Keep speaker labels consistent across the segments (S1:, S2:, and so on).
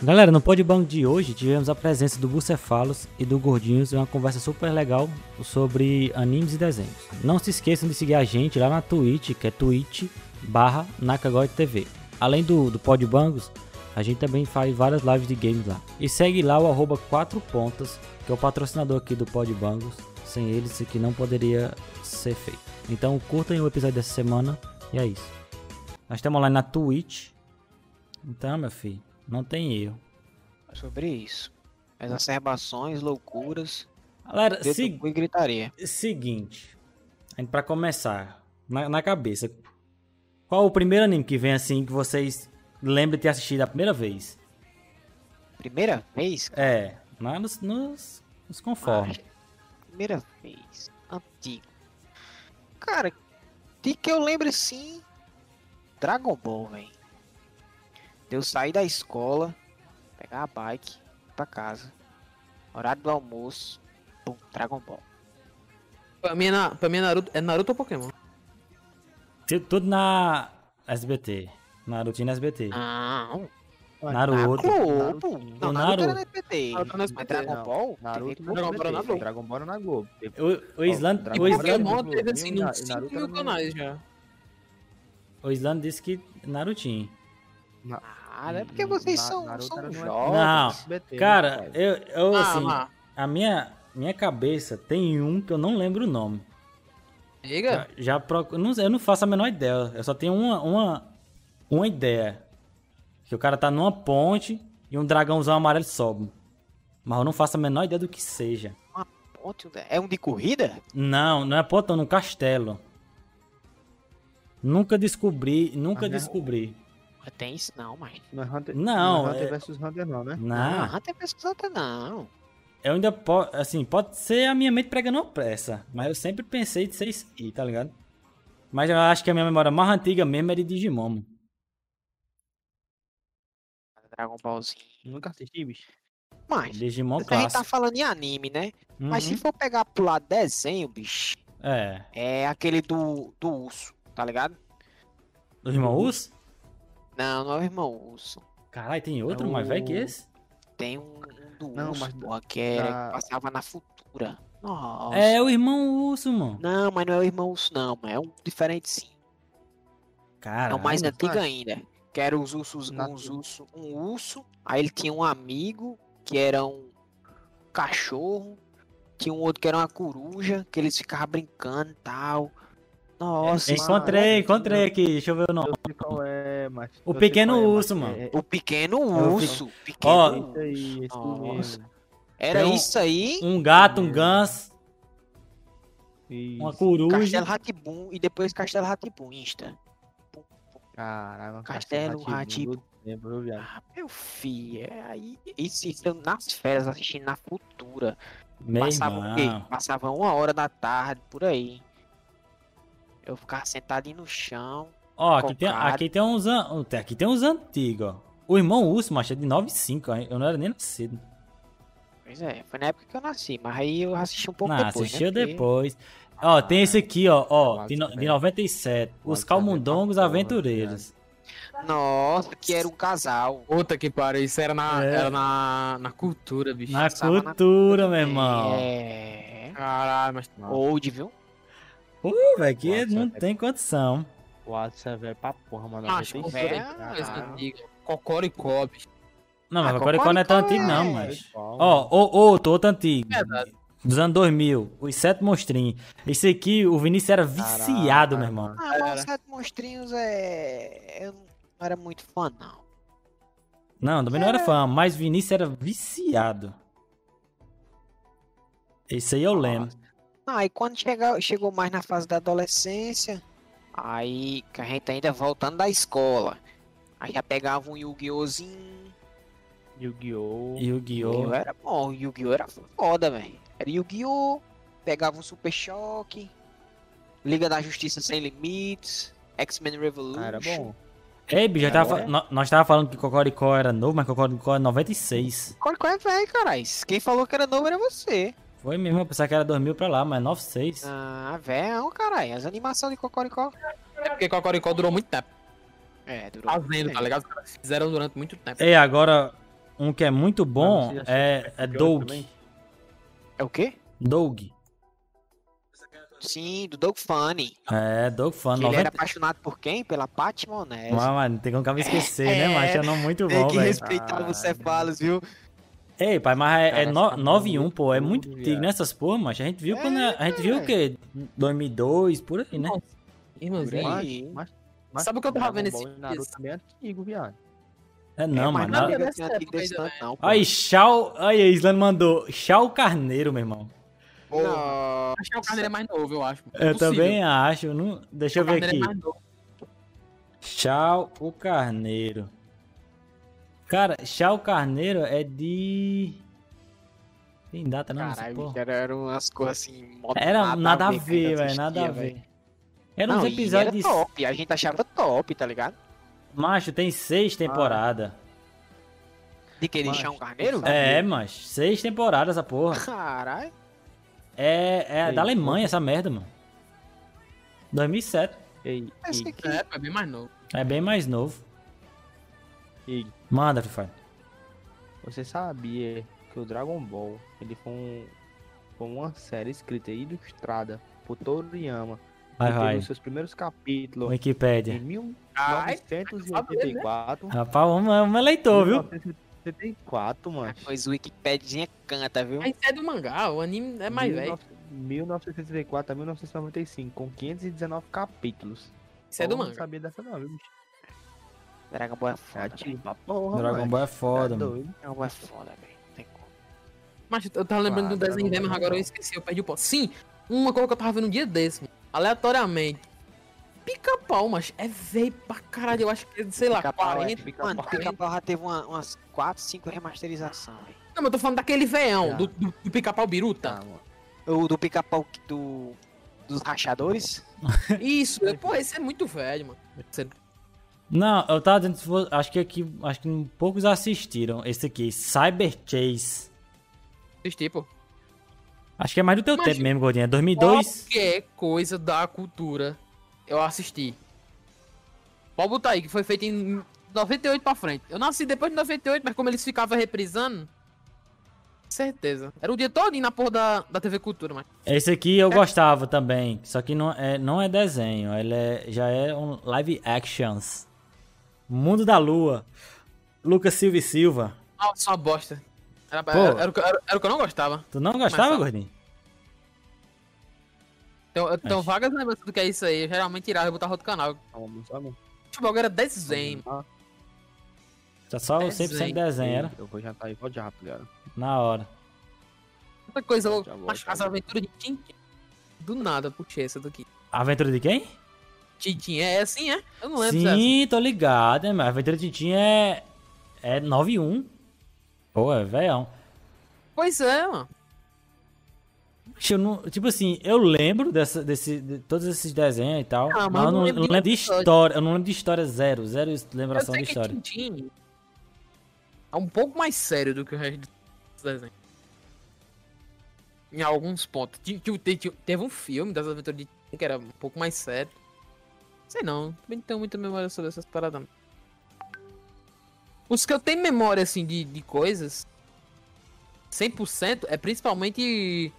S1: Galera, no Podbank de hoje tivemos a presença do Bucefalos e do Gordinhos em uma conversa super legal sobre animes e desenhos. Não se esqueçam de seguir a gente lá na Twitch, que é twitch barra Nakagoy TV. Além do, do Podbangos, a gente também faz várias lives de games lá. E segue lá o arroba 4 pontas, que é o patrocinador aqui do Podbangos. Sem eles isso aqui não poderia ser feito. Então curtem o episódio dessa semana e é isso. Nós estamos lá na Twitch. Então, meu filho, não tem erro.
S2: Sobre isso. Exacerbações, loucuras,
S1: Galera,
S2: dedo
S1: se-
S2: no cu e gritaria.
S1: seguinte. a gente- Pra começar, na, na cabeça. Qual o primeiro anime que vem assim que vocês lembram de ter assistido a primeira vez?
S2: Primeira vez? cara?
S1: É, lá nos, nos, nos conformes.
S2: Primeira vez. Antigo. Cara, de que eu lembro sim. Dragon Ball, velho. De eu sair da escola, pegar a bike, ir pra casa. Horário do almoço. Pum, Dragon Ball.
S3: Pra mim, é na, pra mim é Naruto, é Naruto ou Pokémon?
S1: Tem Tudo na SBT. Naruto e na SBT.
S3: Ah,
S2: Não.
S1: Naruto.
S2: Na Globo. Não,
S1: O
S2: Naruto era
S1: Naruto.
S2: na SBT.
S3: Naruto na
S2: Mas
S3: SBT,
S2: Dragon
S4: é não.
S2: Ball?
S4: Naruto
S2: TV
S4: não é
S2: Globo.
S3: Dragon Ball na Globo.
S4: Dragon Ball era na Globo.
S1: O, o,
S4: Ó,
S1: Islândia-
S4: Dragon
S1: o,
S4: Ball
S1: Islândia-
S3: Tá Pokémon
S4: Naruto,
S3: teve assim,
S4: Naruto,
S3: uns 5 mil
S4: Naruto.
S3: canais já.
S1: o Islândia disse que Narutinho.
S2: Ah, é porque vocês
S4: Hum, Na-
S2: são,
S4: Naruto era
S2: são
S4: no-
S2: jovens.
S1: Não.
S4: SBT, né,
S1: Cara,
S4: rapaz?
S1: eu, eu
S3: ah,
S1: assim,
S3: mas,
S1: a minha, minha cabeça tem um que eu não lembro o nome.
S3: Diga,
S1: Já procuro, não, sei, eu não faço a menor ideia. Eu só tenho uma, uma, uma ideia. Que o cara tá numa ponte e um dragãozão amarelo sobe. Mas eu não faço a menor ideia do que seja.
S2: Ontem, É um de corrida?
S1: Não, não é ponte, não, num castelo. Nunca descobri, nunca
S4: Ah, né?
S1: descobri.
S2: Mas Tem isso não, mas.
S4: Não é Hunter,
S1: Não,
S4: é Hunter
S1: é-
S4: versus Hunter não, né?
S1: Não.
S2: Ah, tem pessoas até não.
S1: Eu ainda posso. Assim, pode ser a minha mente pregando uma pressa. Mas eu sempre pensei de ser isso aí, tá ligado? Mas eu acho que a minha memória mais antiga mesmo é de Digimon. mano.
S2: Dragon Ballzinho.
S4: Nunca assisti, bicho.
S2: Mas.
S1: Digimon
S2: A gente tá
S1: clássico.
S2: falando em anime, né?
S1: Uhum.
S2: Mas se for pegar pro lado desenho, bicho,
S1: É.
S2: é aquele do, do urso, tá ligado?
S1: Do irmão
S2: Uhum.
S1: Urso?
S2: Não, não é o irmão urso.
S1: Caralho, tem outro
S4: É
S1: mais velho
S4: o-
S1: que esse?
S2: Tem um, um do
S4: Não,
S2: urso,
S4: mas
S2: porra, que era,
S4: da-
S2: que passava na futura. Nossa.
S1: É o irmão Urso, mano.
S2: Não, mas não é o irmão urso, não. mas É um diferente sim.
S1: Cara.
S2: É o mais antigo
S4: faz.
S2: ainda. Que era os ursos,
S4: Na-
S2: uns urso, um urso. Aí ele tinha um amigo que era um cachorro. Tinha um outro que era uma coruja, que eles ficavam brincando e tal. Nossa,
S4: é-
S2: mano,
S1: Encontrei,
S4: mano.
S1: encontrei aqui. Deixa eu ver o nome.
S4: Eu sei qual é, mas...
S1: O
S4: eu sei
S1: Pequeno
S4: qual é,
S1: Urso,
S4: mas-
S1: mano.
S4: É, é-
S2: o pequeno
S4: eu vi.
S2: urso. pequeno
S1: Ó.
S2: urso.
S4: Esse aí, esse
S2: Nossa.
S4: mesmo.
S2: Era
S1: tem um-
S2: isso aí,
S1: Um gato,
S2: É.
S1: um ganso, uma
S4: Isso.
S1: coruja.
S2: Castelo Ratibum e depois Castelo Ratibum, Insta.
S4: Caralho,
S2: Castelo Rá-Tim-Bum.
S4: Lembro, viu, viado?
S2: Ah, meu filho, é aí. Isso, isso eu nas férias assistindo na futura.
S1: Meu
S2: Passava o quê?
S1: irmão.
S2: Passava uma hora da tarde, por aí. Eu ficava sentadinho no chão.
S1: Ó, aqui tem,
S2: Cocado.
S1: aqui tem uns an... um- tem- aqui tem uns antigos, ó. O irmão Urso, macho, é de 95, ó. eu não era nem nascido.
S2: Pois é, foi na época que eu nasci, mas aí eu assisti um pouco
S1: não,
S2: depois.
S1: assistiu
S2: né? Porque-
S1: depois. Ó, tem esse aqui, ó, ó,
S4: Quase
S1: de, no... de
S4: também.
S1: 97. Os
S4: Quase
S1: Calmundongos
S4: também.
S1: Aventureiros.
S2: Nossa, que era um casal.
S3: puta que pariu, isso era na,
S1: É.
S3: era na, na cultura, bicho.
S1: Na
S2: Passava na
S1: cultura, meu irmão.
S2: É.
S3: Caralho, mas...
S2: Old, viu?
S1: Pô, velho, que
S4: Nossa,
S1: não
S4: é-
S1: tem condição.
S4: O Atlas é velho pra porra, mano.
S3: Acho que
S2: velho.
S3: é coisa antiga. Cocoricó, bicho.
S1: Não, mas
S2: Ah,
S1: o Cocoricó não é tão
S2: Cocoricó
S1: antigo,
S2: é-
S1: não, mas. Ó, o- outro, outro antigo.
S3: É Verdade.
S1: Dos anos 2000, os sete monstrinhos. Esse aqui, o Vinícius era viciado, meu irmão.
S2: Ah, mas
S3: Era.
S2: os Sete Monstrinhos é. Eu não era muito fã, não.
S1: Não, também não era fã, mas Vinícius era viciado. Esse aí eu lembro.
S2: Ah, aí quando chega, chegou mais na fase da adolescência, aí que a gente tá ainda voltando da escola, aí já pegava um Yu-Gi-Ohzinho.
S4: Yu-Gi-Oh!
S1: E o Guiô.
S2: Yu-Gi-Oh é era bom, Yu-Gi-Oh era foda, velho. Era Yu-Gi-Oh, pegava um Super Choque, Liga da Justiça Sem Limites, X-Men Revolution.
S4: Ah, era bom.
S1: Ei, bicho, já tava
S4: Agora
S1: fa- nó- nós tava falando que Cocoricó era novo, mas Cocoricó é 96.
S2: Qual qual é, velho, caralho? Quem falou que era novo era você.
S1: Foi mesmo, eu pensava que era 2000 pra lá, mas é 96.
S2: Ah, velho, caralho, as animações de Cocoricó.
S3: É porque Cocoricó durou muito tempo.
S2: É, durou.
S3: Fazendo,
S2: É.
S1: É.
S3: tá ligado? Os caras fizeram durante muito tempo.
S1: Ei, agora, Um que é muito bom
S4: Ah, você já
S1: é, é
S4: Pior
S1: Doug.
S4: também?
S2: É o quê?
S1: Doug.
S2: Sim, do Doug Funny.
S1: É, Doug Fan.
S2: Ele era
S1: 90...
S2: apaixonado por quem? Pela Paty Monés.
S1: Mas, mano, não tem como me esquecer, né,
S2: É,
S1: macho? É um nome muito
S2: Tem
S1: bom,
S2: que
S1: velho.
S2: respeitar
S4: Ah,
S2: os cefalos, viu?
S1: Ei, pai, mas é, é
S2: tá
S4: Cara,
S1: no-
S4: essa
S1: 9-1,
S4: porra
S1: pô. É
S4: tudo,
S1: muito antigo
S4: viado.
S1: nessas porra, macho. A gente viu
S2: É,
S1: quando. A, a gente viu o quê? 2002, por aí, né?
S3: Nossa, Irmãozinho.
S2: Por
S4: Mas-
S2: aí.
S4: mas-
S3: Sabe o que eu tava
S4: Dragon
S3: vendo
S4: Ball
S3: esses
S4: e Naruto
S3: dias?
S4: também é antigo, viado.
S1: É não,
S2: é, mas
S1: mano.
S2: não
S1: Na...
S2: liga
S3: Nessa
S2: tanto
S3: época
S2: desse
S3: ainda,
S2: tanto, não, pô.
S1: Aí, Shao. Aí, a Islândia mandou. Shao Carneiro, meu irmão.
S2: Não.
S3: Acho que o Carneiro é mais novo, eu acho.
S1: Eu
S3: Possível.
S1: também acho. Não... Deixa eu
S3: O
S1: ver aqui.
S3: Carneiro É mais novo.
S1: Chau o Carneiro. Cara, Chau Carneiro é de. Tem data não, essa
S2: Caralho,
S1: porra.
S2: era, era umas coisas assim. mó-
S1: Era nada a
S2: que
S1: ver,
S2: gente
S1: velho, nada a
S2: assistia,
S1: ver.
S2: velho.
S1: Era uns
S2: Não, e
S1: episódios.
S2: Era top, a gente achava top, tá ligado?
S1: Macho, tem seis temporadas.
S2: De que
S4: Mas-
S2: deixar um carneiro?
S4: Ah,
S1: é, macho, seis temporadas essa porra.
S2: Caralho.
S1: É, é
S4: Ei,
S1: da Alemanha essa merda, mano. 2007.
S4: Ei,
S2: Esse
S4: ei,
S2: aqui.
S3: É, pô, é bem mais novo.
S1: É bem mais novo.
S4: ei,
S1: Manda, Fifai.
S4: você sabia que o Dragon Ball, ele foi, um, foi uma série escrita e ilustrada por Toriyama.
S1: Vai,
S4: que
S1: vai.
S4: Teve os seus primeiros capítulos em
S1: Wikipedia.
S4: 1984.
S1: Rapaz, o homem é um eleitor, viu?
S4: 1974, mano.
S3: Ah,
S2: Pois o Wikipedinha canta, viu?
S3: Mas é do mangá, o anime é mais velho.
S4: 1964 a 1995, com 519 capítulos.
S3: Isso é do
S4: Eu Não
S3: manga.
S4: sabia dessa não, viu, bicho?
S2: Dragon Ball é
S4: É
S2: foda. velho.
S4: ativo pra porra,
S1: Dragon
S4: mano.
S1: Ball é
S4: É
S1: foda, mano.
S4: doido.
S2: Dragon Ball é foda, velho. Não tem como.
S3: Mas eu tava lembrando do
S4: Claro,
S3: desenho dela, mas
S4: não.
S3: agora eu esqueci, eu perdi o ponto. Sim, uma coisa que eu tava vendo um dia desse, mano, aleatoriamente. Pica-pau, mas é velho pra caralho, eu acho que, é, sei lá,
S2: Pica-pau, é.
S3: 40.
S4: Fica
S2: Mano,
S4: bom.
S2: Pica-Pau já teve uma- umas 4, 5 remasterizações, velho.
S3: Não, mas eu tô falando daquele veião,
S4: Tá.
S3: do, do, do pica-pau biruta.
S4: Tá, mano.
S2: O do Pica-Pau que- do... dos rachadores?
S3: Isso, eu- pô, esse é muito velho, mano. Esse é-
S1: Não, eu tava dizendo, se for- acho que aqui, acho que poucos assistiram esse aqui, Cyber Chase.
S3: Esse tipo,
S1: Acho que é mais do teu
S3: Imagina.
S1: tempo mesmo, Gordinho, é 2002.
S3: qualquer coisa da cultura eu assisti. Pode botar aí, que foi feito em 98 pra frente. Eu nasci depois de 98, mas como eles ficavam reprisando, certeza. Era o dia todo na porra da, da TV Cultura, mas...
S1: Esse aqui
S3: É.
S1: eu gostava também, só que não é, não é desenho, ele é- já é um live actions. Mundo da Lua, Lucas Silva e Silva.
S3: Ah, só uma bosta. Era,
S1: Pô.
S3: era, era o que- era- era o que eu não gostava.
S1: Tu não gostava,
S3: Mas-
S1: Gordinho?
S3: Então, eu tenho
S1: Mas-
S3: vagas lembranças do que é isso aí. Eu geralmente tirava e botava outro canal.
S4: Vamos, vamos.
S3: Futebol era desenho.
S4: Ah,
S1: Tá só o 100% desenho, era?
S4: Eu vou jantar e volto já rápido, galera.
S1: Na hora.
S3: Outra coisa, eu
S4: Já vou,
S3: acho
S4: já
S3: que as
S4: vou.
S3: aventuras de Tintin. Do nada, eu puxei essa daqui.
S1: Aventura de quem?
S3: Tintin é assim, é? Eu não lembro. se é
S1: Sim, tô ligado, né, mas Aventura de Tintin é... É 9-1. Pô, é velhão.
S3: Pois é, mano.
S1: Acho que eu não- tipo assim, eu lembro dessa, desse, de todos esses desenhos e tal.
S3: Ah, mas
S1: mas eu não, eu não lembro de
S3: episódio.
S1: história. Eu não lembro de história zero. Zero
S3: Eu
S1: lembração de
S3: sei que
S1: história.
S3: Tintin é um pouco mais sério do que o resto dos desenhos. Em alguns pontos. Ti- ti- ti- ti- Teve um filme das aventuras de Tintin que era um pouco mais sério. Sei não, também não tenho muita memória sobre essas paradas. não. Os que eu tenho memória, assim, de, de coisas 100% é principalmente.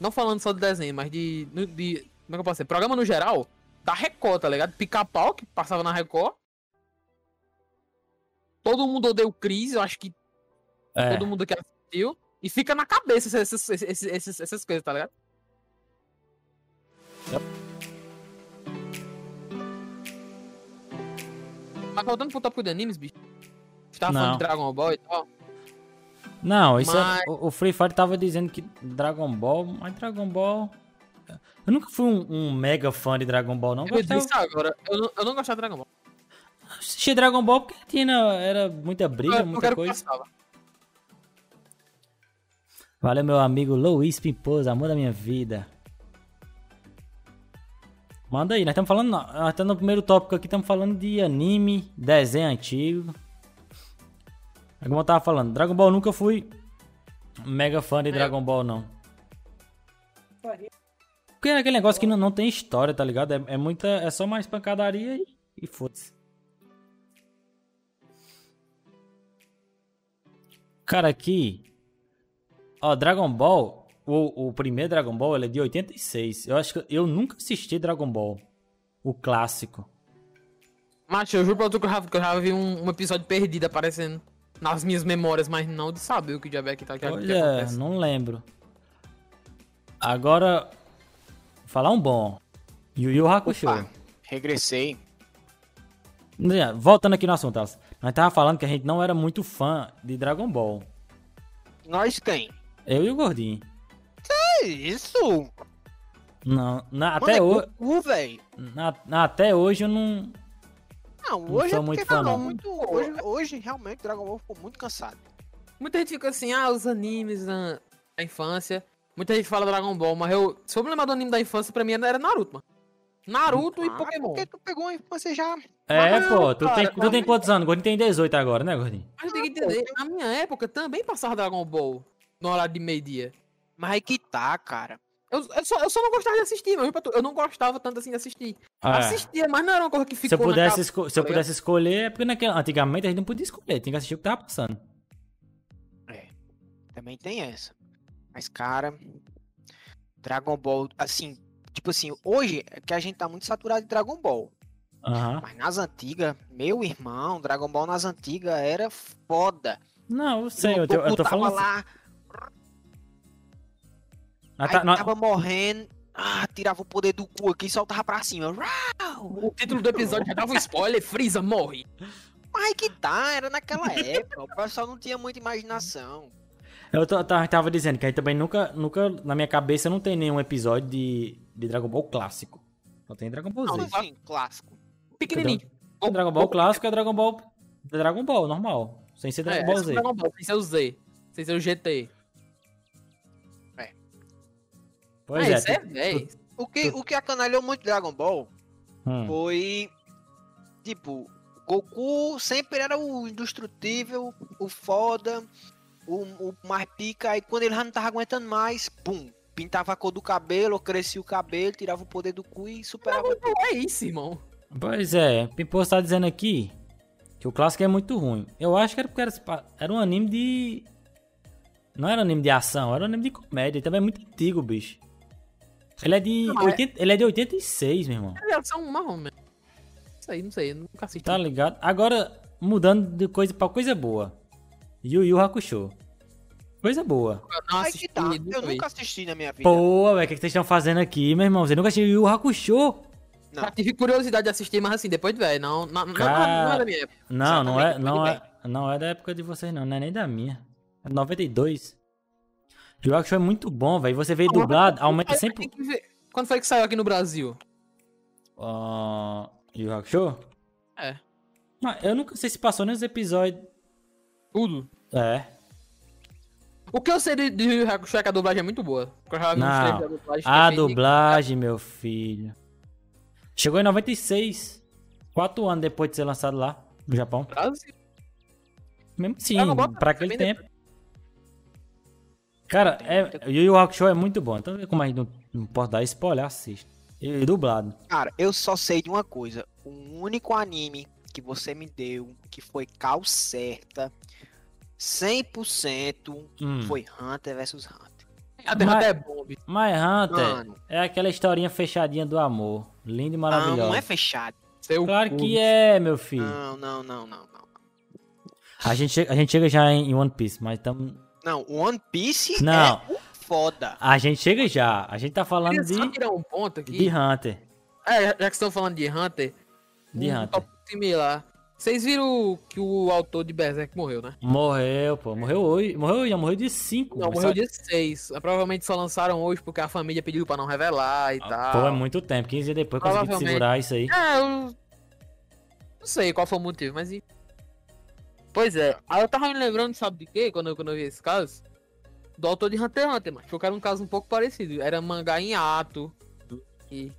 S3: Não falando só de desenho, mas de. no- de como é que eu posso dizer? Programa no geral da Record, tá ligado? Pica-pau que passava na Record. Todo mundo odeia o Cris, eu acho que
S1: É,
S3: todo mundo que assistiu. E fica na cabeça essas, essas- essas- essas- essas coisas, tá ligado? Mas voltando Tá pro tópico de animes, bicho. Você tava falando
S1: Não.
S3: de Dragon Ball e tal.
S1: Não, isso é-
S3: mas-
S1: o, o Free Fire tava dizendo que Dragon Ball, mas Dragon Ball. Eu nunca fui um, um mega fã de Dragon Ball, não.
S3: Eu
S1: Gostava,
S3: disse agora, eu não, eu não gostava de Dragon Ball.
S1: assistia Dragon Ball porque tinha, era muita briga,
S3: eu, eu
S1: muita
S3: quero que
S1: coisa.
S3: passava.
S1: Valeu, meu amigo Luiz Pimposo, amor da minha vida. Manda aí, nós estamos falando, nós estamos no primeiro tópico aqui, estamos falando de anime, desenho antigo. É Como eu tava falando, Dragon Ball nunca fui mega fã de Dragon Ball, não. Porque é aquele negócio que não, não tem história, tá ligado? É, é muita, é só mais pancadaria e, e foda-se. Cara, aqui. Ó, Dragon Ball. O, o primeiro Dragon Ball ele é de 86. Eu acho que eu nunca assisti Dragon Ball. O clássico.
S3: Macho, eu juro pra tu que eu já, que eu já vi um, um episódio perdido aparecendo nas minhas memórias, mas não de saber o que o diabetes tá que, que
S1: Olha,
S3: acontece.
S1: é, não lembro. Agora. Falar um bom. Yu Yu Hakusho.
S2: Opa, regressei.
S1: Né, Voltando aqui no assunto, Alce. nós tava falando que a gente não era muito fã de Dragon Ball.
S2: Nós quem?
S1: Eu e o Gordinho.
S2: É isso?
S1: Não, na-
S2: Mano,
S1: até,
S2: é
S1: ho-
S2: Goku, velho.
S1: na- na- até hoje eu não.
S2: Não, hoje
S1: sou
S2: é
S1: muito
S2: porque
S1: fã,
S2: não,
S1: não.
S2: muito, hoje, hoje realmente Dragon Ball ficou muito cansado.
S3: Muita gente fica assim, ah, os animes na, na infância. Muita gente fala Dragon Ball, mas eu. Se eu me lembrar do anime da infância, pra mim era Naruto, mano. Naruto e
S2: Ah,
S3: Pokémon.
S2: Porque tu pegou a infância já.
S1: É,
S3: Mas,
S1: pô, tu,
S3: cara,
S1: tem, tu tem quantos anos? Gordinho tem 18 agora, né, Gordinho?
S3: Mas tem que entender, na minha época também passava Dragon Ball no horário de meio-dia.
S2: Mas aí que tá, cara.
S3: Eu, eu só, eu só não gostava de assistir, mas pra tu, eu não gostava tanto assim de assistir.
S1: É.
S3: Assistia, mas não era uma coisa que
S1: Se eu,
S3: ficou na
S1: pudesse
S3: cabeça.
S1: esco- se eu
S3: tá
S1: pudesse escolher, é porque naquela, antigamente a gente não podia escolher, tinha que assistir o que tava passando.
S2: Também tem essa. Mas, cara, Dragon Ball, assim, tipo assim, hoje é que a gente tá muito saturado de Dragon Ball.
S1: Aham.
S2: Mas nas antigas, meu irmão, Dragon Ball nas antigas era foda.
S1: Não, eu sei,
S2: O
S1: eu, tô- eu
S2: Goku
S1: tô
S2: tava
S1: falando. assim,
S2: lá,
S1: Ah,
S2: aí
S1: tá, não-
S2: tava morrendo, ah, tirava o poder do cu aqui e soltava pra cima. Rau!
S3: O título do episódio já dava um spoiler, Freeza morre.
S2: Mas que tá, era naquela época. o pessoal não tinha muita imaginação.
S1: Eu tô- tá- tava dizendo que aí também nunca, nunca, na minha cabeça, não tem nenhum episódio de, de Dragon Ball clássico. Só tem Dragon Ball Z.
S2: Não, assim, clássico.
S3: Pequenininho.
S1: O Dragon Ball clássico é Dragon Ball. Dragon Ball, normal. Sem ser Dragon
S3: É,
S1: Ball
S3: esse
S1: Z.
S3: Dragon Ball, sem ser o Z, sem ser o GT.
S1: Pois
S3: ah,
S1: é.
S3: isso é,
S1: tu-
S3: velho.
S2: O que, o que acanalhou muito Dragon Ball
S1: Hum.
S2: foi. Tipo, Goku sempre era o indestrutível, o foda, o, o mais pica. Aí quando ele já não tava aguentando mais, pum, pintava a cor do cabelo, crescia o cabelo, tirava o poder do cu e superava.
S3: É isso, irmão.
S1: Pois é, Pimpô tá dizendo aqui que o clássico é muito ruim. Eu acho que era porque era, era um anime de. Não era anime de ação, era um anime de comédia. Também é muito antigo, bicho. Ele é de,
S3: Não, é-
S1: 80, ele é de 86, meu irmão.
S3: É reação marrom, né? Isso aí, não sei, eu nunca assisti.
S1: Tá ligado? Agora, mudando de coisa pra coisa boa. Yu Yu Hakusho. Coisa boa.
S3: Eu não
S2: Aí
S3: assisti,
S2: que tá, eu
S3: nunca vi.
S2: nunca assisti na minha vida.
S1: Pô, velho, o que que vocês estão fazendo aqui, meu irmão? Você nunca assistiu Yu Yu Hakusho?
S2: Não.
S3: Já tive curiosidade de assistir, mas assim, depois de velho, não, não, não,
S1: Cara-
S3: não era minha época.
S1: Não, não é,
S2: Exatamente,
S1: não,
S2: tudo
S1: é, não é da época de vocês, não. Não é nem da minha. É 92. Yu Yu Hakusho é muito bom, velho. Você vê
S3: Não,
S1: dublado, aumenta
S3: Aí
S1: é sempre.
S3: tem Ah, que ver. Quando foi que saiu aqui no Brasil?
S1: Ah, Yu Yu Hakusho?
S3: É.
S1: Não, eu nunca sei se passou nem os episódios.
S3: Tudo.
S1: É.
S3: O que eu sei de, de Yu Yu Hakusho é que a dublagem é muito boa. Porque eu já vi uns
S1: Não.
S3: trechos da dublagem que
S1: A
S3: é bem-
S1: dublagem, meu filho. Chegou em 96. Quatro anos depois de ser lançado lá, no Japão.
S3: Brasil.
S1: Mesmo assim,
S3: Dragon Ball
S1: pra aquele
S3: também
S1: tempo. Cara, é, Yu Yu Hakusho é muito bom. Então, como a gente não, não pode dar spoiler, assista. E, e dublado.
S2: Cara, eu só sei de uma coisa. O único anime que você me deu, que foi cal certa, 100%,
S1: Hum.
S2: foi Hunter vs Hunter.
S3: A derrota é bom, bicho.
S1: My Hunter
S2: Mano,
S1: é aquela historinha fechadinha do amor. Linda e
S2: Ah. não,
S1: maravilhosa.
S2: não é fechado.
S3: Seu
S1: Claro
S3: cu.
S1: que é, meu filho.
S2: Não, não, não, não, não.
S1: A gente, che- a gente chega já em em One Piece, mas estamos.
S2: Não, One Piece
S1: Não.
S2: é o foda.
S1: A gente chega já. A gente tá falando
S3: Queria só
S1: de,
S3: tirar um ponto aqui.
S1: de Hunter.
S3: É, já já que estão falando de Hunter.
S1: De
S3: um
S1: Hunter.
S3: tópico similar. Vocês viram que o autor de Berserk morreu, né?
S1: Morreu, pô. Morreu hoje. Morreu já, morreu de 5.
S3: Não, morreu dia 6. Provavelmente só lançaram hoje porque a família pediu pra não revelar e tal.
S1: Pô, é muito tempo. 15 dias depois consegui
S3: Provavelmente.
S1: segurar isso aí.
S3: É, eu. Não sei qual foi o motivo, mas. e- Pois é, aí eu tava me lembrando, sabe de quê? Quando eu, quando eu vi esse caso? Do autor de Hunter x Hunter, mano. Que era um caso um pouco parecido. Era mangá em ato. E.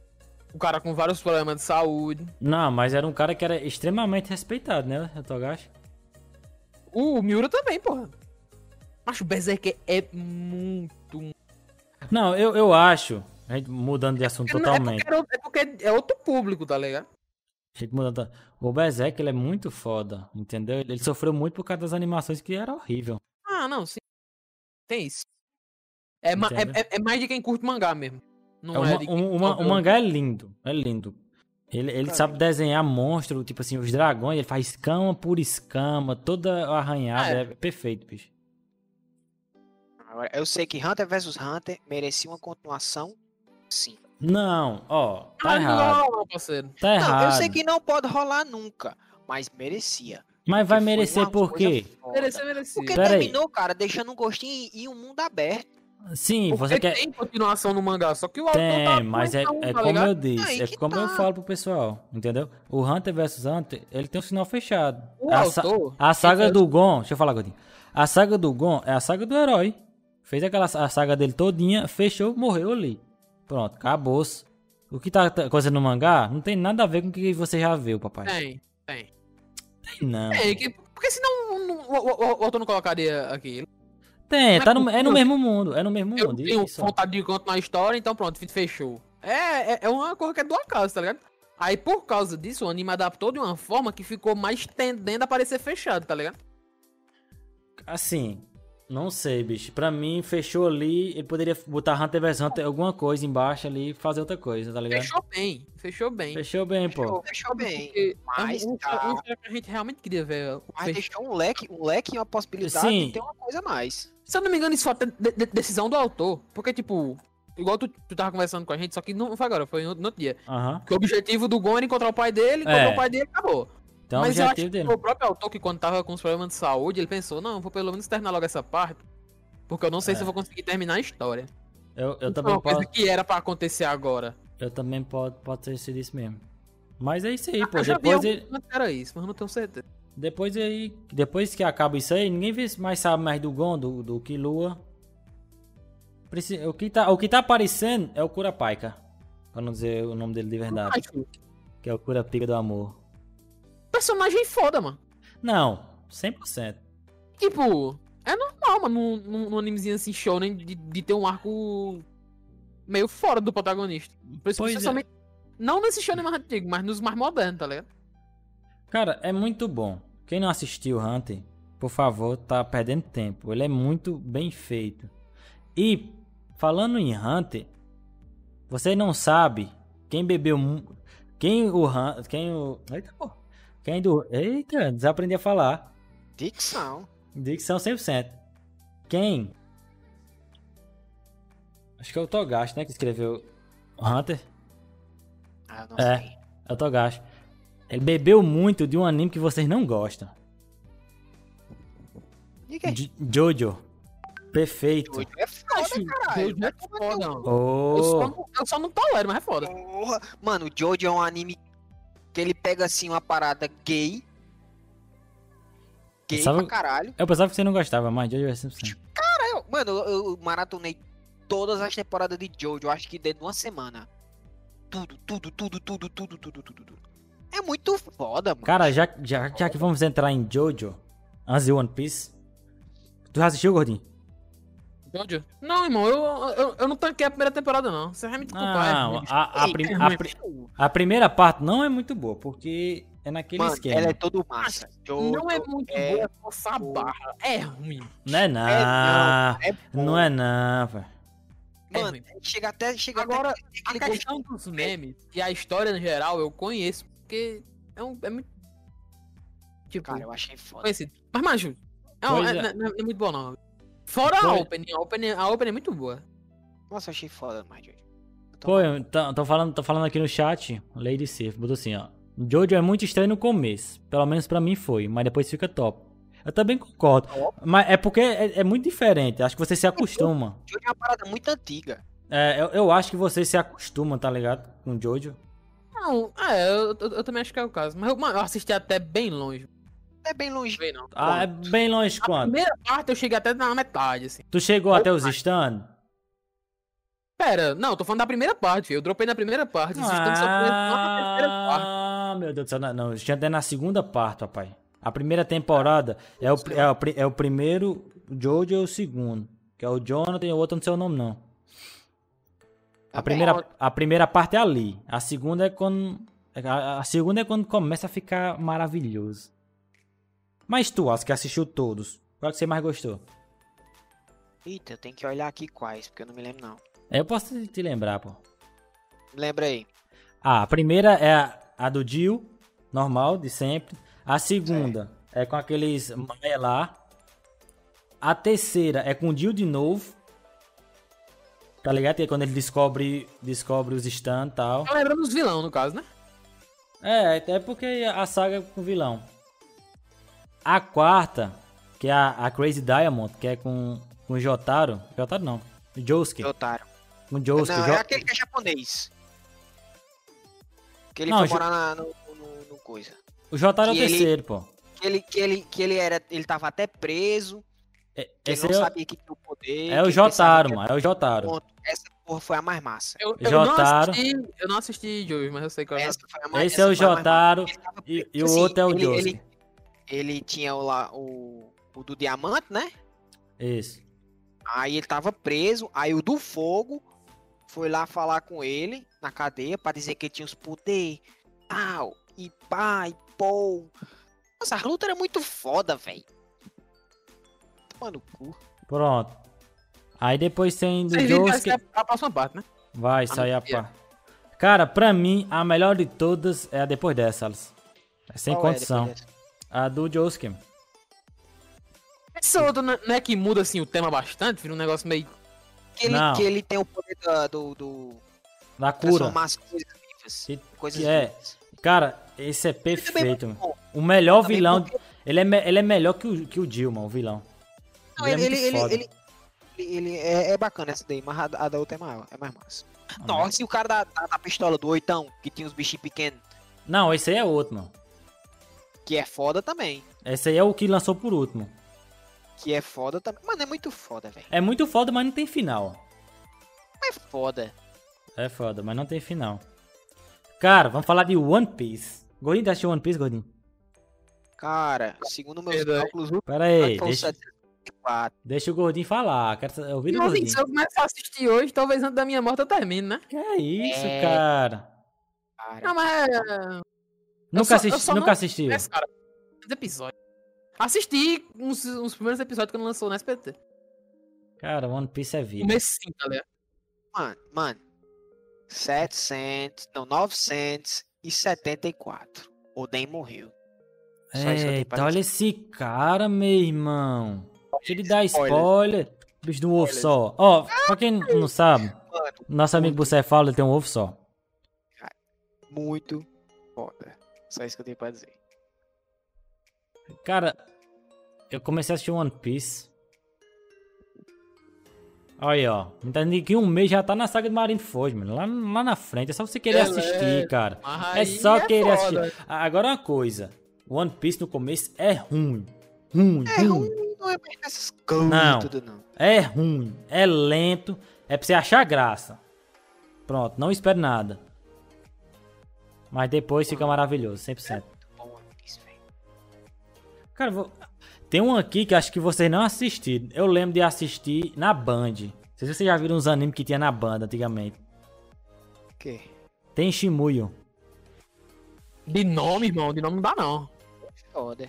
S3: O cara com vários problemas de saúde.
S1: Não, mas era um cara que era extremamente respeitado, né, o Togashi?
S3: O, o Miura também, porra. Acho o Berserk é muito.
S1: Não, eu, eu acho. A gente mudando de assunto
S3: Não,
S1: totalmente.
S3: É porque, era- é porque é outro público, tá ligado?
S1: A gente mudando to- O Berserk, ele é muito foda, entendeu? Ele ele sofreu muito por causa das animações que era horrível.
S3: Ah, não, sim. Tem isso. É, ma- é-
S1: Entendeu?
S3: é- é mais de quem curte mangá mesmo. Não
S1: É, o,
S3: é,
S1: ma-
S3: de
S1: o-
S3: quem-
S1: o ma- o mangá é lindo, é lindo. Ele, ele
S2: Cara,
S1: sabe desenhar monstro, tipo assim, os dragões, ele faz escama por escama, toda arranhada,
S3: É.
S1: é perfeito, bicho.
S2: Agora, eu sei que Hunter vs Hunter merecia uma continuação, sim.
S1: Não, ó, tá
S3: Ah,
S1: errado,
S3: não, parceiro.
S1: tá errado.
S2: Não, eu sei que não pode rolar nunca, mas merecia.
S1: Mas vai
S2: Porque foi
S1: merecer
S2: uma
S1: por
S2: coisa
S1: quê?
S2: foda.
S3: Merecia, merecia.
S2: Porque
S1: Pera aí.
S2: terminou, cara, deixando um gostinho e e um mundo aberto.
S1: Sim,
S3: Porque
S1: você quer...
S3: tem continuação no mangá, só que o autor tá
S1: Tem, mas é,
S3: aproveitando,
S1: é
S3: tá
S1: como
S3: ligado?
S1: eu disse,
S2: Aí
S1: é
S2: que
S1: como eu
S2: tá.
S1: falo pro pessoal, entendeu? O Hunter vs Hunter, ele tem um sinal fechado.
S3: O
S1: A sa-
S3: autor,
S1: A saga
S3: Entendeu?
S1: do Gon, deixa eu falar, Godinho. A saga do Gon é a saga do herói. Fez aquela sa- a saga dele todinha, fechou, morreu ali. Pronto, acabou. O que tá tá acontecendo no mangá não tem nada a ver com o que você já viu, papai.
S3: tem, tem.
S1: Tem não.
S3: Tem, que- porque senão não- o, o- o- o autor não colocaria aqui.
S1: Tem,
S3: Mas
S1: tá no,
S3: por
S1: é no
S3: quê?
S1: mesmo mundo, é no mesmo
S3: Eu
S1: mundo.
S3: tenho
S1: isso.
S3: vontade de contar a história, então pronto, fechou. É, é, é uma coisa que é do acaso, tá ligado? Aí por causa disso, o anime adaptou de uma forma que ficou mais tendendo a parecer fechado, tá ligado?
S1: Assim, não sei, bicho. Pra mim, fechou ali, ele poderia botar Hunter vs Hunter, alguma coisa embaixo ali e fazer outra coisa, tá ligado? Fechou,
S3: Fechou bem, fechou bem.
S1: bem, pô.
S2: Fechou, fechou bem.
S3: Porque
S2: mas
S3: é um- um-
S2: tá-
S3: um show que a gente realmente queria ver.
S2: Mas
S3: fechado.
S2: deixou um leque, um leque e uma possibilidade
S1: Sim.
S2: de ter uma coisa a mais.
S3: Se eu não me engano, isso foi até de- de- decisão do autor. Porque, tipo, igual tu, tu tava conversando com a gente, só que não foi agora, foi no, no outro dia.
S1: Aham.
S3: Que o objetivo do Gon era encontrar o pai dele, encontrou
S1: É.
S3: o pai dele acabou.
S1: Então, o
S3: Mas eu acho
S1: objetivo
S3: que
S1: dele.
S3: o próprio autor, que quando tava com os problemas de saúde, ele pensou, não, eu vou pelo menos terminar logo essa parte. Porque eu não sei
S1: É.
S3: se eu vou conseguir terminar a história.
S1: Eu, eu
S3: Isso é
S1: também
S3: uma coisa
S1: posso.
S3: que era pra acontecer agora.
S1: Eu também pode, pode ter sido isso mesmo. Mas é isso aí, pô.
S3: Ah, eu já vi
S1: Depois,
S3: algum
S1: ele-
S3: momento que era isso, mas eu não tenho certeza.
S1: depois aí. Depois que acaba isso aí, ninguém vê- mais sabe mais do Gon, do, do Killua. Preci- O que, tá, o que tá aparecendo é o Curapaika. Pra não dizer o nome dele de verdade.
S3: Acho.
S1: Que é o Curapica do Amor.
S3: Personagem é foda, mano.
S1: Não, 100%.
S3: Tipo, é normal, mano, num, num, num animezinho assim, show, né, de, de ter um arco meio fora do protagonista. Por isso,
S1: Pois é.
S3: principalmente, não nesse show mais antigo, mas nos mais modernos, tá ligado?
S1: Cara, é muito bom. Quem não assistiu Hunter, por favor, tá perdendo tempo. Ele é muito bem feito. E falando em Hunter, você não sabe quem bebeu mu- quem o Hunter, quem o Eita, pô. Quem do Eita, desaprendi a falar.
S2: Dicção.
S1: Dicção 100%. Quem? Acho que é o Togashi, né, que escreveu Hunter.
S2: Ah, eu não
S1: É.
S2: sei.
S1: É o Togashi. Ele bebeu muito de um anime que vocês não gostam.
S2: Diga aí.
S1: Jo- Jojo. Perfeito.
S2: Jojo é foda,
S3: Acho,
S2: caralho.
S3: Jojo é
S2: Vai tomar
S3: foda,
S2: no
S3: mano. Eu, só
S1: Oh,
S3: não, eu só não tolero, mas é foda.
S2: Porra. Mano, o Jojo é um anime que ele pega assim uma parada gay. Gay
S1: Sabe-
S2: pra caralho.
S1: eu pensava que você não gostava, mas Jojo é 100%.
S2: Aí eu- Mano, eu, eu maratonei todas as temporadas de Jojo, acho que dentro de uma semana. Tudo, tudo, tudo, tudo, tudo, tudo, tudo, tudo. É muito foda, mano.
S1: Cara, já, já, já que vamos entrar em Jojo, antes de One Piece, tu já assistiu, gordinho?
S3: Jojo. Não, irmão, eu, eu, eu não tanquei a primeira temporada, não. Você vai me desculpar. é
S1: Não,
S3: ruim.
S1: a, a,
S2: Ei,
S1: prim-
S3: é
S1: a
S3: ruim.
S1: pri- a primeira parte não é muito boa, porque é naquele
S2: Mano,
S1: esquema.
S2: ela é todo massa. Jojo
S3: não é muito
S2: é
S3: boa, força a barra. É ruim.
S1: Não é não,
S2: é bom.
S1: não é não, velho.
S3: é
S2: Mano,
S3: ruim.
S2: chega até. Chega
S3: Agora,
S2: até
S3: A
S2: aquele
S3: questão dos Tipo, memes e a história no geral eu conheço, porque é, um, é muito. Tipo,
S2: Cara, eu achei foda.
S3: conhecido. Mas, Macho, é, um-
S1: Pois
S3: é,
S1: é.
S3: não, é- não é muito bom, não. Fora a
S1: Pois-
S3: Open, a Open, a Open é muito boa.
S2: Nossa, eu achei foda mais Jojo. Tá
S1: Pô, estão falando, tão falando aqui no chat, Lady Sif, botou assim, ó. Jojo é muito estranho no começo, pelo menos pra mim foi, mas depois fica top. Eu também concordo, mas é porque é, é muito diferente, acho que você se acostuma.
S2: Jojo é uma parada muito antiga.
S1: É, eu, eu acho que você se acostuma, tá ligado? Com Jojo.
S3: Não, é, eu, eu- eu também acho que é o caso. Mas eu, mano, eu assisti até bem longe.
S2: É bem longe.
S3: Bem, não.
S1: Ah, é bem longe
S3: A
S1: quanto?
S3: primeira parte eu cheguei até na metade, assim.
S1: Tu chegou até os stand?
S3: Pera, não, tô falando da primeira parte, eu dropei na primeira parte. Esses tantos um só foi lá na terceira parte.
S1: Ah, meu Deus do céu. Não, não, o stand é na segunda parte, papai. A primeira temporada é o, é o, pri- é o primeiro, o Jojo é o segundo. Que é o Jonathan e o outro não sei o nome, não. A
S2: Tá
S1: primeira, a primeira parte é ali. A segunda é quando. A, a segunda é quando começa a ficar maravilhoso. Mas tu, as que assistiu todos, qual que é você mais gostou?
S2: Eita, eu tenho que olhar aqui quais, porque eu não me lembro não.
S1: Eu posso te- te lembrar, pô.
S2: Lembra aí.
S1: Ah, a primeira é a, a do Jill, normal, de sempre. A segunda é com aqueles Maia lá. A terceira é com o Jill de novo. Tá ligado? Que é quando ele descobre, descobre os stun e tal.
S3: Tá lembrando os vilão, no caso, né?
S1: É, até porque a saga é com o vilão. A quarta, que é a, a Crazy Diamond, que é com, com o Jotaro. Jotaro não. Josuke.
S2: Otário.
S1: Com o Josuke.
S2: não,
S1: Jo-
S2: é aquele que é japonês. Que ele
S1: Não,
S2: foi
S1: ja-
S2: morar na- no, no- no coisa.
S1: O Jotaro é o
S2: que ele-
S1: terceiro, pô.
S2: Que ele, que ele, que ele era. Ele tava até preso.
S1: É-
S2: Que ele
S1: esse
S2: não
S1: é, o-
S2: sabia que tinha o poder.
S1: é o Jotaro, mano. É o Jotaro.
S2: Ponto. Essa porra foi a mais massa.
S3: Eu, eu
S1: Jotaro.
S3: não assisti, eu não assisti Jojo, mas eu sei qual é.
S2: Essa foi a mais,
S1: Esse é o
S2: essa foi a mais massa.
S1: Jotaro
S2: Ele tava
S1: e,
S2: preso,
S1: e o
S2: assim,
S1: outro é o
S2: ele-
S1: Josuke.
S2: ele- ele tinha o lá o, o do diamante, né?
S1: Isso.
S2: Aí ele tava preso, aí o do fogo foi lá falar com ele na cadeia pra dizer que ele tinha os poderes, tal, e pá, e pô. Nossa, a luta era muito foda, velho. Toma no cu.
S1: Pronto. Aí depois tem do
S3: Vocês viram que vai
S1: Josuke.
S3: ser a a próxima parte, né?
S1: Vai sair a
S3: Anuncia.
S1: pá. Cara, pra mim, a melhor de todas é a depois dessa, Alice. É sem
S2: Qual é
S1: condição.
S2: depois dessa?
S1: a do Josuke.
S3: Essa outra não é- não é que muda assim o tema bastante, vira um negócio meio.
S2: Que ele,
S1: Não.
S2: que ele tem o poder da- do, do
S1: Da
S2: é
S1: cura.
S2: transformar as coisas vivas.
S1: Que-
S2: coisas
S1: que é
S2: vivas.
S1: Cara, esse é
S2: Ele também é
S1: perfeito.
S2: muito
S1: mano.
S2: bom.
S1: O melhor
S2: Também
S1: vilão.
S2: porque-
S1: Ele é, me- ele é melhor que o, que o Jill, mano, o vilão.
S2: Não,
S1: Ele
S2: ele,
S1: é
S2: ele,
S1: muito
S2: ele,
S1: foda.
S2: ele- ele- ele é, é bacana essa daí, mas a, da- a da outra é maior, é mais massa. Nossa, e o cara da, da, da pistola do oitão, que tinha os bichinhos pequenos,
S1: Não, esse aí é outro, mano.
S2: que é foda também.
S1: Esse aí é o que lançou por último.
S2: Que é foda também. Mano, é muito foda, velho.
S1: É muito foda, mas não tem final.
S2: É foda.
S1: É foda, mas não tem final. Cara, vamos falar de One Piece. Gordinho, tá assistindo One Piece, Gordinho?
S2: Cara, segundo meus
S3: Verdade.
S2: cálculos, o
S1: Pera
S2: Frank
S1: aí,
S2: foi o
S1: deixa,
S2: 74.
S1: deixa o Gordinho falar. Quero sa- ouvir o
S3: Então, assim,
S1: Gordinho.
S3: se eu começar a assistir hoje, talvez antes da minha morte eu termine, né?
S1: Que é isso,
S2: É.
S1: cara?
S2: Cara,
S3: Não, mas é.
S1: Nunca,
S3: só- eu
S1: assisti,
S3: só
S1: nunca
S3: não-
S1: assistiu.
S3: Esse cara. Os episódios. Assisti uns, uns primeiros episódios que eu lançou no SPT.
S1: Cara, One Piece é vida.
S3: Comecinho, tá ligado?
S2: mano, mano. 700, não, 974. O Den morreu. Só isso eu tenho pra
S1: Eita, olha
S2: dizer.
S1: esse cara, meu irmão. Deixa ele dar spoiler. Bicho de um ovo
S3: Spoiler.
S1: só. Ó, pra quem não sabe,
S2: Mano,
S1: nosso amigo Bucefalo ele tem um ovo só.
S2: muito foda. Só isso que eu tenho pra dizer.
S1: Cara, eu comecei a assistir One Piece. Olha aí, ó. Não tá nem que um mês já tá na saga de Marineford, mano. Lá, lá na frente. É só você querer
S3: Beleza.
S1: assistir, cara.
S3: Mas
S1: É
S3: aí
S1: só querer
S3: foda.
S1: assistir. A- Agora uma coisa. One Piece no começo é ruim. Ruim,
S2: É
S1: ruim.
S2: ruim, não é mais essas coisas
S1: Não.
S2: tudo, não. Tá
S1: É ruim, é lento, é pra você achar graça. Pronto, não espere nada. Mas depois fica maravilhoso, 100%.
S2: Bom, One Piece, velho.
S1: Cara, vou- tem um aqui que acho que vocês não assistiram. Eu lembro de assistir na Band. Não sei se vocês já viram uns animes que tinha na Band antigamente.
S2: O quê?
S1: Tem Shimuyo.
S3: De nome, irmão, de nome não dá não.
S2: Foda.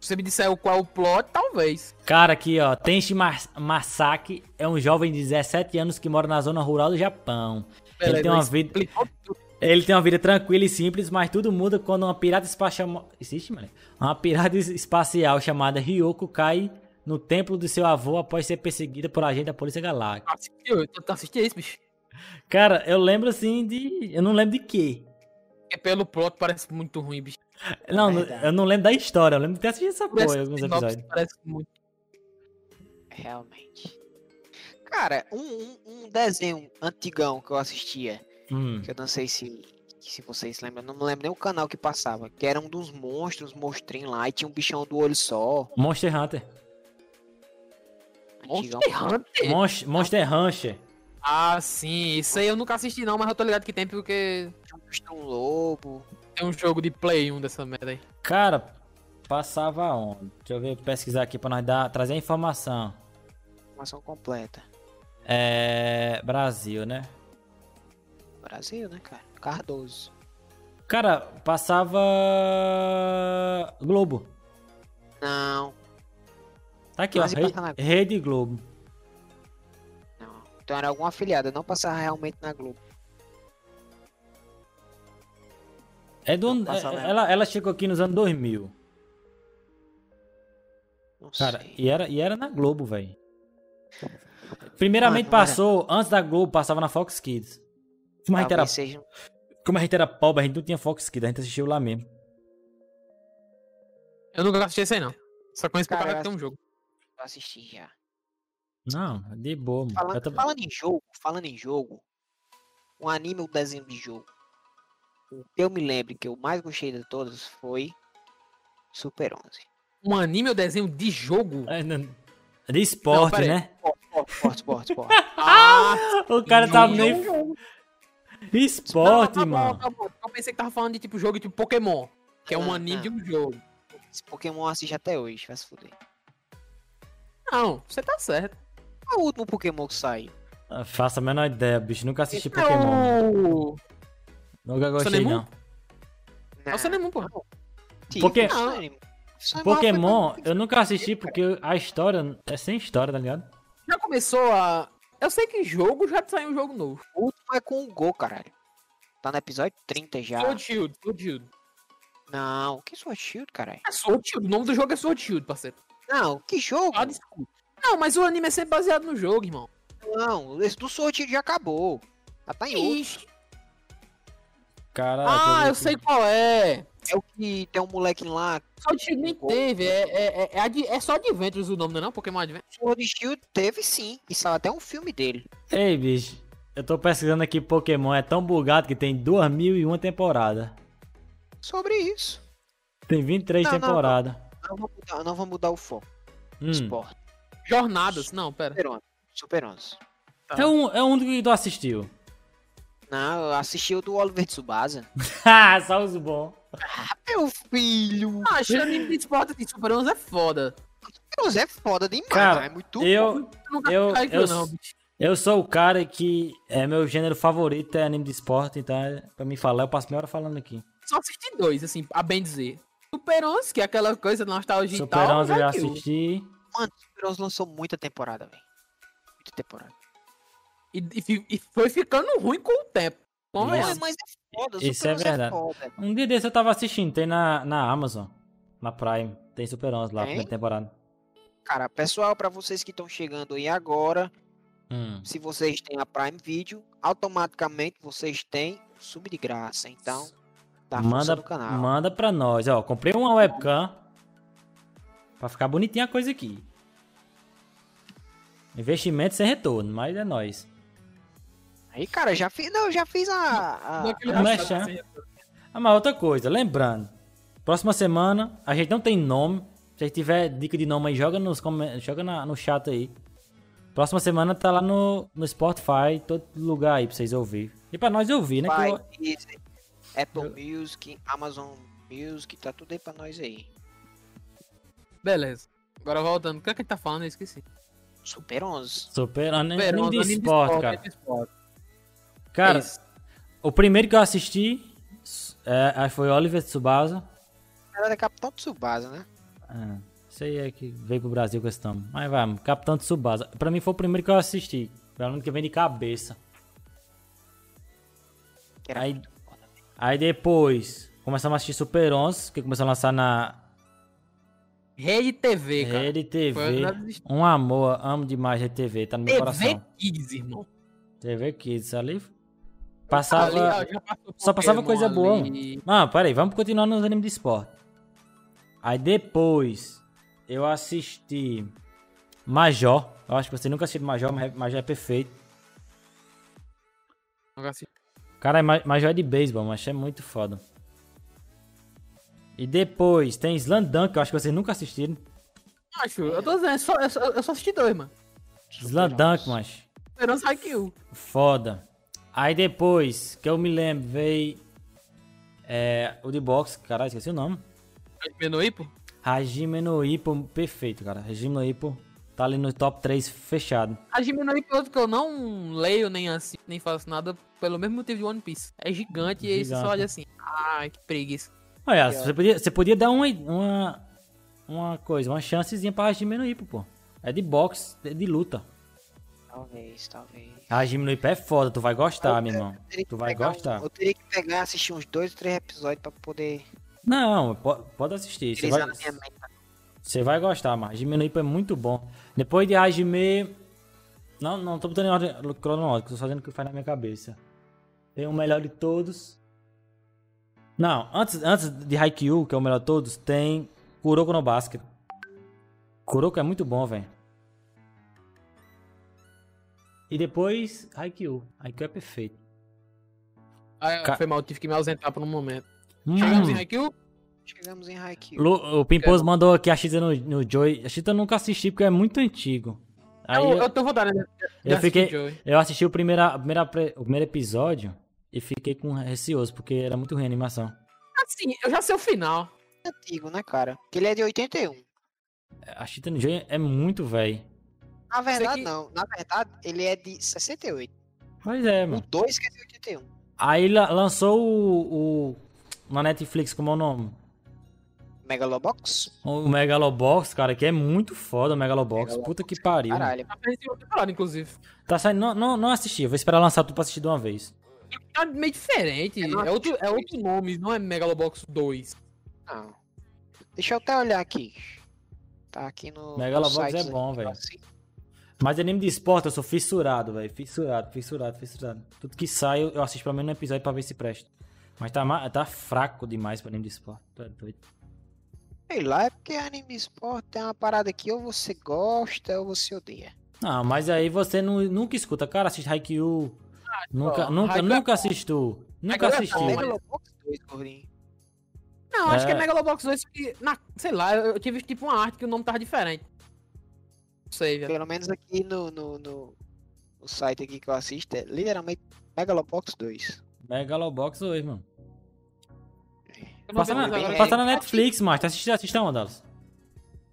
S3: Se você me disser o qual é o plot, talvez.
S1: Cara, aqui ó, Tenshi Mas- Masaki é um jovem de 17 anos que mora na zona rural do Japão. Ele tem uma
S3: mas
S1: vida,
S3: explicou tudo.
S1: Ele tem uma vida tranquila e simples, mas tudo muda quando uma pirata espacial. Existe, mano? Uma pirata es- espacial chamada Ryoko cai no templo do seu avô após ser perseguida por agente da Polícia Galáctica.
S3: Assistiu, tu- tu assistiu isso, bicho.
S1: Cara, eu lembro assim de. Eu não lembro de quê.
S3: Porque pelo plot parece muito ruim, bicho.
S1: Não,
S2: Verdade.
S1: eu não lembro da história. Eu lembro de ter assistido essa porra
S3: Parece-
S1: em alguns
S3: sinopse
S1: episódios.
S3: Parece muito.
S2: Realmente. Cara, um, um, um desenho antigão que eu assistia,
S1: Hum.
S2: que eu não sei se, se vocês lembram, eu não lembro nem o canal que passava, que era um dos monstros, monstrinho lá, e tinha um bichão do olho só.
S1: Monster Hunter.
S2: Antigão.
S3: Monster Hunter.
S1: Monst- Monster Rancher.
S3: Ah, sim. Isso aí eu nunca assisti não, mas eu tô ligado que tem porque
S2: Tinha um bichão lobo.
S3: tem um jogo de Play 1 dessa merda aí.
S1: Cara, passava onde? Deixa eu ver, pesquisar aqui pra nós dar, trazer a informação.
S2: Informação completa.
S1: É. Brasil, né?
S2: Brasil, né, cara? Cardoso.
S1: Cara, passava. Globo.
S2: Não.
S1: Tá aqui, ó.
S2: Mas e
S1: Rede,
S2: passar na-
S1: Rede Globo.
S2: Não. Então era alguma afiliada, não passava realmente na Globo.
S1: É do,
S2: Não passa
S1: é-
S2: nada.
S1: ela, ela chegou aqui nos anos 2000.
S2: Não
S1: Cara,
S2: sei.
S1: e era, e era na Globo, velho. Primeiramente
S2: Mano, era-
S1: passou, antes da Globo, passava na Fox Kids. Como a, gente era,
S2: Talvez seja... um
S1: como a gente era pobre, a gente não tinha Fox Kids, a gente assistiu lá mesmo.
S3: Eu nunca assisti esse aí, não. Só conheço por
S2: Cara,
S3: causa que tem um jogo.
S2: Eu assisti já.
S1: Não, de boa, mano. Eu
S2: Falando,
S1: também-
S2: falando em jogo, falando em jogo, um anime ou desenho de jogo. O que eu me lembro que eu mais gostei de todos foi Super 11.
S3: Um anime ou desenho de jogo?
S1: É, não- De esporte,
S3: pera aí.
S1: né?
S2: Esporte, esporte, esporte.
S3: Ah,
S1: O cara tá
S3: Não,
S1: meio. Esporte,
S3: tá bom,
S1: mano.
S3: tá bom. Eu pensei que tava falando de tipo jogo tipo Pokémon. Que é um
S2: Não,
S3: anime
S2: não.
S3: de um jogo.
S2: Esse Pokémon assiste até hoje, vai se fuder.
S3: Não, você tá certo.
S2: Qual é o último Pokémon que saiu?
S1: Ah, Faça a menor ideia, bicho. Nunca assisti
S3: Não.
S1: Pokémon.
S3: É
S1: Nunca gostei,
S3: Sonemu?
S1: não.
S3: É o Sanemon, porra.
S2: Tipo,
S1: Poké-
S2: não, ele- Sanemon foi
S1: Pokémon,
S2: quando-
S1: eu nunca assisti porque a história é sem história, tá ligado?
S3: Já começou a. Eu sei que em jogo já saiu um jogo novo.
S2: O último é com o Go, caralho. Tá no episódio 30 já.
S3: Sword Shield, Sword Shield.
S2: Não, que Sword Shield, caralho?
S3: É Sword Shield, o nome do jogo é Sword Shield, parceiro.
S2: Não, que jogo?
S3: Ah, desculpa. Não, mas o anime é sempre baseado no jogo, irmão.
S2: Não, esse do Sword Shield já acabou. Ela tá em outro.
S3: Ixi.
S1: Cara,
S3: Ah, eu sei qual é.
S2: É o que tem um moleque lá.
S3: Sword Shield nem teve, é, é, é, é, ad- é só Adventures o nome, não é não? Pokémon Adventures.
S2: Sword Shield teve sim. E saiu até um filme dele.
S1: Ei, bicho. Eu tô pesquisando aqui Pokémon, é tão bugado que tem 2001 temporada.
S2: Sobre isso.
S1: Tem 23
S2: Não, não, não.
S1: temporadas.
S2: Não vou mudar, não vou mudar o foco.
S1: Hum.
S2: Esporte.
S3: Jornadas, não, pera.
S2: Super 11. Super 11.
S1: É, um, é um que tu assistiu.
S2: Não, eu assisti o do Oliver Tsubasa.
S1: Ah, só os bons.
S2: Meu filho.
S3: Ah, achei anime de esporte de Super 11 é foda.
S2: Super 11 é foda demais.
S1: Cara,
S2: é muito
S1: Eu,
S3: Eu nunca
S1: Eu-
S3: caí com
S1: eu-
S3: não, bicho.
S1: eu sou o cara que. É meu gênero favorito é anime de esporte, então é- pra me falar, eu passo meia hora falando aqui.
S3: Só assisti dois, assim, a bem dizer. Super 11, que é aquela coisa da nostalgia
S2: tá
S3: e
S1: Super
S3: tal.
S1: 11 eu já
S3: Haikyuu.
S1: assisti.
S2: Super 11 lançou muita temporada, velho. Muita temporada.
S3: E, e fi- e foi ficando ruim com o tempo. Como é?
S1: Nossa.
S2: Mas, mas é foda.
S1: Isso
S2: Super
S1: é
S2: 11
S1: verdade.
S2: foda.
S1: Um dia desse eu tava assistindo, tem na, na Amazon, na Prime. Tem Super 11 lá,
S2: Tem?
S1: primeira temporada.
S2: Cara, pessoal, pra vocês que estão chegando aí agora,
S1: Hum.
S2: se vocês têm a Prime Video, automaticamente vocês têm o sub de graça. Então, dá força
S1: manda,
S2: no canal.
S1: manda pra nós. Ó, comprei uma webcam. Pra ficar bonitinha a coisa aqui. Investimento sem retorno, mas é nóis.
S2: Aí, cara, já fiz, não, já fiz a, a-
S3: Daquele
S1: Não é
S3: rachado,
S1: chá.
S3: assim.
S1: Ah, mas outra coisa, lembrando. Próxima semana, a gente não tem nome. Se tiver dica de nome aí, joga, nos, come- joga na- no chat aí. Próxima semana tá lá no, no Spotify, todo lugar aí pra vocês ouvir. E pra nós ouvir, né? que
S2: Spotify,
S1: eu-
S2: Deezer, Apple Music, Amazon Music, tá tudo aí pra nós aí.
S3: Beleza. Agora voltando, o que é que ele tá falando? Eu esqueci.
S2: Super 11.
S1: Super, né, É, anime,
S3: Super 11,
S1: de
S3: anime de
S1: esporte, cara.
S3: anime de esporte.
S1: Cara,
S3: É isso.
S1: o primeiro que eu assisti é, aí foi Oliver Tsubasa.
S2: Era é Capitão Tsubasa, né?
S1: É, isso aí é que veio pro Brasil com esse nome. Mas vai, Capitão Tsubasa. Pra mim foi o primeiro que eu assisti. Pelo menos que vem de cabeça.
S2: Que era
S1: Aí-
S2: muito foda.
S1: Aí depois, começamos a assistir Super 11, que começou a lançar na
S3: Rede TV, cara.
S1: Rede
S3: Foi
S1: TV.
S3: uma das histó-
S1: Um amor, amo demais Rede TV, tá no meu
S3: TV
S1: coração.
S3: Kids, irmão. Tá
S1: TV Kids, tá ali
S3: Ali,
S1: passava...
S3: ó, já passou
S1: só passava
S3: Pokémon
S1: coisa boa.
S3: ali.
S1: Não, peraí, vamos continuar nos animes de esporte. Aí depois eu assisti Major. Eu acho que você nunca assistiu Major, mas Major é perfeito.
S3: Nunca assisti.
S1: Cara, Ma- Major é de beisebol, mas é muito foda. E depois tem Slandan, que eu acho que vocês nunca assistiram.
S3: Acho, eu tô dizendo, eu só, eu só, eu só assisti dois, mano.
S1: Slandan, mas
S3: Esperança Haikyuu.
S1: foda. Aí depois, que eu me lembro, veio é, o de boxe, caralho, esqueci o nome.
S3: Menor pô.
S1: Hajime no Ippo, perfeito, cara. Hajime no Ippo tá ali no top 3 fechado.
S3: A Jimmy no Ippo é outro que eu não leio, nem assisto, nem faço nada, pelo mesmo motivo de One Piece. É gigante, e aí você só
S1: Gigante.
S3: olha assim. Ai, que preguiça.
S1: Olha, você podia, você podia dar uma, uma, uma coisa, uma chancezinha pra Hajime no Ippo, pô. É de boxe, é de luta.
S2: Talvez, talvez.
S1: Hajime no Ippo é foda, tu vai gostar, meu irmão.
S2: Eu teria que
S1: Tu vai
S2: pegar um-
S1: gostar.
S2: eu teria que pegar e assistir uns dois ou três episódios pra poder
S1: Não, po- pode assistir. Você
S2: utilizar
S1: vai,
S2: na minha mente.
S1: você vai gostar, mano. Hajime no Ippo é muito bom. Depois de Hajime... Não, não tô botando em ordem cronológica, tô só dizendo o que faz na minha cabeça. Tem o melhor de todos. Não, antes, antes de Haikyuu, que é o melhor de todos, tem Kuroko no Basket. Kuroko é muito bom, velho. E depois, Haikyuu. Haikyuu é perfeito.
S3: Ah,
S1: Ca-
S3: Foi mal, tive que me ausentar por um momento.
S1: Hum.
S3: Chegamos em Haikyuu?
S2: Chegamos em Haikyuu.
S1: Lu- o Pimposo mandou aqui a Chita no, no Joy. A Chita eu nunca assisti porque é muito antigo. Aí
S3: Eu,
S1: eu,
S3: eu tô vontade né?
S1: eu fiquei-
S3: Joey.
S1: eu assisti o, primeira, a primeira pre- o primeiro episódio e fiquei com receoso, porque era muito ruim a animação.
S3: Assim, eu já sei o final.
S2: É antigo, né, cara? Porque ele é de 81.
S1: A Chita no Joy é muito velho.
S2: Na verdade,
S3: que-
S2: não. Na verdade, ele é de 68.
S1: Pois é,
S2: O
S1: mano.
S2: 2 que é de 81.
S1: Aí la- lançou o, o- Na Netflix, como é o nome?
S2: Megalobox?
S1: O Megalobox, cara, que é muito foda o Megalobox. Puta que pariu.
S2: Caralho.
S3: Tá parecendo outra temporada, inclusive.
S1: Tá saindo. Não, não, não assisti. Eu vou esperar lançar tudo pra assistir de uma vez.
S3: Tá meio diferente.
S2: Eu não
S3: É outro,
S2: assisti
S3: é outro nome, não é Megalobox 2.
S2: Não. Deixa eu até olhar aqui. Tá aqui no. no
S1: Megalobox
S2: site,
S1: é
S2: né?
S1: bom, velho.
S2: Assim.
S1: Mas é anime de esporte eu sou fissurado, velho. Fissurado, fissurado, fissurado. Tudo que sai eu eu assisto pelo menos um episódio pra ver se presta. Mas tá, ma- tá fraco demais pra anime de esporte. Tu é doido.
S2: Sei lá, é porque anime esporte tem uma parada que ou você gosta ou você odeia.
S1: Não, Ah, mas aí você nu- nunca escuta. Cara, assiste Haikyuu. Nunca,
S3: pô,
S1: nunca,
S3: Ah, Haikyuu é
S1: nunca assistiu. Nunca
S3: Haikyuu é
S1: assistiu.
S3: bom, mas-
S2: Megalobox 2, gordinho.
S3: Não, acho
S1: É.
S3: que é Megalobox 2, que, na, sei lá, eu, eu tive tipo uma arte que o nome tava diferente. Não sei, velho.
S2: Pelo menos aqui no, no, no, no site aqui que eu assisto é literalmente Megalobox 2.
S1: É Megalobox hoje, mano.
S3: Eu não
S1: Passa
S3: sei
S1: na,
S3: mais agora.
S1: passa na Netflix, mas assiste, assiste onde, Dallas?
S2: O quê?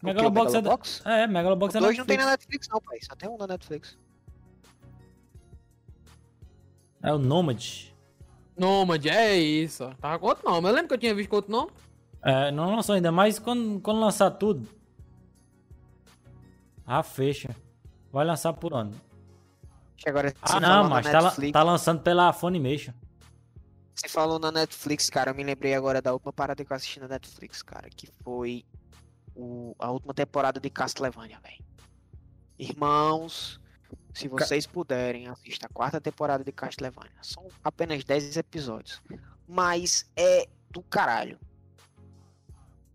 S1: Megalobox é. da-
S2: Megalobox?
S1: É, Megalobox é
S2: O 2 não tem
S1: Netflix.
S2: na Netflix, não, pai. Só tem um na Netflix.
S1: É o Nomad.
S3: Nomad, é isso. ó. Tava com outro nome. Eu lembro que eu tinha visto com outro nome.
S1: É, não lançou ainda, mas quando, quando lançar tudo. Ah, fecha. Vai lançar por onde?
S2: Que agora
S1: Ah,
S2: você falou
S1: não,
S2: na
S1: mas tá, la-
S2: Netflix-
S1: tá lançando pela Funimation.
S2: Você falou na Netflix, cara. Eu me lembrei agora da última parada que eu assisti na Netflix, cara. Que foi o- a última temporada de Castlevania, velho. Irmãos, se vocês puderem, assista a quarta temporada de Castlevania. São apenas 10 episódios. Mas é do caralho.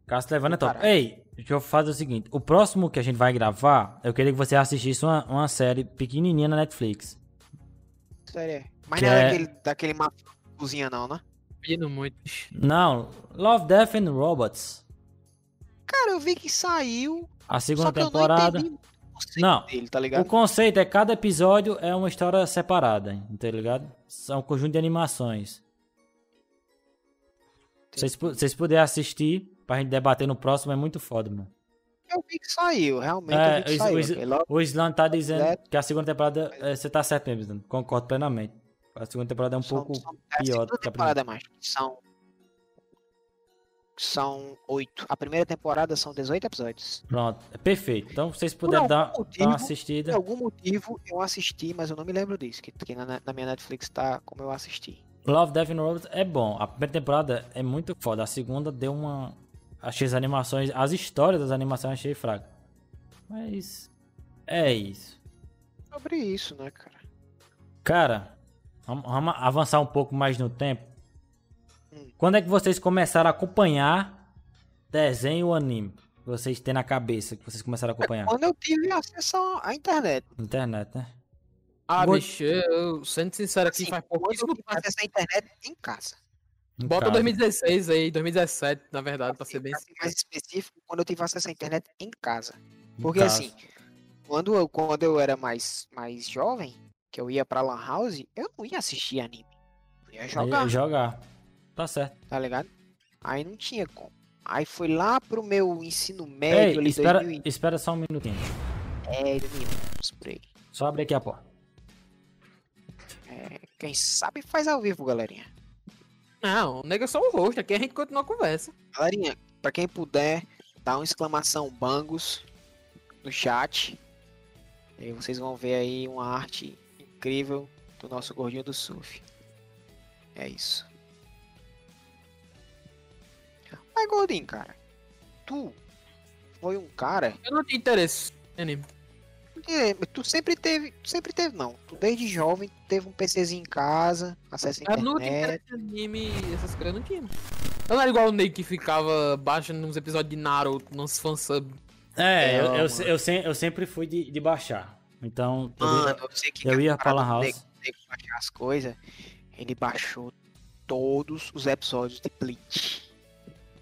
S1: Castlevania é top.
S2: Caralho.
S1: Ei, deixa eu fazer o seguinte. O próximo que a gente vai gravar, eu queria que você assistisse uma, uma série pequenininha na Netflix.
S2: Sério. Mas
S1: Que
S2: não é
S1: é-
S2: daquele, daquele mafioso que cozinha, não, né?
S3: Pedindo muito.
S1: Não, Love, Death and Robots.
S2: Cara, eu vi que saiu.
S1: A
S2: Só
S1: segunda
S2: que eu
S1: temporada.
S2: não entendi muito o conceito
S1: Não.
S2: dele, tá
S1: O
S2: ligado?
S1: conceito é cada episódio é uma história separada, hein, tá ligado? São um conjunto de animações. Se vocês, pu- se vocês puderem assistir pra gente debater no próximo, é muito foda, mano.
S2: Eu vi que saiu, realmente.
S1: É,
S2: eu vi que
S1: isso-
S2: saiu.
S1: isso-
S2: aquele lá.
S1: O Islan tá dizendo
S2: Certo.
S1: que a segunda temporada. eh, Você tá certo mesmo, Islan. Concordo plenamente. A segunda temporada é um
S2: São-
S1: pouco.
S2: são- é a
S1: pior
S2: segunda
S1: do que a
S2: temporada mais. São. São oito. A primeira temporada são 18 episódios.
S1: Pronto, é perfeito. Então, se vocês
S2: Por
S1: puderem
S2: algum
S1: dar, dar
S2: motivo,
S1: uma
S2: Por
S1: assistida.
S2: algum motivo eu assisti, mas eu não me lembro disso. Que, que na, na minha Netflix tá como eu assisti.
S1: Love, Death and Robots é bom. A primeira temporada é muito foda. A segunda deu uma. Achei as animações. As histórias das animações achei fraca. Mas. É isso.
S2: Sobre isso, né, cara?
S1: Cara, vamos, vamos avançar um pouco mais no tempo.
S2: Hum.
S1: Quando é que vocês começaram a acompanhar desenho ou anime? Que vocês têm na cabeça que vocês começaram a acompanhar?
S2: É, Quando eu tive acesso à internet.
S1: Internet, né?
S3: Ah,
S1: Vou-
S3: bicho, eu sendo sincero aqui,
S2: Assim,
S3: faz
S2: quando eu
S3: pouquíssimo
S2: tive acesso à internet em casa. um
S1: Em
S3: Bota
S1: casa.
S3: 2016 aí, 2017, na verdade, pra ser bem.
S2: Pra ser mais específico, quando eu tive acesso à internet em casa.
S1: Em
S2: Porque
S1: casa.
S2: assim, quando eu, quando eu era mais, mais jovem, que eu ia pra Lan House, eu não ia assistir anime. Eu ia
S1: Aí,
S2: jogar,
S1: É, Jogar. Tá certo.
S2: tá ligado? Aí não tinha como. Aí foi lá pro meu ensino médio,
S1: Ei,
S2: ali
S1: É, espera,
S2: 2010,
S1: espera só um minutinho.
S2: é, 2011, por aí.
S1: Só abre aqui a porta.
S2: É, quem sabe faz ao vivo, galerinha.
S3: é Não, nega só o rosto, aqui a gente continua a conversa.
S2: Galerinha, pra quem puder, Dá uma exclamação bangos no chat. E aí vocês vão ver aí uma arte incrível do nosso gordinho do surf. É isso. Mas gordinho, cara. Tu foi um cara
S3: Eu não tenho interesse em anime.
S2: é, mas tu sempre teve, tu sempre teve não. Tu desde jovem teve um PCzinho em casa, acesso à
S3: Eu não tinha
S2: internet.
S3: interesse em anime, essas coisas eu não tinha. Eu não era igual o Ney que ficava baixando uns episódios de Naruto, nos fansub.
S1: É,
S3: É,
S1: eu, eu,
S3: mano.
S1: se- eu, se- eu sempre fui de, de baixar. Então, eu-
S2: Mano, eu sei que
S1: eu ia pra
S2: parada
S1: Lan
S2: do
S1: House.
S2: nego- nego baixar as coisas, ele baixou todos os episódios de Bleach.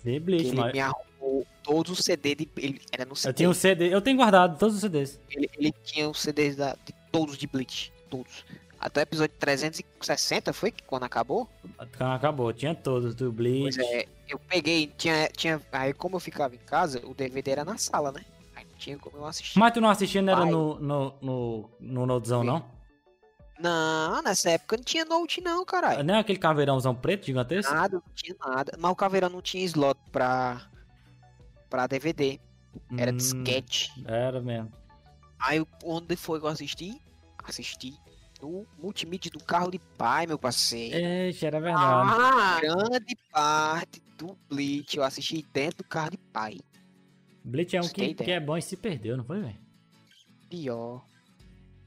S1: de
S2: Que
S1: Bleach,
S2: ele
S1: mas-
S2: me arrumou todos os CD de ele era no CD.
S1: Eu tinha um CD, eu tenho guardado todos os CDs.
S2: ele, ele tinha os CDs da, de todos de Bleach, todos. Até o episódio 360 foi que quando acabou?
S1: Então, Acabou, tinha todos, do Bleach.
S2: Pois é, eu peguei, tinha, tinha. Aí como eu ficava em casa, o DVD era na sala, né? Aí não tinha como eu assistir.
S1: Mas tu não assistia, não era
S2: Ai.
S1: no, no, no, no Nodezão, não?
S2: Não, nessa época não tinha note, não, caralho.
S1: Não é aquele caveirãozão preto gigantesco?
S2: Nada, não tinha nada. Mas o Caveirão não tinha slot pra. pra DVD. Era
S1: Hum,
S2: disquete.
S1: Era mesmo.
S2: Aí eu- onde foi que eu assisti? Assisti no multimídia do carro de pai, meu parceiro.
S1: Ixi, era verdade.
S3: Ah,
S2: Grande parte do Bleach eu assisti dentro do carro de pai.
S1: Bleach é um
S2: você tem
S1: que, que
S2: ideia.
S1: é bom e se perdeu, não foi, velho?
S2: Pior.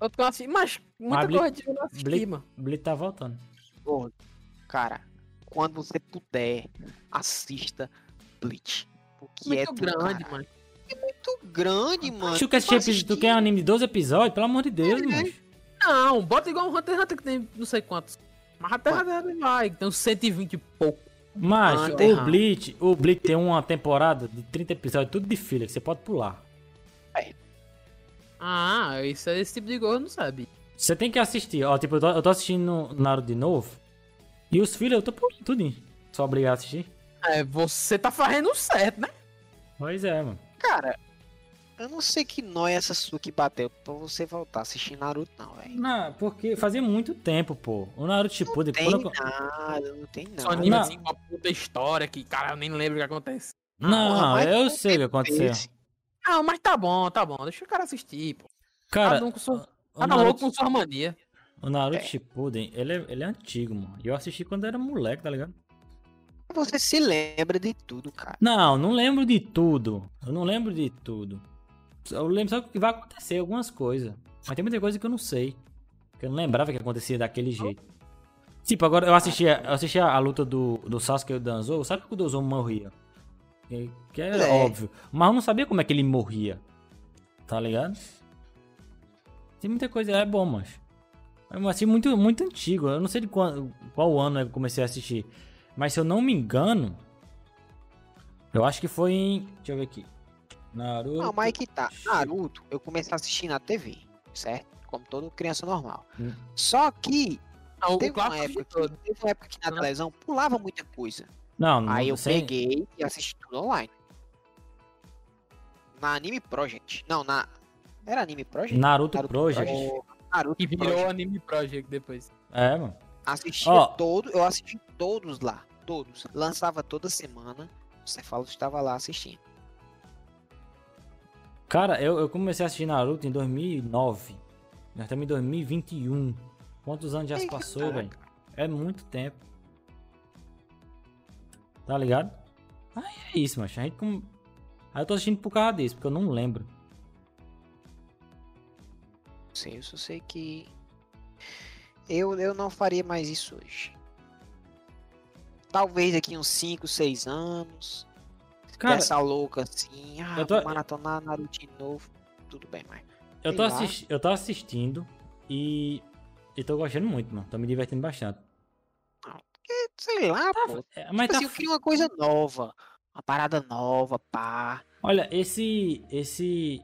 S3: eu tô assim, mas muita
S1: Mas Bli-
S3: coisa de eu não
S1: Bli-
S3: assisti, mano.
S1: Bleach tá voltando.
S2: Gordo, Cara, quando você puder, assista Bleach. Porque é
S3: Muito
S2: do
S3: grande,
S2: caralho.
S3: mano.
S2: Muito grande, mano.
S1: Acho que assistir episódio, tu quer um anime de 12 episódios? Pelo amor de Deus,
S2: É,
S1: bicho.
S3: Não, bota igual um Hunter x Hunter que tem não sei quantos. Mas Hunter x Hunter vai, tem uns 1120 e pouco.
S1: Mas
S2: Ah,
S1: o
S2: enterrar.
S1: Bleach, o Bleach tem uma temporada de 30 episódios, tudo de filler, que você pode pular.
S3: Ah, isso é esse tipo de coisa, eu não sabe.
S1: Você tem que assistir. Ó, tipo, eu tô, eu tô assistindo Naruto de novo. E os filhos, eu tô pulando tudo. Só obrigado a assistir.
S3: É, você tá fazendo certo, né?
S1: Pois é, mano.
S2: Cara, eu não sei que nóia essa sua que bateu pra você voltar a assistir Naruto, não, velho.
S1: Não, porque fazia muito tempo, pô. O Naruto Shippuden,
S2: Tem
S1: quando eu...
S2: nada, não tem
S3: Só
S2: nada.
S3: anime
S1: não.
S3: assim, uma puta história que, cara, eu nem lembro o que acontece.
S1: Não,
S2: mas
S1: eu
S2: não
S1: sei o que aconteceu.
S2: Esse-
S3: Ah, mas tá bom, tá bom, deixa o cara assistir, pô.
S1: Cara, ah,
S3: Cada um com sua...
S1: o
S3: Cada louco
S1: Naruto,
S3: com sua mania.
S1: o Naruto
S2: É.
S1: Shippuden, ele é, ele é antigo, mano. E eu assisti quando eu era moleque, tá ligado?
S2: Você se lembra de tudo, cara.
S1: Não, não lembro de tudo. Eu não lembro de tudo. Eu lembro só que vai acontecer algumas coisas. Mas tem muita coisa que eu não sei. Que eu não lembrava que acontecia daquele jeito. Tipo, agora eu assisti, a- eu assisti a, a luta do, do Sasuke e do Danzou. Sabe que o Danzou morria? Que, que era
S2: É.
S1: óbvio. Mas eu não sabia como é que ele morria. Tá ligado? Tem muita coisa. É bom, mas. É um assim muito, muito antigo. Eu não sei de qual, qual ano eu comecei a assistir. Mas se eu não me engano. Eu acho que foi em. Deixa eu ver aqui. Naruto.
S2: Não, mas aí que tá. Naruto, eu comecei a assistir na TV, certo? Como toda criança normal.
S1: Hum.
S2: Só que
S3: Ah, o,
S2: teve
S3: o
S2: uma, época
S3: clássico de Hum.
S2: que,
S3: todo.
S2: teve uma época que na
S3: Não.
S2: televisão pulava muita coisa.
S1: Não,
S3: Hum,
S1: não
S2: Aí eu
S1: sei.
S2: peguei e assisti tudo online. Na Anime Project. Não, na. Era Anime Project?
S1: Naruto, Project.
S2: Ou Naruto
S3: Que virou
S2: Project.
S3: Anime Project depois.
S1: É, mano.
S2: Assistia
S1: Ó.
S2: todo, eu assisti todos lá. Todos. Lançava toda semana. O Cefalo estava lá assistindo.
S1: Cara, eu, eu comecei a assistir Naruto em 2009. Nós estamos em 2021. Quantos anos já se
S2: Ih,
S1: passou, velho? É muito tempo. Tá ligado? Aí é isso, macho. A gente com... Aí eu tô assistindo por causa disso, porque eu não lembro.
S2: Não sei, eu só sei que. Eu, eu não faria mais isso hoje. Talvez daqui uns 5, 6 anos.
S1: Cara,
S2: dessa louca assim. Ah,
S1: eu tô-
S2: vou maratonar Naruto de novo. Tudo bem, mas.
S1: eu, tô
S2: sei lá.
S1: assisti... eu tô assistindo e... e tô gostando muito, mano. Tô me divertindo bastante.
S2: É, Sei lá, pô.
S1: É, mas
S2: tipo
S1: tá...
S2: assim, eu queria uma coisa nova. Uma parada nova, pá.
S1: Olha, esse... esse...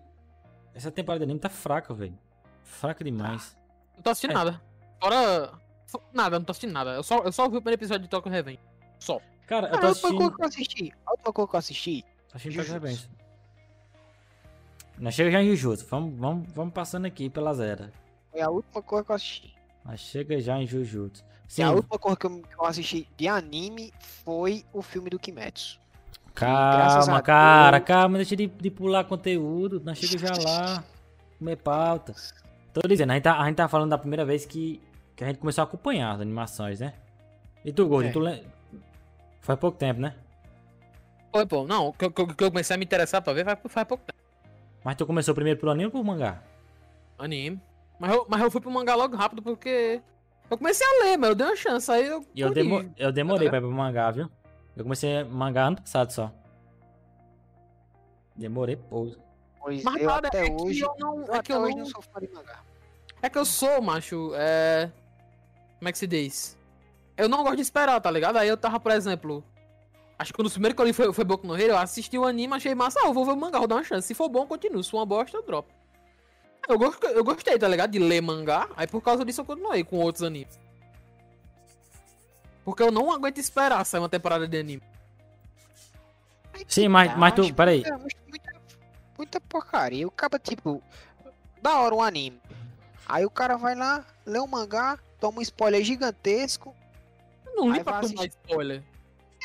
S1: Essa temporada de anime tá fraca, velho. Fraca demais.
S3: Não tô assistindo
S1: É.
S3: nada. Fora. fo- Nada, não tô assistindo nada. Eu só, eu só vi o primeiro episódio de Tokyo Revenge. Só.
S1: Cara, eu
S2: Cara,
S1: tô
S2: a última Ah, coisa
S1: assistindo...
S2: que eu assisti. A última coisa que eu assisti.
S1: Tá cheio de
S2: Jujutsu.
S1: parabéns. Nós chega já em Jujutsu. Vamos, vamos, vamos passando aqui pelas eras.
S2: Foi a última coisa que eu assisti.
S1: Nós chega já em Jujutsu.
S2: E
S1: Sim,
S2: a última coisa que eu, que eu assisti de anime foi o filme do Kimetsu. graças
S1: Calma,
S2: a
S1: cara,
S2: Deus-
S1: calma, deixa de, de pular conteúdo, nós chega já lá, comer pauta. Tô dizendo, a gente, tá, a gente tá falando da primeira vez que, que a gente começou a acompanhar as animações, né? E tu, Gordon,
S2: É.
S1: tu lembra? Faz pouco tempo, né?
S3: Foi, pô, não, que, eu- que eu- que eu comecei a me interessar pra ver faz, faz pouco tempo.
S1: Mas tu começou primeiro pelo anime ou por mangá?
S3: Anime. Mas eu, mas eu fui pro mangá logo rápido porque. Eu comecei a ler, mas eu dei uma chance, aí eu.
S1: E eu,
S3: curti.
S1: demo, eu demorei
S3: Ah.
S1: pra ir pro mangá, viu? Eu comecei mangá ano passado só. Demorei pouco.
S2: Pois
S3: Mas,
S2: eu
S3: cara,
S2: até
S3: é que
S2: hoje.
S3: eu não- é
S2: até
S3: que eu
S2: hoje
S3: não-
S2: não sou fã de mangá.
S3: É que eu sou, macho, é. Como é que se diz? Eu não gosto de esperar, tá ligado? Aí eu tava, por exemplo. Acho que quando o primeiro que eu li foi, foi Boku no Hero, eu assisti o anime, achei massa. Ah, eu vou ver o mangá, vou dar uma chance. Se for bom, eu continuo. Se for uma bosta, eu dropo. Eu, gosto, eu gostei, tá ligado? De ler mangá. Aí por causa disso eu continuei com outros animes. Porque eu não aguento esperar sair uma temporada de anime.
S2: Ai,
S1: Sim,
S2: que
S1: mas- mas tu-
S2: acho
S1: peraí.
S2: Muita, muita, muita porcaria. O cara, tipo, da hora um anime. Aí o cara vai lá, lê um mangá, toma um spoiler gigantesco.
S3: Eu não li
S2: Aí
S3: pra
S2: vai
S3: tomar spoiler.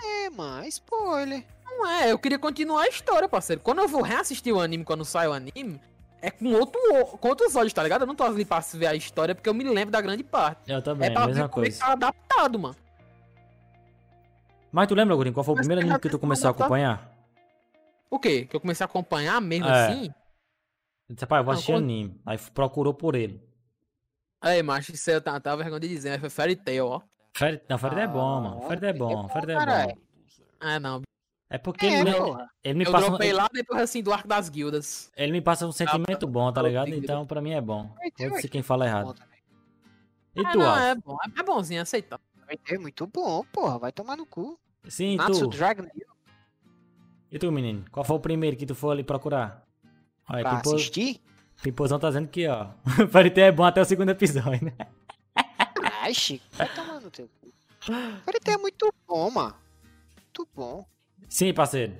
S2: É, mano, spoiler.
S3: Não é, eu queria continuar a história, parceiro. Quando eu vou reassistir o anime, quando sai o anime, é com, outro, o- com outros olhos, tá ligado? Eu não tô ali pra ver a história, porque eu me lembro da grande parte.
S1: Eu
S3: É,
S1: também,
S3: pra ver
S1: mesma
S3: como é que
S1: coisa.
S3: tá adaptado, mano.
S1: Mas tu lembra, Gordinho, qual foi o
S3: Mas
S1: primeiro
S3: tem
S1: anime que
S3: razão,
S1: tu começou a
S3: tá?
S1: acompanhar?
S3: O quê? Que eu comecei a acompanhar mesmo
S1: É.
S3: assim?
S1: Eu disse, pai, eu vou
S3: Não,
S1: assistir
S3: como-
S1: anime. Aí procurou por ele.
S3: Aí, macho, isso aí eu tava, tava vergonha de dizer, mas foi Fairy Tail, ó.
S1: Fred, não, Fred é bom, mano.
S2: Ah,
S1: Fred é bom,
S2: bom,
S1: Fred é
S2: caralho.
S1: bom.
S3: Ah, não.
S1: É porque
S2: É,
S1: ele, me-
S2: porra.
S1: ele me
S3: Eu
S1: passa, um-
S3: dropei lá depois assim do Arco das Guildas.
S1: ele me passa um sentimento bom, tá
S3: tá,
S1: ligado?
S3: tem que-
S1: Então pra mim é bom.
S2: Vai ter
S1: Foda-se
S2: oito. né?
S1: quem fala errado.
S2: Bom também.
S1: E
S3: Ah,
S1: tu,
S3: não,
S1: Alf?
S3: é bom. É bonzinho, aceitar.
S2: Vai ter muito bom, porra. Vai tomar no cu.
S1: Sim, e
S2: Natsu
S1: tu?
S2: Dragon né?
S1: E tu, menino? Qual foi o primeiro que tu foi ali procurar? Olha,
S2: pra
S1: Pimpo...
S2: assistir?
S1: Pimpozão tá dizendo que, ó. Fairy Tail é bom até o segundo episódio, né?
S2: Ai, Chico, vai tomar no teu cu. Fairytale é muito bom, mano. Muito bom.
S1: Sim, parceiro.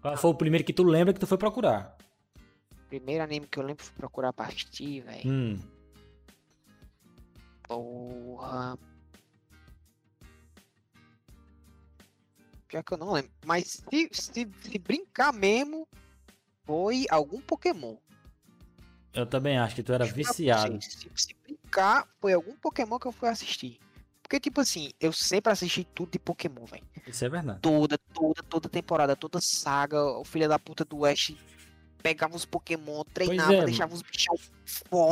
S1: Qual foi o primeiro que tu lembra que tu foi procurar?
S2: Primeiro anime que eu lembro foi procurar pra assistir, velho.
S1: Hum.
S2: Porra. Pior que eu não lembro. Mas se, se, se brincar mesmo, foi algum Pokémon.
S1: Eu também acho que tu era
S2: Juro pra
S1: viciado.
S2: vocês, Se, se brincar, foi algum Pokémon que eu fui assistir. Porque, tipo assim, eu sempre assisti tudo de Pokémon, velho.
S1: Isso é verdade.
S2: toda, toda, toda temporada, toda saga, o filho da puta do Ash pegava os Pokémon, treinava,
S1: é,
S2: deixava os bichão
S1: Não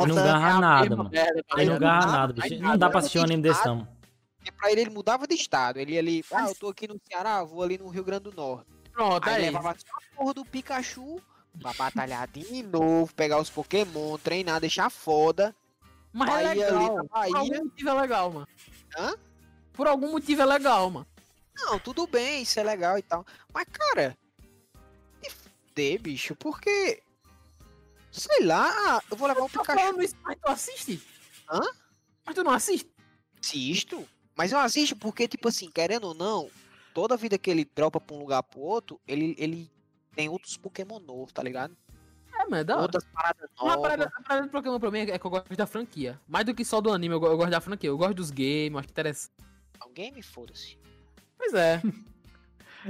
S2: foda.
S1: ganha nada, mano.
S3: merda, tá
S1: Ele não
S3: ligado?
S1: agarra
S2: nada,
S1: nada,
S3: aí
S1: bicho.
S3: nada.
S1: Não dá pra assistir um anime desse,
S2: Nada.
S1: não.
S2: E pra ele, ele mudava de estado. Ele ia ali, ah, eu tô aqui no Ceará, vou ali no Rio Grande do Norte.
S3: Pronto, é
S2: Aí
S3: aí.
S2: levava só a porra do Pikachu pra batalhar de novo, pegar os Pokémon, treinar, deixar foda.
S3: Mas é
S2: Aí ali na
S3: legal. Por
S2: Bahia.
S3: algum motivo é legal, mano.
S2: Hã?
S3: Por algum motivo é legal, mano.
S2: Não, tudo bem, isso é legal e tal. Mas, cara, me fuder, bicho, porque. Sei lá, ah, eu vou levar um
S3: Tá
S2: Pikachu.
S3: falando isso, mas tu assiste?
S2: Hã?
S3: Mas tu não assiste?
S2: Assisto, mas eu assisto porque, tipo assim, querendo ou não, toda vida que ele dropa pra um lugar pro outro, ele, ele tem outros Pokémon novos, tá ligado?
S3: É, mas dá.
S2: Outras paradas
S3: Uma parada,
S2: novas.
S3: uma parada do Pokémon pra mim é que eu gosto da franquia. Mais do que só do anime, eu, go- eu gosto da franquia. Eu gosto dos games, eu acho interessante.
S2: Alguém me foda-se.
S3: Pois é.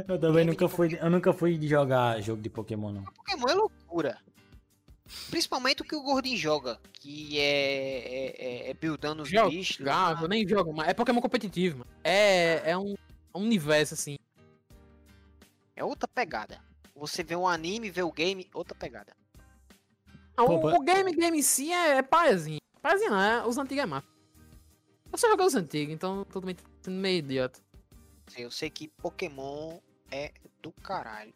S1: Eu também nunca fui, eu nunca fui de jogar jogo de Pokémon, não.
S2: Pokémon é loucura. Principalmente o que o Gordinho joga, que é, é, é, é buildando os
S3: Jogo,
S2: bichos.
S3: Jogar, eu nem jogo, mas é Pokémon competitivo, mano. É, é um, é um universo, assim.
S2: É outra pegada. Você vê um anime, vê o game, outra pegada.
S3: Ah, o,
S1: Pô,
S3: o game, game em si é, é paiazinho. Paiazinho não, é, os antigos é massa. Eu só joguei os antigos, então tô também sendo meio idiota.
S2: Eu sei que Pokémon é do caralho.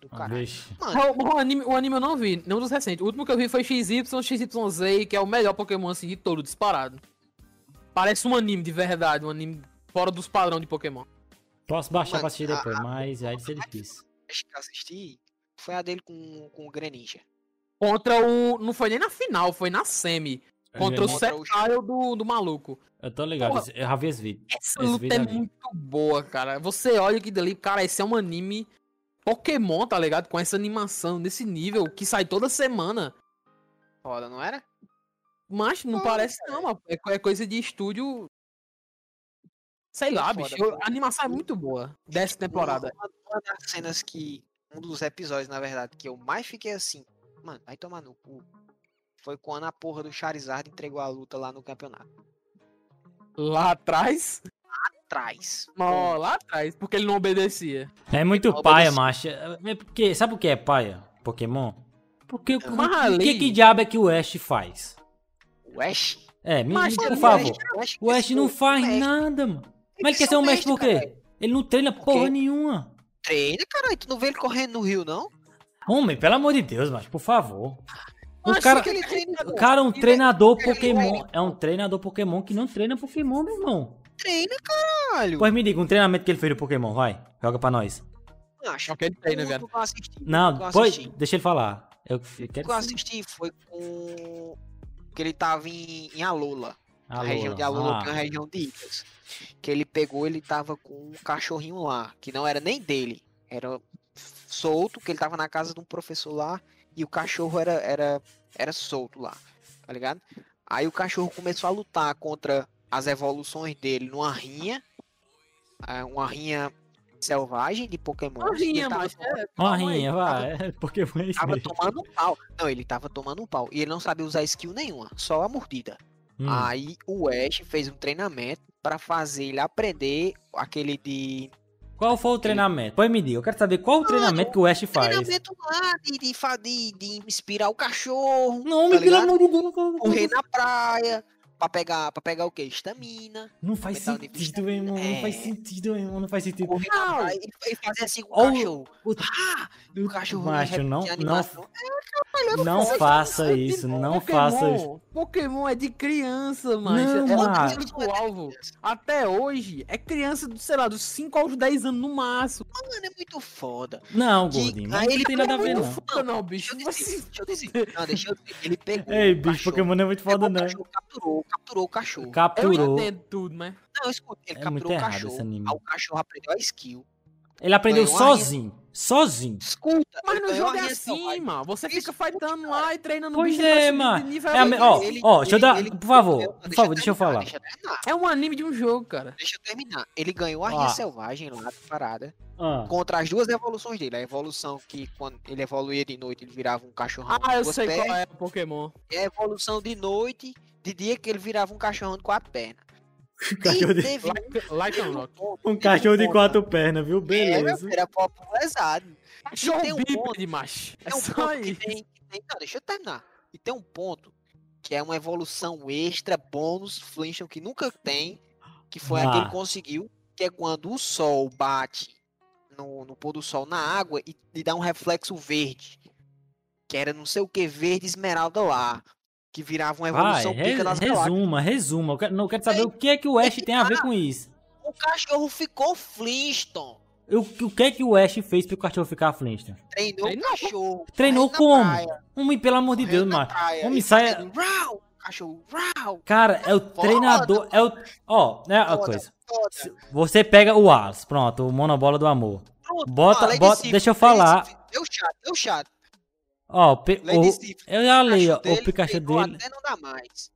S2: Do
S1: Ah,
S2: caralho.
S1: bicho.
S2: Mano,
S3: Ah, O, o anime, o anime eu não vi, nenhum dos recentes. O último que eu vi foi XY, XYZ, que é o melhor Pokémon assim de todo, disparado. Parece um anime de verdade, um anime fora dos padrões de Pokémon.
S1: Posso baixar pra
S2: Mano,
S1: assistir
S2: a-
S1: depois, mas aí isso é difícil.
S2: acho que eu assisti foi a dele com, com o Greninja.
S3: Contra o. Não foi nem na final, foi na semi.
S1: É
S3: Contra o
S1: Eu-
S2: Contra o-
S3: Sceptile do, do maluco.
S1: Eu tô ligado,
S3: Porra.
S1: eu já vi esse vídeo.
S3: Essa
S1: Esse
S3: luta
S1: vídeo
S3: é
S1: eu vi.
S3: muito boa, cara. Você olha aqui dali, cara, esse é um anime Pokémon, tá ligado? Com essa animação nesse nível que sai toda semana.
S2: Foda, não era?
S3: Mas não
S2: Pô,
S3: é parece não, mano. É, co- é coisa de estúdio Sei lá, bicho.
S2: Foda,
S3: a animação é muito boa dessa temporada.
S2: Uma, uma das cenas que. Um dos episódios, na verdade, que eu mais fiquei assim. Mano, vai tomar no cu. Foi quando a porra do Charizard entregou a luta lá no campeonato.
S3: Lá atrás. é.
S2: Traz.
S3: Ó, lá atrás, porque ele não obedecia.
S1: É muito
S2: Uma
S1: paia,
S2: obra-
S1: macho. É porque, sabe o que é paia? Pokémon? Porque o
S3: Mas
S1: o que,
S3: ali-
S1: que diabo é que o Ash faz?
S2: O Ash?
S1: É, me,
S3: Mas
S1: me-
S3: ali
S1: por
S3: o
S1: favor.
S2: um Ash, é
S1: O Ash não faz nada, mano. Mas ele quer ser um mestre por quê? Ele não treina porra
S2: Ok.
S1: nenhuma.
S2: Treina, caralho. Tu não vê ele correndo no rio, não?
S1: Homem, pelo amor de Deus, macho, por favor. O
S3: Mas
S1: cara,
S2: que ele treina,
S1: o cara é um treinador
S2: ele-
S1: Pokémon. É um treinador Pokémon que não treina Pokémon, meu irmão.
S2: treina, caralho.
S1: Pois me diga, um treinamento que ele fez do Pokémon, vai. Joga pra nós.
S2: Não acho.
S3: Só É que ele né, treina, velho.
S2: Tudo que eu assisti, que eu
S1: Não, pois,
S2: assisti,
S1: deixa ele falar. Eu, eu
S2: O
S1: quero
S2: que eu assisti foi com. Que ele tava em, em Alola. a
S1: Alô,
S2: região de Alola,
S1: ah.
S2: que é uma região de ilhas. Que ele pegou, ele tava com um cachorrinho lá, que não era nem dele. Era solto, que ele tava na casa de um professor lá, e o cachorro era, era, era solto lá, tá ligado? Aí o cachorro começou a lutar contra as evoluções dele numa rinha. ah, Uma rinha selvagem de Pokémon.
S3: Uma rinha,
S2: tava
S3: mas é,
S1: Uma
S3: calma aí. Tá
S1: rinha, vai. É, Pokémon é isso
S2: Tava
S1: mesmo.
S2: tomando um pau. Não, ele tava tomando um pau. E ele não sabia usar skill nenhuma, só a mordida.
S1: Hum.
S2: Aí o Ash fez um treinamento pra fazer ele aprender aquele de.
S1: Qual foi o treinamento? Pode me diga, eu quero saber qual o treinamento que o Ash faz.
S2: Ah, Treinamento lá de, de, fa- de, de inspirar o cachorro,
S1: Não,
S2: Tá
S1: me pelo
S2: ligado?
S1: amor de Deus, não fala-
S2: correr na praia, pra pegar, pra pegar o que? Estamina.
S1: Não faz
S2: Metal de
S1: sentido, meu irmão. Não
S2: É.
S1: faz sentido, meu irmão. Não faz sentido.
S2: Correr na praia e- e fazer assim com o
S1: Olha o-
S2: cachorro.
S1: o-
S2: Ah, o cachorro
S1: Macho,
S2: repete
S1: não,
S2: a
S1: não,
S2: animação. É,
S1: não faça isso.
S3: Pokémon-
S1: Não faça isso.
S3: é Pokémon- Pokémon é de criança, mano.
S1: Não,
S3: é
S1: mano.
S3: o alvo. Até hoje, é criança, do, sei lá, dos 5 aos 10 anos no máximo. É
S2: Mano, é muito foda.
S1: Não,
S2: Que-
S1: gordinho.
S2: aí
S1: Mas não
S2: ele
S1: tem nada a ver,
S2: pegou
S1: não.
S3: Foda não,
S2: Deixa
S3: bicho. Tipo assim,
S2: eu
S3: Você-
S2: dizer, deixa eu dizer. Não, deixa eu dizer. Ele pegou.
S1: Ei,
S2: o
S1: bicho,
S2: cachorro,
S1: Pokémon não é muito
S2: pegou
S1: foda,
S2: o
S1: não.
S2: cachorro, Capturou, capturou o cachorro.
S3: Eu
S1: Capturou.
S3: entendo tudo, mas.
S2: Não, escuta, ele
S1: É muito
S2: capturou o
S1: errado
S2: cachorro.
S1: esse anime.
S2: Aí o cachorro aprendeu a skill.
S1: Ele aprendeu
S2: Ganhou a rinha.
S1: sozinho. Sozinho.
S2: Escuta,
S3: Mas
S2: ele
S3: no
S2: ganhou
S3: jogo
S2: a
S3: é
S2: rinha
S3: assim,
S2: selvagem.
S3: mano. Você fica
S2: Isso,
S3: fightando lá e treinando
S1: Pois
S3: bicho pra
S1: é,
S3: subir de
S1: mano.
S3: nível,
S1: É a
S3: aí
S1: me-
S3: ele-
S1: ó,
S2: ele-
S1: ó, deixa eu
S2: ele-
S1: dar-
S2: ele-
S1: por favor,
S2: ele-
S1: por favor, deixa eu
S2: terminar,
S1: falar.
S2: Deixa eu terminar.
S3: É um anime de um jogo, cara.
S2: Deixa eu terminar. Ele ganhou a
S1: Ó.
S2: rinha selvagem lá da parada.
S1: Ah.
S2: Contra as duas evoluções dele. A evolução que quando ele evoluía de noite, ele virava um cachorrão
S3: Ah,
S2: de
S3: eu
S2: duas
S3: sei
S2: pernas.
S3: qual é o Pokémon.
S2: E a evolução de noite, de dia que ele virava um cachorrão de quatro pernas.
S1: Cachorro de-
S2: E teve
S3: Like, like and Rock.
S2: ponto-
S1: Um
S2: teve
S1: cachorro de
S2: ponto-
S1: quatro pernas, viu?
S2: É, meu
S1: Beleza.
S2: filho, Era popularizado.
S3: Cachorro
S2: tem um
S3: bípede, macho. É
S2: Tem um
S3: só
S2: ponto que
S3: isso.
S2: tem, que tem- Não, deixa eu terminar. E tem um ponto que é uma evolução extra, bônus, Flintstone, que nunca tem, que foi a que
S1: Ah.
S2: ele conseguiu, que é quando o sol bate no, no pôr do sol na água e, e dá um reflexo verde. Que era não sei o que, verde esmeralda lá. Que virava uma
S1: Vai,
S2: evolução
S1: re-
S2: pica das galáxias.
S1: resuma, resuma. Eu quero, não, eu quero saber o que é que o Ash tem a ver com isso.
S2: O cachorro ficou Flintstone.
S1: O, o que é que o Ash fez pro cachorro ficar Flintstone?
S2: Treinou o
S3: Treinou.
S2: cachorro.
S1: Treinou
S2: correndo na
S1: como?
S2: praia,
S1: Homem, pelo amor de Deus,
S2: correndo na
S1: macho.
S2: praia,
S1: Homem,
S2: e
S1: saia-
S2: fazendo rau, Cachorro, rau.
S1: Cara, é o
S2: Foda.
S1: treinador. É o. Ó, né? A
S2: Foda,
S1: coisa.
S2: foda.
S1: Se- Você pega o Wallace, pronto, o monobola do amor.
S2: Pronto,
S1: Bota-
S2: ó, Lady
S1: bota-
S2: Sif,
S1: deixa eu
S2: Lady
S1: falar.
S2: Sif, Deu chato, deu chato.
S1: Ó, o pe-
S2: Lady
S1: o-
S2: Sif,
S1: eu já
S2: Pikachu
S1: leio, ó, o
S2: dele
S1: Pikachu
S2: pegou
S1: dele.
S2: Até não dá mais.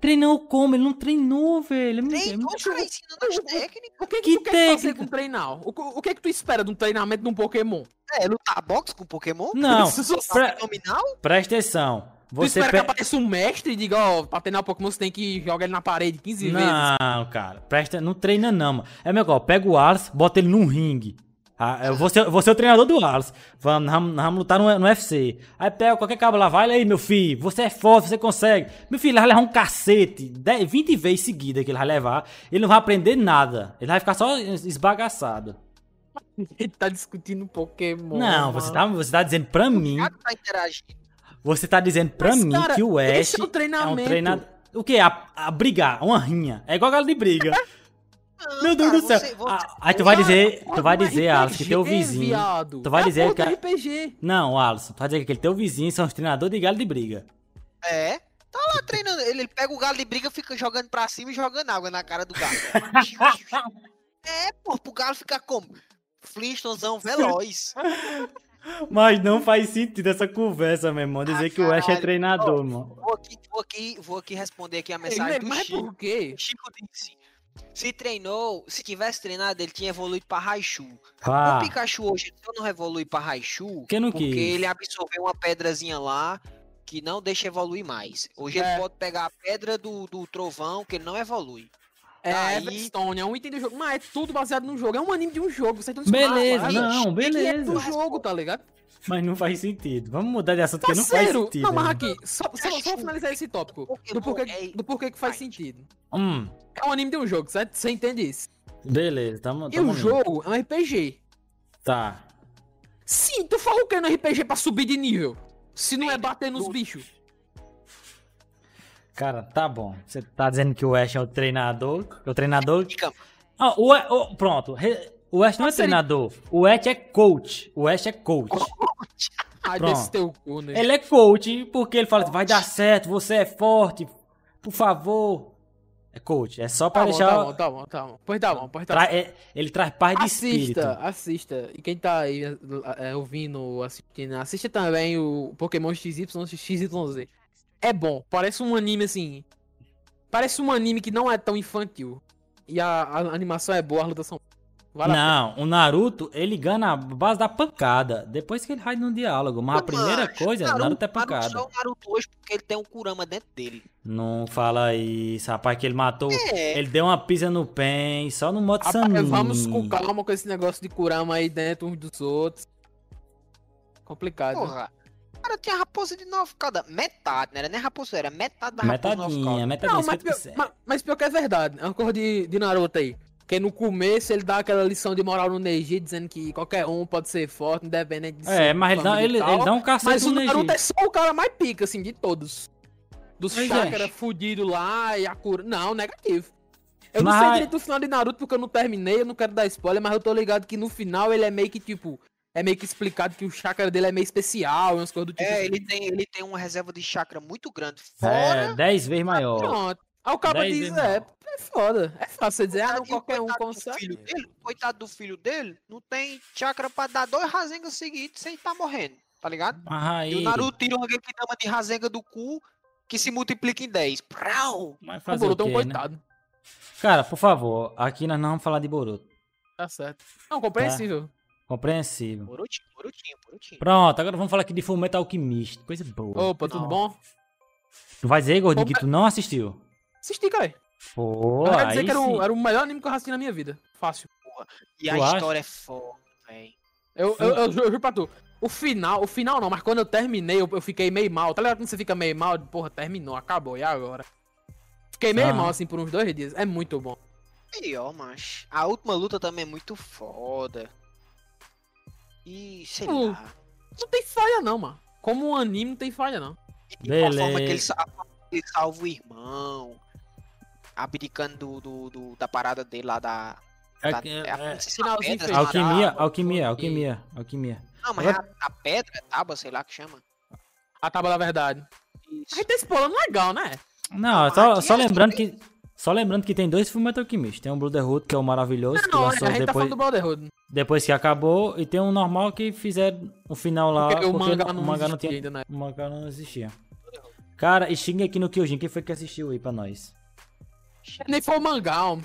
S1: Treinou como? Ele não treinou, velho. Ele- é
S2: Nem o cara ensinando as
S3: eu-
S2: técnicas.
S3: O que,
S1: Que
S3: que tu quer fazer
S1: técnica?
S3: com treinar? O, co- o que que tu espera de um treinamento de um Pokémon?
S2: É, lutar boxe com Pokémon?
S1: Não,
S3: Isso
S2: Tá
S3: só-
S1: pre-
S2: Nominal?
S1: presta atenção.
S3: Tu
S1: Você
S3: espera
S1: pe-
S3: que apareça um mestre e diga, ó, pra treinar o Pokémon você tem que jogar ele na parede 15 vezes.
S1: Não, cara, presta, não treina não, mano. É melhor, pega o Alice, bota ele num ringue. Ah, eu vou ser, vou ser o treinador do Alice. Vamos, nós vamos- nós vamos lutar no, no UFC. Aí pega qualquer cabo lá, vai aí, meu filho. Você é forte, você consegue. Meu filho, ele vai levar um cacete. 10, 20 vezes seguida que ele vai levar. Ele não vai aprender nada. Ele vai ficar só es- esbagaçado.
S3: Ele tá discutindo Pokémon.
S1: não, você tá, você tá dizendo pra mim.
S2: Já que tá interagindo.
S1: Você tá dizendo pra
S3: Mas,
S1: mim
S3: cara,
S1: que o Ash
S3: esse é o
S1: é um
S3: treinamento.
S1: treinador. O que? A, a brigar, uma rinha. É igual galo de briga.
S2: Não,
S1: Meu Deus
S2: cara,
S1: do céu.
S2: você-
S1: Ah,
S2: você-
S1: aí tu vai
S2: Cara,
S1: dizer, tu vai
S3: Como é
S1: dizer,
S3: RPG,
S1: Alice, que teu vizinho.
S3: viado?
S1: tu vai
S3: É a
S1: dizer
S3: porra
S1: que
S3: do
S1: a-
S3: RPG.
S1: Não, Alisson, tu vai dizer que aquele teu vizinho são os treinadores de galo de briga. Ah.
S2: É. Tá lá treinando. Ele ele pega o galo de briga, fica jogando pra cima e jogando água na cara do galo. é, pô, pro galo ficar como? Flintstonezão veloz.
S1: Mas não faz sentido essa conversa, meu irmão, dizer
S2: Ah,
S1: que o Ash é
S2: caralho.
S1: treinador, mano.
S2: Vou aqui, vou aqui, vou aqui responder aqui a
S3: Ei,
S2: mensagem do
S3: É, né, mas
S2: Chico.
S3: por quê?
S2: Chico disse: Se treinou, se tivesse treinado, ele tinha evoluído pra Raichu.
S1: Pá.
S2: O Pikachu hoje só não evolui pra Raichu
S1: Ah. Porque não
S2: porque
S1: quis.
S2: ele absorveu uma pedrazinha lá que não deixa evoluir mais. Hoje
S3: É.
S2: ele pode pegar a pedra do, do trovão que ele não evolui.
S3: É,
S2: Aí-
S3: Everstone, é um item do jogo. Mas é tudo baseado no jogo. É um anime de um jogo. Vocês estão
S1: Beleza,
S2: Ah,
S1: não,
S3: Que é do
S1: beleza.
S3: jogo, tá ligado?
S1: Mas não faz sentido. Vamos mudar de assunto, porque não faz
S3: Parceiro,
S1: sentido.
S3: não, mas
S1: né?
S3: aqui, só, só, só finalizar esse tópico. Do porquê, do porquê que faz sentido.
S1: Hum,
S3: É um anime de um jogo, certo? Você entende isso?
S1: beleza, tamo,
S3: E
S1: tamo
S3: o
S1: indo.
S3: jogo é um RPG.
S1: Tá.
S3: Sim, tu fala o que no RPG pra subir de nível? Se não é bater nos
S2: tudo.
S3: bichos.
S1: Cara, tá bom. Você tá dizendo que o Ash é o treinador? É o treinador?
S2: Dica,
S1: Ah, o, A- o- pronto. Re- O Ash não é
S3: Mas ele-
S1: treinador. O Ash é coach. O Ash é coach.
S3: Ai,
S1: Pronto.
S3: desse teu cu, né?
S1: Ele é coach porque ele fala, assim, vai dar certo, você é forte, por favor. É coach, é só pra
S3: Tá bom,
S1: deixar...
S3: tá bom, tá bom, tá bom. Pois tá bom, pois tá bom.
S1: tra- é- Ele traz paz de espírito.
S3: Assista, assista. E quem tá aí é, é, ouvindo, assistindo, assista também o Pokémon XY, XYZ. É bom, parece um anime assim. Parece um anime que não é tão infantil. E a, a animação é boa, a luta são. Vai lá.
S1: Não, o Naruto, ele ganha a base da pancada. Depois que ele vai no diálogo. Mas a primeira coisa, Naruto,
S3: tá
S1: é pancada.
S2: Naruto só o Naruto hoje porque ele tem um Kurama dentro dele.
S1: Não fala isso, rapaz, que ele matou.
S2: É.
S1: Ele deu uma pisa no pen, só no modo
S3: Rapaz,
S1: Sanin.
S3: vamos com calma com esse negócio de Kurama aí dentro uns dos outros. Complicado. né?
S2: Porra. Cara, tinha raposa de nove caudas. Metade, não era nem raposa, era metade da raposa de nove caudas.
S1: Metadinha, metadinha,
S3: Não, mas pior,
S1: 50%.
S3: mas, mas pior que é verdade. É uma coisa de, de Naruto aí. Que no começo ele dá aquela lição de moral no Neji, dizendo que qualquer um pode ser forte, independente de
S1: É,
S3: ser
S1: mas ele dá,
S3: família e
S1: ele,
S3: tal.
S1: ele dá um
S3: Mas
S1: cacete
S3: o
S1: no Neji.
S3: Naruto é só o cara mais pica, assim, de todos. Dos
S1: Pois é.
S3: chakra fudido lá e a cura. Não, negativo. Eu não
S1: Mas-
S3: sei direito o final de Naruto porque eu não terminei, eu não quero dar spoiler, mas eu tô ligado que no final ele é meio que tipo. É meio que explicado que o chakra dele é meio especial, e umas coisas do tipo.
S2: É,
S3: assim.
S2: ele tem, ele tem uma reserva de chakra muito grande. Fora
S1: É, 10
S3: Tá
S1: vezes maior.
S3: Pronto. Aí o cara
S1: Dez
S3: diz,
S1: vezes
S3: é,
S1: maior.
S3: é foda. É fácil você dizer, ah,
S2: Coitado-
S3: não,
S2: e o
S3: qualquer um
S2: coitado do
S3: consegue.
S1: É.
S2: filho dele, o Coitado do filho dele, não tem chakra pra dar dois Rasengas seguidos sem tá morrendo, tá ligado?
S1: Mas aí...
S2: E o Naruto tira uma Genkidama de Rasenga do cu que se multiplica em 10. Prau!
S1: Mas
S3: O
S1: fazer o
S3: Boruto é um
S1: quê, né?
S3: coitado.
S1: Cara, por favor, aqui nós não vamos falar de Boruto.
S3: Tá certo. Não, compreensível.
S1: Tá. Compreensível.
S2: Borutinho, borutinho, borutinho.
S1: Pronto, agora vamos falar aqui de Fullmetal Alquimista. Coisa boa.
S3: Opa, tudo
S2: Não.
S3: bom?
S1: Tu vai dizer, Gordinho,
S3: Opa.
S1: que tu não assistiu?
S3: Assisti, cara.
S1: Pô,
S3: Eu quero
S1: aí
S3: dizer que era um-
S1: sim.
S3: o, era o melhor anime que eu assisti na minha vida. Fácil.
S2: E a
S1: Tu acha?
S2: história é foda, velho.
S3: Eu, eu, eu, ju- eu juro pra tu. O final, o final não, mas quando eu terminei, eu, eu fiquei meio mal. Tá ligado quando você fica meio mal? Porra, terminou, acabou, e agora? Fiquei meio
S1: Ah.
S3: mal, assim, por uns dois dias. É muito bom.
S2: Melhor, macho. A última luta também é muito foda. E sei
S3: Hum.
S2: lá.
S3: Não tem falha, não, mano. Como um anime, não tem falha, não.
S2: E tipo, A forma que ele,
S1: Beleza.
S2: sa- a forma que ele salva o irmão. Abdicando do, do- do- da parada dele lá da.
S1: É
S2: da-
S1: que-
S2: é a-
S1: é-
S2: não sei se é a
S3: Finalzinho
S2: pedra,
S3: Tá fechado.
S2: sei lá.
S1: Alquimia,
S3: Tá,
S1: alquimia,
S3: ok.
S1: alquimia, alquimia.
S2: Não, mas é a, a pedra, tábua, sei lá que chama.
S3: A tábua da verdade. A gente
S2: Isso.
S3: tá explorando legal, né?
S1: Não,
S2: Ah,
S1: só,
S2: aqui
S1: só
S2: é
S1: lembrando que. Só lembrando que tem dois Fullmetal Alquimista. Tem um Brotherhood, que é o maravilhoso, que
S3: Não, a gente
S1: lançou
S3: tá
S1: depois,
S3: falando do Brotherhood.
S1: depois que acabou, e tem um normal que fizeram um final lá.
S3: Porque o mangá
S1: o
S3: não,
S1: mangá não
S3: existia
S1: tinha-
S3: ainda, né?
S1: o mangá não existia. Cara, e xinga aqui no Kyojin, quem foi que assistiu aí pra nós?
S3: Nem foi o mangá, ó.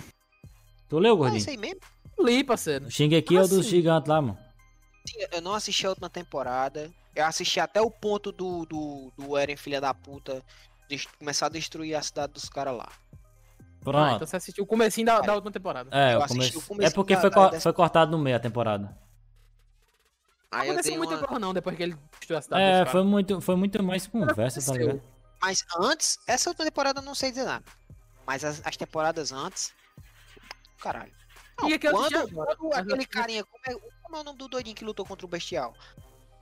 S1: Tu leu,
S2: Ah,
S1: gordinho?
S2: isso aí mesmo?
S3: Li, parceiro.
S1: O Shingeki é o dos
S3: Assim.
S1: gigantes lá, mano.
S2: Sim, Eu não assisti a última temporada. Eu assisti até o ponto do, do, do Eren, filha da puta, des- começar a destruir a cidade dos caras lá.
S3: Ah,
S1: Pronto.
S3: então você assistiu o comecinho da, da última temporada.
S1: É,
S2: eu
S1: o
S2: assisti
S1: começo-
S2: o comecinho
S1: É porque
S2: da-
S1: foi,
S2: da-
S1: co-
S2: dessa-
S1: foi cortado no meio a temporada.
S2: Aí eu
S3: Aconteceu
S2: dei
S3: muita
S2: uma...
S3: coisa não, depois que ele destruiu a cidade.
S1: É,
S3: dos
S1: foi
S3: caras.
S1: muito, foi muito mais conversa, tá
S3: Aconteceu.
S1: ligado?
S2: Mas antes, essa última temporada eu não sei dizer nada. Mas as, as temporadas antes. Caralho. Não,
S3: E é que eu assisti
S2: quando,
S3: agora,
S2: quando
S3: mas eu
S2: aquele
S3: assisti-
S2: carinha. Como é, como é o nome do doidinho que lutou contra o bestial?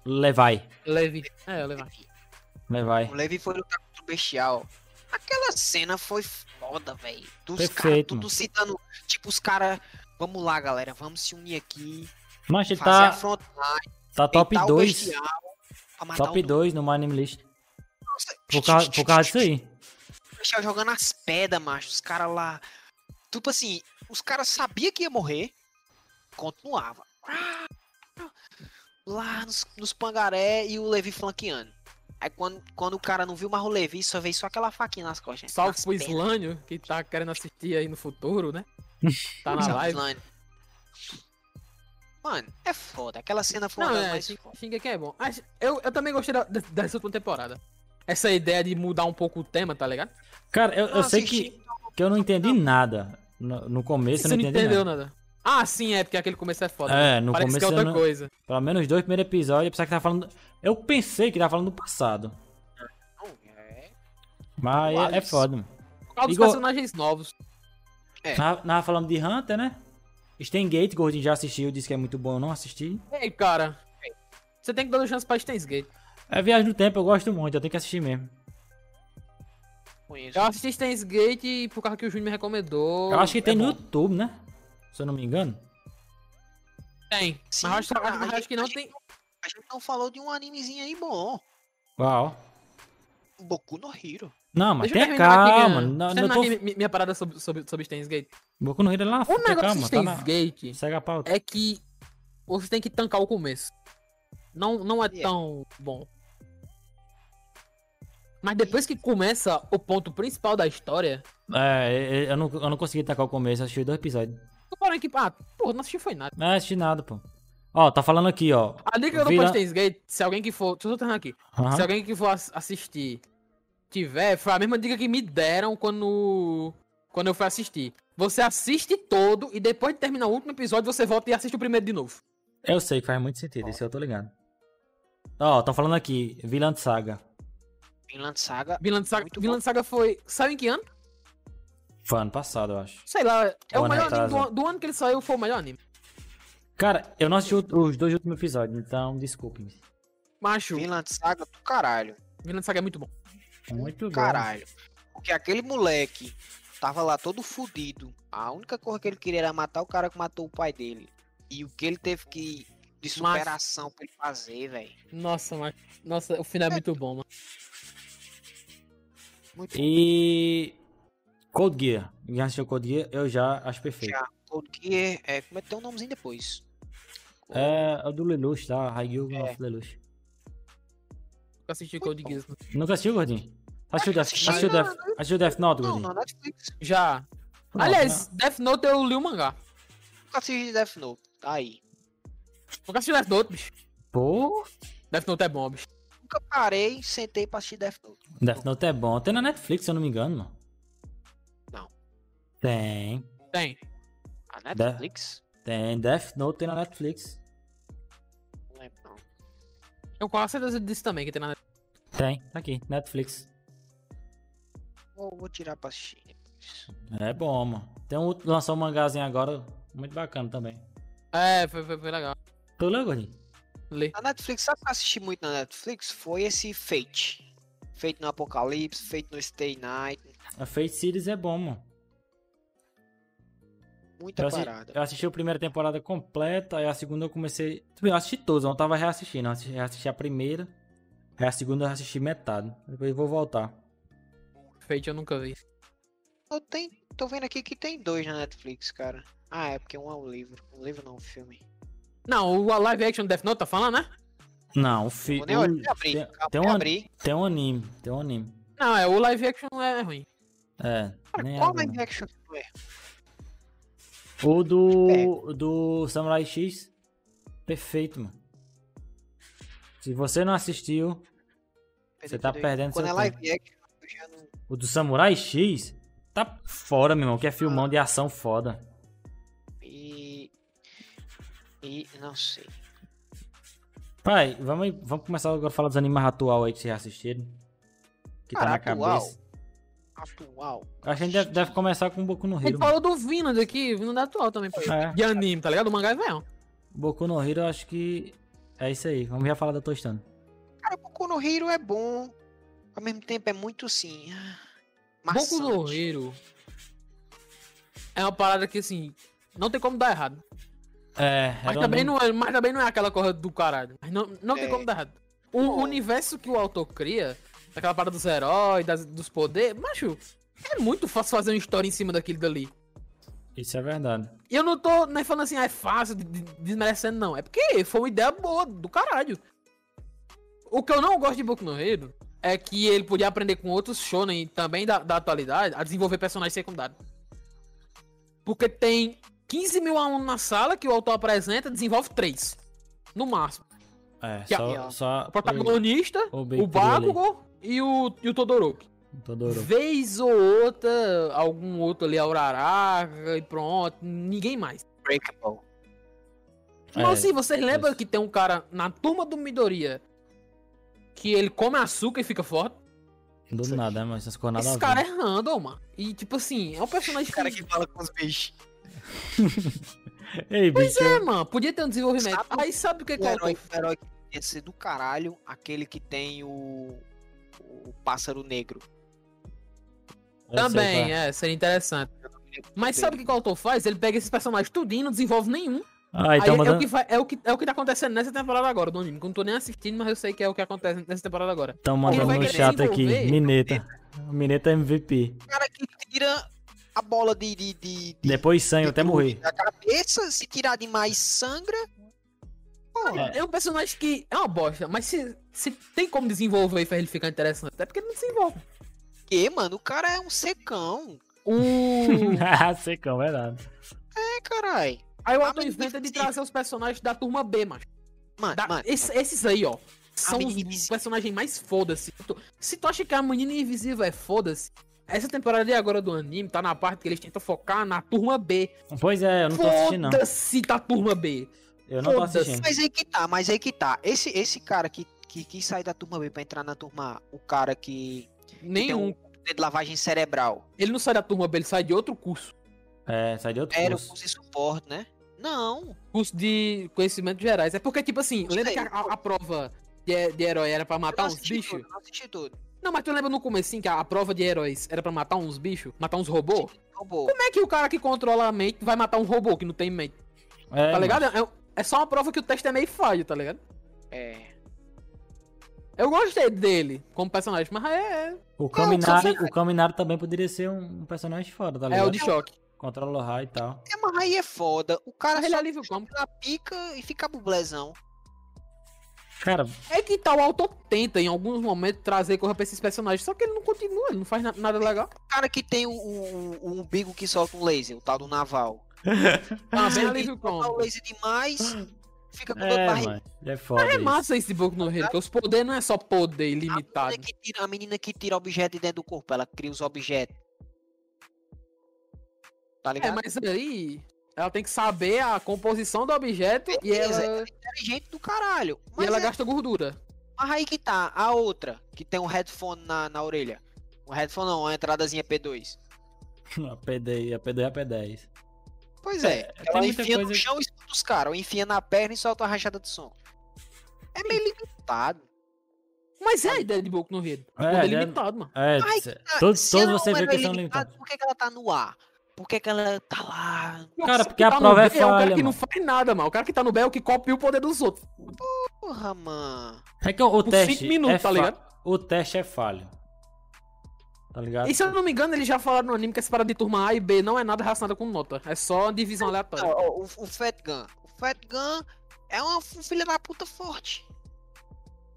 S1: Levai,
S3: Levi. É, Levi.
S1: levai.
S2: O Levi foi lutar contra o Bestial. Aquela cena foi foda, velho. Dos caras
S1: Perfeito,
S2: tudo
S1: mano.
S2: se dando. Tipo, os caras. Vamos lá, galera. Vamos se unir aqui.
S1: Mas ele
S2: fazer a
S1: tá,
S2: front line.
S1: tá top
S2: peitar o
S1: 2.
S2: Bestial pra matar
S1: Top
S2: o
S1: 2 no My Anime List.
S2: Nossa,
S1: Por causa, por causa disso aí.
S2: O Bestial jogando as pedras, macho. Os caras lá. Tipo assim, os caras sabiam que ia morrer. um Continuava. Lá nos, nos pangaré e o Levi flanqueando. Aí quando, quando o cara não viu mais o Levi, só veio só aquela faquinha nas costas.
S3: Salve
S2: nas
S3: pro
S2: pernas.
S3: Islânio, que tá querendo assistir aí no futuro, né? Tá na
S2: Salve,
S3: live.
S2: Islânio. Mano, é foda. Aquela cena foi
S3: Não,
S2: uma das
S3: é,
S2: mais
S3: Shin-
S2: foda. tipo,
S3: Shingeki é bom. Mas Eu, eu também gostei da- da- dessa última temporada. Essa ideia de mudar um pouco o tema, tá ligado?
S1: Cara, eu, eu
S2: Não
S1: sei
S2: assisti,
S1: que, que eu não entendi nada. No, no começo eu não entendi
S3: entendeu
S1: nada.
S3: nada. Ah, sim, é porque aquele começo é foda.
S1: É, no
S3: Parece que
S1: começo
S3: é outra
S1: eu não-
S3: coisa.
S1: Pelo menos dois primeiros episódios, eu pensava que tava falando. Eu pensei que tava falando do passado.
S2: Não, é-
S1: Mas
S2: O
S1: é- é,
S2: Alice.
S1: foda, mano.
S3: Por causa dos
S1: Igor-
S3: personagens novos.
S2: É.
S1: Nós nós falando de Hunter, né? Steingate, Gordinho já assistiu, disse que é muito bom, eu não assisti.
S3: Ei, cara. Você tem que dar uma chance pra Steins Gate.
S1: É Viagem no Tempo, eu gosto muito, eu tenho que assistir mesmo.
S2: conheço.
S3: Eu assisti Steins Gate por causa que o Júnior me recomendou.
S1: Eu acho que
S3: É
S1: tem no
S3: bom.
S1: YouTube, né? Se eu não me engano.
S3: Tem.
S2: Sim,
S3: mas eu acho,
S2: cara,
S3: acho-
S2: a
S3: Ah, acho que não
S2: gente-
S3: tem.
S2: A gente não falou de um animezinho aí bom.
S1: Uau.
S2: Boku no Hiro.
S1: Não, mas
S3: Deixa eu
S1: tenha
S3: terminar aqui,
S1: calma.
S3: minha-
S1: Não,
S3: deixa
S1: não
S3: eu
S1: tô...
S3: terminar aqui minha, minha parada sobre, sobre, sobre Steins Gate.
S1: Boku no Hero é lá,
S3: O
S1: tenha
S3: negócio de
S1: calma, tá
S3: Steins
S1: na...
S3: Gate
S1: Segue a pauta.
S3: é que você tem que tancar o começo. Não, não é
S2: Yeah.
S3: tão bom. Mas depois que começa o ponto principal da história,
S1: É, eu- eu não, eu não consegui tacar o começo, eu assisti dois episódios.
S3: tô parando que. Ah, porra, não assisti foi nada.
S1: Não assisti nada, pô. Ó, tá falando aqui, ó.
S3: A dica que eu dou
S1: Vila-
S3: pra Steins Gate, se alguém que for. Deixa eu só terminar aqui.
S1: Aham.
S3: Se alguém que for ass- assistir tiver, foi a mesma dica que me deram quando quando eu fui assistir. Você assiste todo e depois de terminar o último episódio, você volta e assiste o primeiro de novo.
S1: Eu sei que faz muito sentido, isso eu tô ligado. Ó, tá falando aqui, Vilã de Saga.
S2: Vinland Saga.
S3: Vinland Saga,
S2: Muito
S3: Vinland Saga foi. Saiu em que ano?
S1: Foi ano passado, eu acho.
S3: Sei lá. É
S1: Um
S3: o
S1: ano
S3: melhor anime
S1: atrás,
S3: do,
S1: né?
S3: an- do ano que ele saiu, foi o melhor anime.
S1: Cara, eu não assisti o- os dois últimos episódios, então desculpe-me.
S3: Macho,
S2: Vinland Saga do caralho.
S3: Vinland Saga é muito bom.
S1: Muito bom.
S2: Caralho. Porque aquele moleque tava lá todo fudido. A única coisa que ele queria era matar o cara que matou o pai dele. E o que ele teve que. De superação pra ele fazer, velho.
S3: Nossa, macho. Nossa, o final é muito bom, mano.
S2: Muito
S1: E. Cold Gear. Quem assistiu Cold Gear, eu já acho perfeito.
S2: Já. Porque é. Como é que tem um nomezinho depois?
S1: É, é o do Lelouch, tá? Haigyuga é. of Lelouch.
S3: Eu assisti Code Geass. né?
S1: Nunca assistiu, Gordinho? Assistiu Death,
S2: assisti,
S1: assistiu
S2: não,
S1: Death, assistiu Death Note,
S2: Não,
S1: Gordinho?
S2: na Netflix.
S3: Já.
S1: Pronto,
S3: Aliás, Death Note eu li o mangá.
S2: Nunca assisti Death Note. Tá aí.
S3: Nunca assisti Death Note, bicho.
S1: Pô,
S3: Death Note é bom, bicho.
S2: Nunca parei, sentei pra assistir Death Note.
S1: Death Note é bom. Tem na Netflix, se eu não me engano, mano.
S2: Não.
S1: Tem.
S3: Tem.
S2: A Netflix?
S1: Tem. Death Note tem na Netflix.
S2: Não lembro, não.
S3: Eu quase certeza disso também, que tem na
S1: Tem. Tá aqui, Netflix.
S2: Vou, vou tirar pra assistir depois.
S1: É bom, mano. Tem um, outro- lançou um mangazinho agora, muito bacana também.
S3: É, foi, foi, foi legal.
S1: Tu leu, Gordinho?
S3: Lê.
S2: Na Netflix, sabe o que eu assisti muito na Netflix? Foi esse Fate. Feito no Apocalipse, feito no Stay Night,
S1: A Fate Series é bom, mano.
S2: muita
S1: Eu assi-
S2: parada.
S1: eu assisti a primeira temporada completa, aí a segunda eu comecei. Tipo, Eu assisti todas, eu não tava reassistindo. Eu assisti, reassisti a primeira, aí a segunda eu assisti metade. Depois eu vou voltar.
S3: Fate eu nunca vi.
S2: Eu tenho- tô vendo aqui que tem dois na Netflix, cara. Ah, é porque um é um livro. Um livro não, um filme.
S3: Não, o a live action Death Note tá falando, né?
S1: Não, o
S2: Eu
S1: filho.
S2: Vou nem olhar, nem abrir.
S1: tem-
S2: Acabei
S1: tem
S2: de
S1: uma-
S2: abrir.
S1: Tem um anime, tem um anime.
S3: Não, é o live action é ruim.
S1: É,
S2: Cara,
S1: nem
S2: qual
S1: abre,
S2: live
S1: não.
S2: action que é? foi?
S1: O
S2: É.
S1: do, do Samurai X, perfeito, mano. Se você não assistiu, Você tá perdendo
S2: Quando
S1: seu
S2: é live action, eu já não.
S1: o do Samurai X, tá fora, meu irmão, que é filmão de ação foda.
S2: E. E. Não sei.
S1: Pai, vamos, aí- vamos começar agora a falar dos animes atual aí que vocês assistiram. Que tá
S2: Cara,
S1: na
S2: atual?
S1: cabeça.
S2: Atual.
S1: Eu acho que a gente deve, deve começar com Boku no
S3: Ele
S1: Hero. mano.
S3: falou do Vinland aqui, Vinland é atual também. pô.
S1: É.
S3: De anime, tá ligado? O mangá é velho.
S1: Boku no Hero, eu acho que é isso aí. Vamos já falar da Tostando.
S2: Cara, Boku no Hero é bom. Ao mesmo tempo é muito sim. ah,
S3: Boku no
S2: maçante.
S3: Hero é uma parada que, assim, não tem como dar errado.
S1: É,
S3: Mas
S1: era
S3: também,
S1: um-
S3: não é, mas também não é aquela corrida do caralho. Mas não, não
S2: É.
S3: tem como dar errado. O universo que o autor cria, daquela parada dos heróis, das- dos poderes, macho, é muito fácil fazer uma história em cima daquele dali.
S1: Isso é verdade.
S3: E eu não tô nem falando assim, ah, é fácil, de- de- desmerecendo, não. É porque foi uma ideia boa do caralho. O que eu não gosto de Boku no Hero é que ele podia aprender com outros shonen também da, da atualidade a desenvolver personagens secundários. Porque tem 15 mil alunos na sala que o autor apresenta, desenvolve três. No máximo.
S1: É,
S3: Que a-
S1: só, só
S3: O protagonista,
S1: o
S3: o Bakugo e o, e o Todoroki.
S1: Todoro.
S3: Vez ou outra, algum outro ali, Auraraca e pronto. Ninguém mais.
S2: Breakable.
S1: É,
S3: Mas assim, vocês lembram
S1: isso.
S3: que tem um cara na turma do Midoriya que ele come açúcar e fica forte?
S1: Do nada, né, mas essas coisas nada
S3: Esse
S1: a
S3: cara
S1: ver.
S3: é random, mano. E tipo assim, é um personagem
S2: O cara
S3: que...
S2: que fala com os bichos.
S1: Ei,
S3: Pois
S1: bicho,
S3: é, mano. Podia ter um desenvolvimento.
S2: Sabe
S3: Aí sabe o que que
S2: O
S3: é
S2: herói, o herói que ia ser do caralho, aquele que tem o. O pássaro negro.
S1: eu sei,
S3: Também,
S1: tá?
S3: é, seria interessante. Mas
S2: Dele.
S3: sabe o que que o autor faz? Ele pega esses personagens tudinho, não desenvolve nenhum.
S1: Ah,
S3: Aí
S1: então
S3: é, o
S1: mandando,
S3: que vai- é, o que, é o que tá acontecendo nessa temporada agora, do anime. que Eu não tô nem assistindo, mas eu sei que é o que acontece nessa temporada agora.
S1: tão
S3: vai
S1: mandando no
S3: querer
S1: chat aqui.
S3: desenvolver?
S1: Mineta. Mineta é MVP.
S2: O cara que tira a bola de. de, de, de-
S1: Depois sangue
S2: de-
S1: até morrer.
S2: Da cabeça, se tirar demais, sangra.
S1: É.
S3: É um personagem que é uma bosta, mas se, se tem como desenvolver e fazer ele ficar interessante, é porque ele não desenvolve.
S2: Que, mano? O cara é um secão.
S3: O...
S1: Ah, Secão, verdade.
S2: É, caralho.
S3: Aí o
S2: Ah,
S3: autor
S2: mas
S3: inventa de
S2: impossível.
S3: trazer os personagens da turma B, macho.
S2: Mano,
S3: Da-
S2: mano,
S3: esse- esses aí, ó. São
S2: menina
S3: os
S2: invisível.
S3: personagens mais foda-se. Tu- Se tu acha que a menina invisível é foda-se, essa temporada de agora do anime tá na parte que eles tentam focar na turma B.
S1: Pois é, eu não tô assistindo, não.
S3: Foda-se da turma B.
S1: Eu não tô
S3: foda-se.
S1: assistindo.
S2: Mas aí que tá, mas aí que tá. Esse, esse cara que, que, que sai da turma B pra entrar na turma A, o cara que, que tem
S3: Nenhum.
S2: um poder de lavagem cerebral,
S3: Ele não sai da turma B, ele sai de outro curso.
S1: É, sai de outro
S2: era o
S1: curso.
S2: curso de suporte, né? Não.
S3: Curso de conhecimentos gerais. É porque, tipo assim,
S2: Isso
S3: lembra
S2: aí,
S3: que a, a- a prova de, de herói era pra matar
S2: eu não
S3: uns
S2: assisti
S3: bichos?
S2: tudo, eu Não assisti tudo.
S3: Não, mas tu lembra no comecinho que a, a prova de heróis era pra matar uns bichos? Matar uns robôs? Como
S2: Robô.
S3: é que o cara que controla a mente vai matar um robô que não tem mente?
S1: É,
S3: Tá
S1: mano.
S3: ligado? É, é só uma prova que o teste é meio falho, tá ligado?
S2: É.
S3: Eu gostei dele como personagem, mas é, é,
S1: O Kaminari,
S3: você-
S1: o Kaminari também poderia ser um, um personagem foda, tá
S3: é
S1: ligado?
S3: o de choque.
S1: Controla o raio e tal.
S2: É, mas aí é foda. O cara
S3: Mas ele
S2: só
S3: alivia o cômico.
S2: na pica e fica bublezão.
S1: Cara,
S3: É que tal o autor tenta em alguns momentos trazer coisa pra esses personagens, só que ele não continua, ele não faz na- nada legal.
S2: O cara que tem o, o, o umbigo que solta um laser, o tal do naval.
S1: Ah,
S3: Também
S2: Ele
S3: alivia o
S2: solta o
S3: cômico.
S2: laser demais, fica com dor de
S1: é,
S2: barriga.
S1: mano. É foda.
S3: É
S1: isso.
S3: massa esse Boku no Hero, porque os poderes não é só Ah, poder
S2: A menina,
S3: ilimitado.
S2: que tira, a menina que tira objeto de dentro do corpo, ela cria os objetos. Tá
S3: É,
S2: ligado?
S3: mas aí ela tem que saber a composição do objeto e
S2: Beleza,
S3: ela,
S2: é inteligente do caralho.
S3: e
S2: Mas,
S3: ela
S2: é-
S3: gasta gordura.
S2: mas aí que tá, a outra, que tem um headphone na, na orelha. Um headphone não, uma entradazinha P2.
S1: A P10, a P10 é a P10.
S2: Pois é, ela
S1: muita
S2: enfia no
S1: coisa-
S2: chão e escuta os caras, ou enfia na perna e solta uma rachada de som. É meio limitado.
S3: Mas é a ideia de Boku no Hero.
S1: É,
S3: poder
S1: ele é-
S3: limitado, mano.
S1: É,
S2: Ai,
S1: cê-
S2: Ah,
S1: todos,
S2: se
S1: todos
S2: ela não
S1: vocês
S2: é
S1: veem que
S2: meio
S1: são
S2: limitada,
S1: limitados.
S2: Por que, que ela tá no ar? Por que, que ela tá lá?
S1: Cara,
S3: O
S1: porque a
S3: que tá no
S1: prova é
S3: B o cara
S1: falha,
S3: que não
S1: mano.
S3: faz nada, mano. O cara que tá no B é o que copia o poder dos outros.
S2: Porra, mano.
S1: É que o, o
S3: Por
S1: teste.
S3: cinco minutos,
S1: é
S3: tá
S1: fa-
S3: ligado?
S1: O teste é falho. Tá ligado?
S3: E se eu não me engano, eles já falaram no anime que essa parada de turma A e B não é nada relacionada com nota. É só divisão
S2: Não,
S3: aleatória.
S2: ó, o, o Fat Gun. O Fat Gun é uma f- filha da puta forte.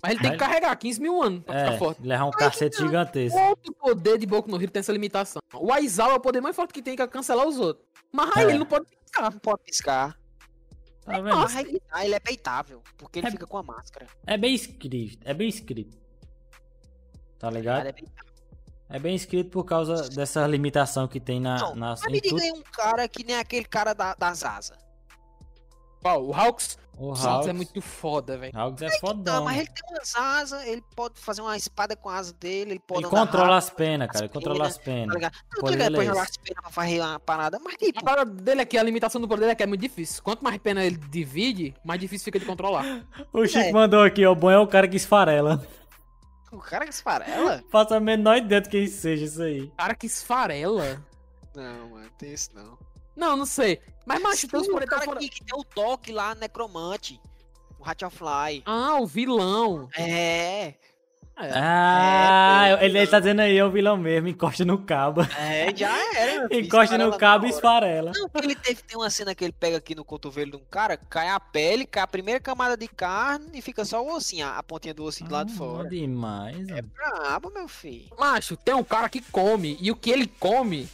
S3: Mas ele tem que
S1: Mas-
S3: carregar 15 mil anos pra ficar forte.
S1: É, levar um cacete
S3: não.
S1: gigantesco.
S3: Outro poder de Boku no Hero tem essa limitação. O Aizawa é o poder mais forte que tem que é cancelar os outros. Mas aí
S1: É.
S3: ele não pode ficar.
S2: Não pode piscar.
S1: Tá vendo?
S2: Mas aí, ah, ele é peitável, porque ele
S1: É-
S2: fica com a máscara.
S1: É bem escrito. É bem escrito. Tá ligado?
S2: Ele é peitável.
S1: É bem escrito por causa dessa limitação que tem na,
S2: Não,
S1: na
S2: Mas
S1: em
S2: me diga
S1: tudo.
S2: aí um cara que nem aquele cara da, das asas.
S3: Qual? O Hawks?
S1: O
S3: O Hawks é
S1: Hawks,
S3: muito foda, velho.
S1: Hawks é
S2: Não,
S1: fodão.
S2: Então, mas ele tem umas asas, ele pode fazer uma espada com a asa dele, ele pode
S1: Ele
S2: andar
S1: controla
S2: rápido,
S1: as penas, cara. Ele
S2: né? as
S1: controla as penas.
S2: tá ligado? Não tô
S1: Poder
S2: ligado pra
S1: é
S2: jogar
S1: esse.
S2: as penas pra varrer uma parada, mas
S3: A
S2: tipo,
S3: parada dele aqui, a limitação do poder dele é que é muito difícil. Quanto mais pena ele divide, mais difícil fica de controlar.
S1: O Chico
S2: É.
S1: mandou aqui, ó. O bom é o cara que esfarela.
S2: o cara que se farela?
S1: Faça a menor ideia do que isso seja isso aí.
S3: Cara, que esfarela.
S2: Não, mano, tem isso não.
S3: Não, não sei. Mas, macho, tem
S2: Sim,
S3: uns
S2: tipo, o
S3: poderes tão
S1: tá
S2: cara
S3: foda.
S2: que, que tem o toque lá, necromante, o Hatchelfly.
S3: Ah, o vilão.
S2: É,
S1: Ah, ele, ele tá dizendo aí, é o vilão mesmo, encosta no cabo.
S2: É, já era. meu filho,
S1: Encosta
S2: esfarela
S1: no
S2: na
S1: cabo e
S2: hora.
S1: esfarela.
S2: Não, ele teve, tem uma cena que ele pega aqui no cotovelo de um cara, cai a pele, cai a primeira camada de carne e fica só o ossinho, a a pontinha do ossinho do lado de
S1: Ah,
S2: fora. É. Ah,
S1: Demais, mano.
S2: Brabo, meu filho.
S3: Macho, tem um cara que come. E o que ele come,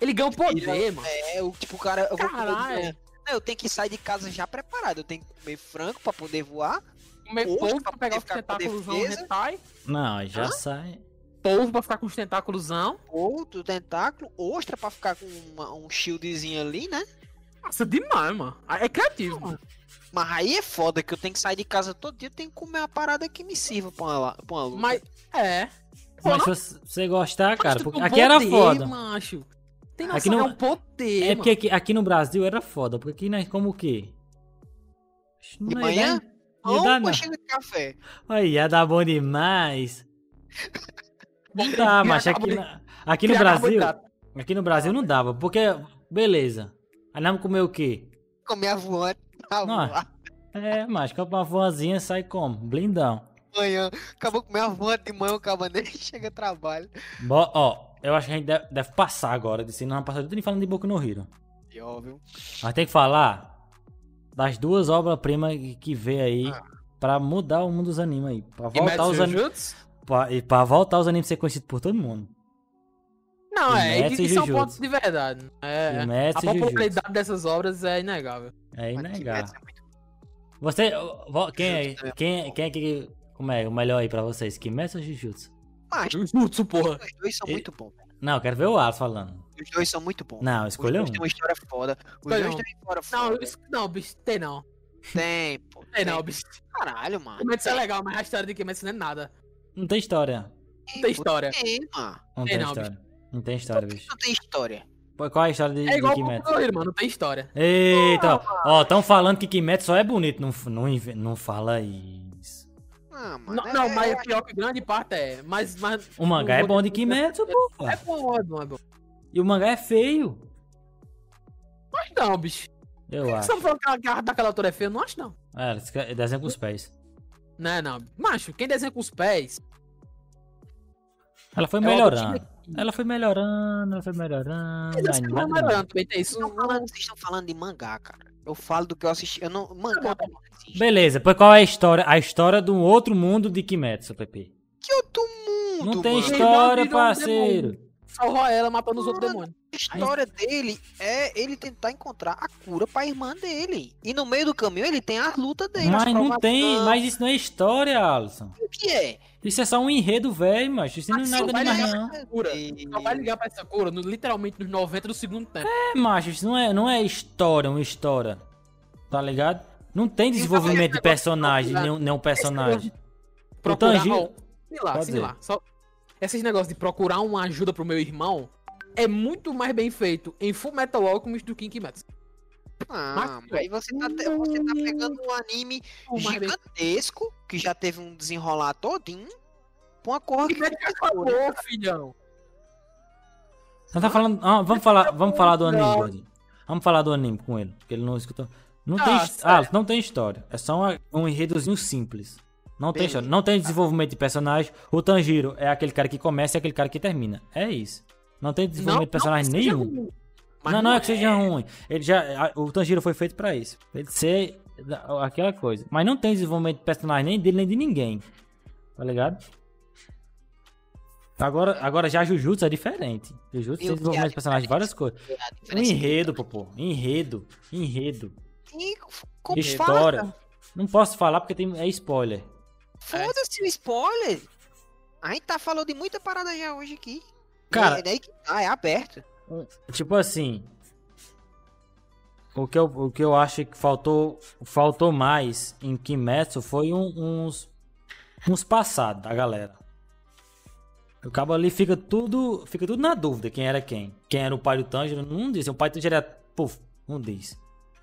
S3: ele ganha o poder, mano.
S2: É, o tipo, o cara. Eu vou comer de
S3: Caralho.
S2: manhã. Não, eu tenho que sair de casa já preparado. Eu tenho que comer frango pra poder voar.
S3: Comer
S2: Poxa,
S3: polvo pra
S2: pra
S3: pegar os
S2: ficar com
S3: tentáculosão
S2: defesa.
S3: hentai.
S1: Não, já sai.
S3: Polvo pra ficar com os tentáculosão.
S2: Outro tentáculo, ostra pra ficar com uma- um shieldzinho ali, né?
S3: Nossa, demais, mano.
S1: Ah,
S3: É criativo, mano.
S2: Mas aí é foda que eu tenho que sair de casa todo dia, eu tenho que comer uma parada que me sirva pra uma, la- pra uma luta.
S3: Mas, é. Pô,
S1: Mas
S3: não,
S1: se você- você gostar, cara,
S3: macho,
S1: porque
S3: tem um
S1: aqui era
S3: poder,
S1: foda.
S3: Macho. Tem
S1: Aqui
S3: noção,
S1: não-
S3: é um poder,
S1: É
S3: mano.
S1: porque aqui, aqui no Brasil era foda, porque aqui nós como o quê? Não
S2: De
S1: ia
S2: manhã?
S1: dar- Não ia
S2: Ou
S1: dar,
S2: uma
S1: não.
S2: coxinha de café.
S1: Aí, ia dar bom demais. Não dá, mas aqui, na- aqui no
S3: Criar
S1: Brasil.
S3: carboidrato.
S1: Aqui no Brasil não dava, porque. Beleza. Aí nós vamos comer o quê?
S2: Comer a voante pra
S1: Não é?
S2: voar.
S1: É, mas compra uma vozinha sai como? Blindão.
S2: manhã. Acabou com minha avó de manhã, o cabo nem chega a trabalho.
S1: Bo- ó, eu acho que a gente deve, deve passar agora, de não passar tudo nem falando de Boku no Hero.
S2: E óbvio.
S1: Mas tem que falar das duas obras-primas que- que veio aí
S3: Ah.
S1: pra mudar o mundo dos animes aí. Pra voltar,
S3: Imetsu
S1: os anim...
S3: Jujutsu?
S1: pra, e pra voltar os animes ser conhecidos por todo mundo.
S3: Não, é,
S1: Imetsu e
S3: isso é um ponto
S1: Jujutsu.
S3: de verdade. É, a
S1: Imetsu e Jujutsu.
S3: popularidade dessas obras é inegável.
S1: É
S2: Mas que
S1: inegável.
S2: merda, é muito-
S1: Você, ó, vo- quem é,
S2: Jujutsu é
S1: quem, quem é que, como é o melhor aí pra vocês? Kimetsu ou Jujutsu?
S2: Mas
S3: Jujutsu, porra.
S2: os dois são
S1: E-
S2: muito bons. velho.
S1: Não, eu quero ver o Alas falando.
S2: Os dois são muito bons.
S1: Não, escolha
S2: Os
S1: um.
S2: dois têm uma história foda. Os
S3: Escolha
S2: dois
S3: um.
S2: têm uma história
S3: Não,
S2: foda.
S3: isso, não, bicho, tem não.
S2: Tem, pô.
S3: Tem não,
S2: tem.
S3: bicho.
S2: Caralho, mano.
S3: Kimetsu é legal, mas a história de Kimetsu não é nada.
S1: Não tem história.
S3: Não tem
S2: pô,
S3: história.
S2: Tem, mano.
S1: Não
S3: Tem
S1: tem
S3: não,
S1: história. Não tem história, bicho.
S2: Não tem história.
S1: Pô, Qual é a história de,
S3: É igual
S1: de
S3: o
S1: Kimetsu?
S3: Boku no Hero, mano, não tem história.
S1: Eita, ó, ó, tão falando que Kimetsu só é bonito. Não, f- não, inve- não fala isso.
S2: Ah, mano.
S3: Não,
S2: é-
S3: não,
S2: é-
S3: mas pior que grande parte é. Mas, mas
S1: O mangá é bom de Kimetsu, pô.
S3: É
S1: pá.
S3: bom, é bom, é bom.
S1: E o mangá é feio.
S3: Mas não, bicho.
S1: Eu
S3: Você
S1: acho.
S3: não falou que a garra daquela altura é feia? Eu não acho, não.
S1: É, eles que- desenham com os pés.
S3: Não é, não. Macho, quem desenha com os pés.
S1: Ela foi
S3: É uma
S1: melhorando. né?
S3: botinha.
S1: Ela foi melhorando, ela foi melhorando.
S3: Quem desenha
S1: aí
S3: com
S1: nada
S3: o
S1: mais.
S3: Maranhão também tem isso.
S2: Vocês estão falando, vocês estão falando de mangá, cara. Eu falo do que eu assisti. Eu não. Mangá
S3: Tá
S2: pra mim não existe.
S1: Beleza, pois qual é a história? A história de um outro mundo de Kimetsu, Pepe.
S2: Que outro mundo,
S1: Não tem
S2: mano.
S3: histó-
S1: história,
S3: Virou um
S1: parceiro.
S3: Salvou ela matando os outros demônios.
S2: A história dele é ele tentar encontrar a cura pra irmã dele. E no meio do caminho ele tem as lutas dele. as
S1: Mas não
S2: provações.
S1: tem, mas isso não é história, Alisson.
S2: O que é?
S1: Isso é só um enredo velho, macho. Isso não é
S3: Mas
S1: nada
S3: só vai
S1: demais,
S3: ligar-
S1: não.
S3: Cura.
S2: E-
S3: Só vai ligar pra essa cura no- literalmente nos 90 do segundo tempo.
S1: É, macho, isso não é, não é história, uma história. Tá ligado? Não tem desenvolvimento de personagem, nenhum, nenhum personagem.
S3: procurar,
S1: Tanjiro-
S3: ó, sei lá,
S1: Pode
S3: sei
S1: dizer.
S3: lá. Só, esses negócios de procurar uma ajuda pro meu irmão é muito mais bem feito em Full Metal Alchemist do que em Kimetsu.
S2: Ah,
S3: Mas-
S2: mas aí você tá, te- você tá pegando um anime
S3: Muito mais bem-
S2: gigantesco, que já teve um desenrolar todinho, pra uma cor que
S3: Kimetsu acabou, é filhão.
S1: Não tá falando. ah, vamos falar, vamos falar do anime, Gordinho. Vamos falar do anime com ele, porque ele não escutou. Não tem,
S3: Ah,
S1: his-
S3: sério.
S1: Alisson, não tem história. É só uma- um enredozinho simples. Não tem
S2: Beleza.
S1: história. Não tem desenvolvimento de personagem. O Tanjiro é aquele cara que começa e aquele cara que termina. É isso. Não tem desenvolvimento de personagem
S3: seja
S1: nenhum.
S3: ruim, mas
S1: Não, não é que seja ruim. Ele já, a- o Tanjiro foi feito pra isso. Pra Ele ser da- aquela coisa. Mas não tem desenvolvimento de personagem nem dele, nem de ninguém. Tá ligado? Agora, agora já Jujutsu é diferente. Jujutsu tem
S2: Eu
S1: desenvolvimento de
S2: vi a
S1: personagem, várias coisas.
S2: é a
S1: Um
S2: diferença.
S1: enredo, pô, pô. Enredo. Enredo.
S2: E f- como
S1: história.
S2: fala?
S1: Não posso falar porque tem, é spoiler.
S2: Foda-se o spoiler. A gente tá falando de muita parada já hoje aqui.
S1: Cara-
S2: É, daí que tá, é aberto.
S1: Tipo assim. O que eu, o que eu acho que faltou, faltou mais em Kimetsu foi um- uns. uns passados da galera. O cabo ali fica tudo. Fica tudo na dúvida quem era quem. Quem era o pai do Tanjiro, não diz. O pai do Tanjiro era. Puf, não diz.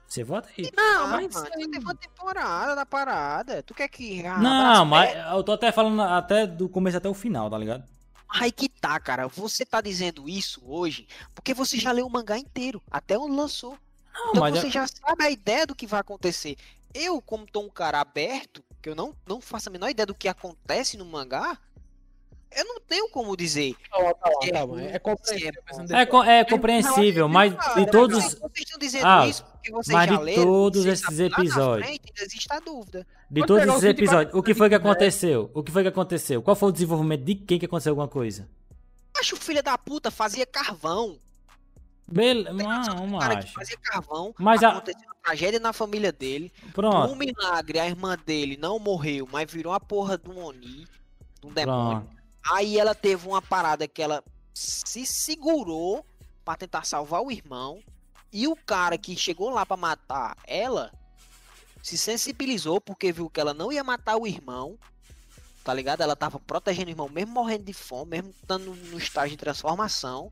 S1: Você vota aí.
S3: Não,
S2: Ah,
S3: mas.
S2: mano, tu teve uma temporada da parada. Tu quer que. abra
S1: Não,
S2: as
S1: mas eu tô até falando até do começo até o final, tá ligado?
S2: Aí que tá, cara. Você tá dizendo isso hoje porque você já leu o mangá inteiro, até onde lançou.
S1: Não,
S2: Então
S1: mas é-
S2: você já sabe a ideia do que vai acontecer. Eu, como tô um cara aberto, que eu não, não faço a menor ideia do que acontece no mangá, Eu não tenho como dizer.
S5: Calma, calma,
S2: É
S5: calma.
S2: ruim,
S5: É compreensível.
S2: se é bom.
S5: pensando
S1: É,
S5: depois.
S1: co- é compreensível, mas
S2: Cara,
S1: de todos
S2: mas
S1: os
S2: é Vocês estão dizendo
S1: Ah,
S2: isso porque vocês
S1: mas
S2: já
S1: de
S2: leram,
S1: todos
S2: vocês
S1: esses
S2: sabem, lá na
S1: episódios.
S2: frente ainda existe a dúvida.
S1: De
S3: Pode
S1: todos
S3: pegar
S1: esses
S3: os 24
S1: episódios, o que foi que
S3: que tiver.
S1: aconteceu? O que foi que aconteceu? Qual foi o desenvolvimento de quem que aconteceu alguma coisa?
S2: Acho o filho da puta fazia carvão.
S1: Beleza,
S2: Tem razão
S1: não,
S2: do
S1: não
S2: cara que
S1: acho.
S2: fazia carvão.
S1: Mas a-
S2: aconteceu uma tragédia na família dele. Por um
S1: Pronto,
S2: milagre, a irmã dele não morreu, mas virou uma porra de um Oni, de um demônio.
S1: pronto.
S2: Aí ela teve uma parada que ela se segurou pra tentar salvar o irmão. E o cara que chegou lá pra matar ela se sensibilizou porque viu que ela não ia matar o irmão. Tá ligado? Ela tava protegendo o irmão, mesmo morrendo de fome, mesmo estando no estágio de transformação.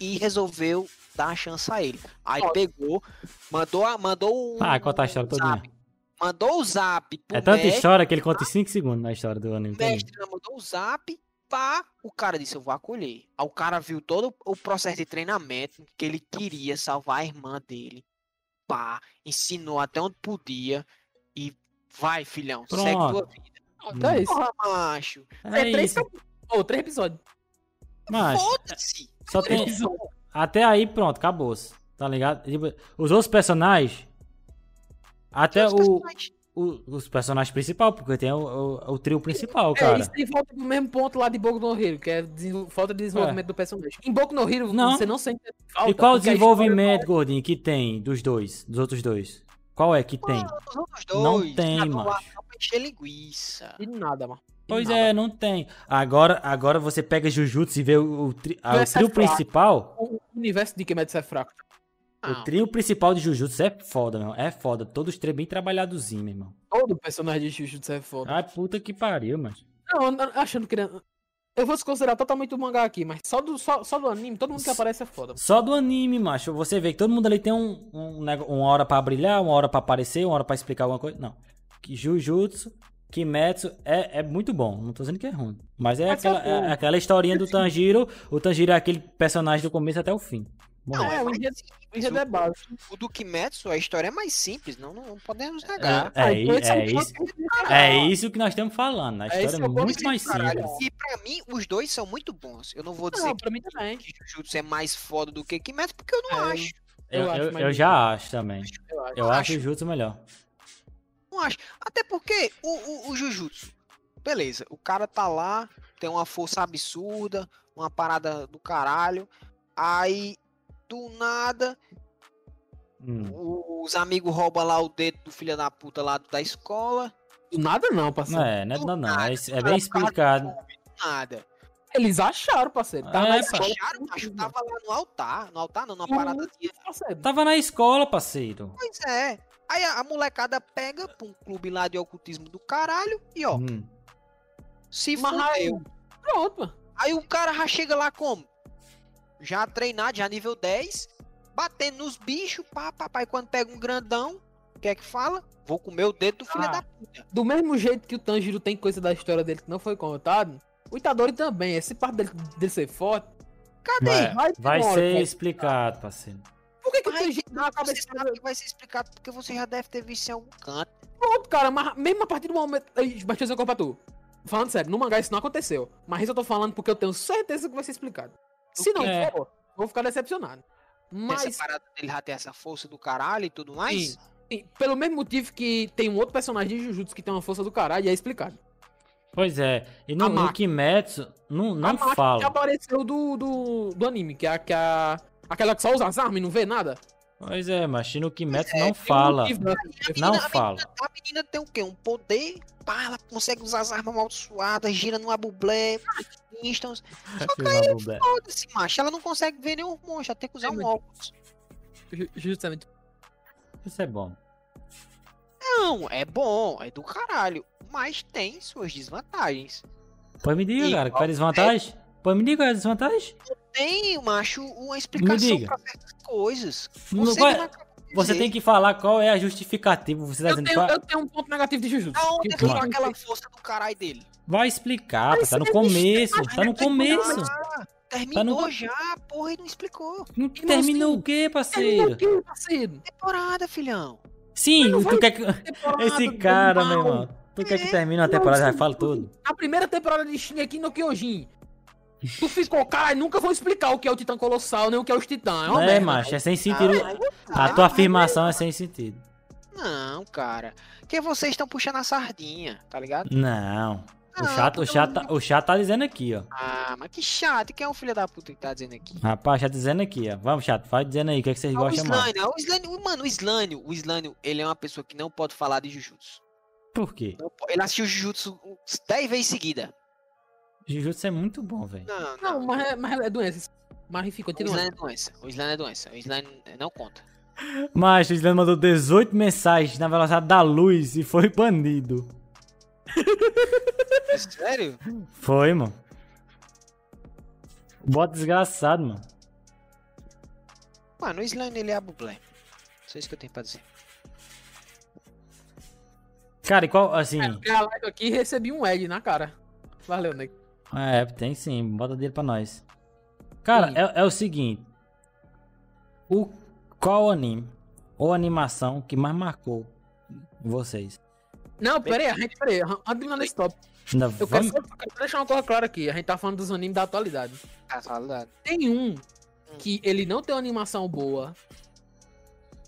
S2: E resolveu dar a chance a ele. Aí pegou, mandou, a- mandou um.
S1: Ah, conta a história
S2: zap,
S1: toda.
S2: Mandou o zap pro
S1: É tanta
S2: mestre,
S1: história que ele conta em 5 segundos na história do anime.
S2: o
S1: Tem-
S2: mestre mandou o zap, pá, o cara disse, eu vou acolher. Aí o cara viu todo o processo de treinamento, que ele queria salvar a irmã dele. Pá, ensinou até onde podia e vai, filhão, segue
S1: Pronto.
S2: tua vida.
S3: Então
S1: Hum.
S3: é isso.
S2: Porra, macho,
S3: É,
S1: É
S3: três
S1: isso,
S3: capítulos. Ou três episódios.
S1: mas
S2: foda-se.
S1: só tem...
S3: Episódio.
S1: Até aí, pronto, acabou-se. Tá ligado? Tipo, os outros personagens... Até
S2: Os
S1: o,
S2: personagens-
S1: o- os personagens principais, porque tem o, o- o trio principal,
S3: É,
S1: cara.
S3: isso aí volta pro mesmo ponto lá de Boku no Hero, que é desenvol- falta de desenvolvimento do personagem. Em Boku no Hero,
S1: É. Não.
S3: você não sente falta.
S1: E qual o
S3: porque a história-
S1: desenvolvimento, Gordinho, que tem dos dois? Dos outros dois? Qual é que tem?
S2: Os outros
S1: Não
S2: dois,
S1: tem,
S2: cada um lá
S1: macho.
S2: pra encher linguiça.
S3: é De nada, mano. De
S1: Pois
S3: nada.
S1: é, não tem. Agora, agora você pega Jujutsu e vê o, o tri- ah, o
S3: Essa
S1: trio
S3: é fraca.
S1: principal.
S3: O universo de Kimetsu é fraco.
S1: O
S2: Não,
S1: trio principal de Jujutsu é foda, meu. É foda. Todos três bem trabalhadozinho, meu irmão.
S3: Todo personagem de Jujutsu é foda.
S1: Ai, puta que pariu, mano.
S3: Não, eu não- achando que... ele- é- Eu vou desconsiderar totalmente o mangá aqui, mas só do, só, só do anime, todo mundo que aparece é foda.
S1: Só do anime, macho. Você vê que todo mundo ali tem um, um nego- uma hora pra brilhar, uma hora pra aparecer, uma hora pra explicar alguma coisa. Não. Que Jujutsu, Kimetsu é, é muito bom. Não tô dizendo que é ruim. Mas é,
S3: Mas é
S1: aquela, é
S3: bom.
S1: aquela historinha do Tanjiro. O Tanjiro é aquele personagem do começo até o fim.
S3: Não,
S1: Morreu.
S3: é, o
S2: mas
S3: enredo,
S2: sim,
S3: o enredo é básico.
S2: O do Kimetsu, a história é mais simples, não, não podemos negar.
S1: É,
S3: Ah, então
S1: é
S3: esse um
S1: isso.
S3: choque.
S1: É isso que nós estamos falando. A
S3: É
S1: história
S3: esse
S1: é,
S3: é o bom
S1: muito
S3: de
S1: mais
S3: caralho.
S1: simples.
S2: E pra mim, os dois são muito bons. Eu não vou dizer
S3: Não,
S2: que
S3: pra mim também.
S2: que Jujutsu é mais foda do que Kimetsu, porque eu não
S3: É,
S2: acho.
S1: Eu,
S3: Eu acho
S1: eu-
S3: mais
S1: eu já acho também.
S3: Eu acho.
S1: Eu acho
S2: Acho.
S1: o Jutsu melhor.
S2: Não acho. Até porque o, o, o Jujutsu, beleza, o cara tá lá, tem uma força absurda, uma parada do caralho. Aí, do nada,
S1: Hum.
S2: o- os amigos roubam lá o dedo do filho da puta lá da escola.
S3: Do nada não,
S1: Não
S3: parceiro.
S1: é, não é, não, não. É, é
S2: Cara,
S1: bem explicado.
S2: cara, Nada.
S3: Eles acharam, parceiro. Tá
S1: É,
S3: na
S1: pá.
S3: escola.
S2: Acharam, macho, tava lá no altar. No altar não, numa
S3: Uhum.
S2: parada de
S3: Parceiro.
S1: Tava na escola, parceiro.
S2: Pois é. Aí a, a molecada pega pra um clube lá de ocultismo do caralho e ó,
S1: Hum.
S2: se
S3: Mas aí-
S2: fudeu.
S3: Pronto, mano.
S2: Aí o cara já chega lá como? Já treinado, já nível 10, batendo nos bichos, pá, pá, pá. E quando pega um grandão, o que é que fala? Vou comer o dedo do filho
S3: Ah.
S2: da puta.
S3: Do mesmo jeito que o Tanjiro tem coisa da história dele que não foi contado, o Itadori também. Esse parte dele, dele ser forte. Cadê?
S1: Vai, vai
S3: embora,
S1: ser
S3: pô.
S1: explicado, parceiro.
S3: Por que, que o
S2: Ai,
S3: Tanjiro não acaba
S2: Você
S3: esse
S2: sabe que vai ser explicado porque você já deve ter visto em algum canto.
S3: pronto, cara? Mas mesmo a partir do momento. Ei, Bateu corpo pra tu. Falando sério, no mangá isso não aconteceu. Mas isso eu tô falando porque eu tenho certeza que vai ser explicado. Se não
S1: É.
S3: for, vou ficar decepcionado.
S2: Essa
S3: Mas,
S2: parada dele já tem essa força do caralho e tudo mais.
S3: Sim. e pelo mesmo motivo que tem um outro personagem de Jujutsu que tem uma força do caralho, e é explicado.
S1: Pois é. E no,
S3: A
S1: no
S3: máquina.
S1: Kimetsu, não, não
S3: A máquina é que
S1: fala.
S3: apareceu do, do, do anime, que é a, que a, aquela que só usa as armas e não vê nada.
S1: Pois é, mas no Kimetsu
S2: É,
S1: não
S3: Tem um
S1: fala.
S3: motivo, né?
S2: A menina-
S1: Não
S2: a menina- tá,
S1: fala.
S2: A menina tem o quê? Um poder, pá, ela consegue usar as armas amaldiçoadas, gira no abublé, instance. Foda-se, macho, ela não consegue ver nenhum monstro, ela tem que usar
S3: É,
S2: um
S3: mas-
S2: óculos.
S3: Ju- Justamente.
S1: Isso é bom.
S2: Não, é bom, é do caralho, mas tem suas desvantagens.
S1: Pois me diga,
S2: E
S1: cara, qual
S2: qual
S1: é a desvantagem? Pois me diga qual é a desvantagem?
S2: Tem, macho, uma explicação
S1: diga.
S2: pra certas coisas.
S1: Não
S2: Você
S1: vai-
S2: não acaba de
S1: Você
S2: dizer
S1: tem que falar qual é a justificativa. Você tá
S3: Eu
S1: dizendo
S3: tenho,
S1: qual...
S3: eu tenho um ponto negativo de Jujutsu.
S2: Aonde
S3: que o
S2: fica
S3: cara-
S2: aquela força do caralho dele?
S1: Vai explicar, pô,
S3: Mas
S1: tá no
S3: isso é
S1: começo, tá no
S3: mas-
S1: começo.
S2: Terminou
S1: no-
S2: já, porra, e não explicou.
S1: Não terminou o quê,
S3: Terminou
S1: parceiro?
S3: aqui, parceiro.
S2: Temporada, filhão.
S1: Sim, tu quer que...
S3: Temporada
S1: Esse
S3: do
S1: cara,
S3: mal. É,
S1: meu irmão. Tu quer que termine uma temporada e já fala tudo?
S3: A primeira temporada de Shingeki no Kyojin. Tu ficou, caralho, nunca vou explicar o que é o Titã Colossal, nem o que é os Titãs. É uma
S1: Não é,
S3: merda.
S1: macho, é sem sentido.
S2: Ah,
S1: A tua afirmação é sem sentido.
S2: Não, cara. Porque vocês estão puxando a sardinha, tá ligado?
S1: Não. O
S2: Não,
S1: chato, o
S2: pelo
S1: chato, o chato tá dizendo aqui, ó.
S2: Ah, mas que chato. Quem é o filho da puta que tá dizendo aqui?
S1: Rapaz, chato dizendo aqui, ó. Vamos, chato, vai dizendo aí o que, é que vocês
S2: Ah, O
S1: gostam mais.
S2: Slânio, ah, o Slânio, mano, o Slânio, o Slânio, ele é uma pessoa que não pode falar de Jujutsu.
S1: Por quê?
S2: Não po- Ele assistiu Jujutsu uns 10 vezes seguida.
S1: Jujutsu é muito bom, velho.
S2: Não,
S3: Não, mas, é- mas é doença. Mas enfim,
S2: O
S3: continua.
S2: Slânio é doença. O Slânio é doença. O Slânio não conta.
S1: Macho, o Slano mandou 18 mensagens na velocidade da luz e foi banido.
S2: É Sério?
S1: Foi, mano. Bota desgraçado, mano.
S2: Mano, o Slânio, ele é a bublé. Só isso que eu tenho pra dizer.
S1: Cara, e qual, assim...
S3: Caralho, aqui recebi um egg na cara. Valeu, nego.
S1: É, tem sim, bota dele pra nós. Cara,
S3: Sim.
S1: é, é o seguinte. O, qual anime ou animação que mais marcou vocês?
S3: Não, pera aí, a gente, pera aí, an- antes de mandar esse top.
S1: Ainda
S3: Eu
S1: vamos-
S3: quero, só, eu quero só deixar uma coisa clara aqui, a gente tá falando dos animes da atualidade.
S2: Casualidade.
S3: Tem um que ele não tem uma animação boa,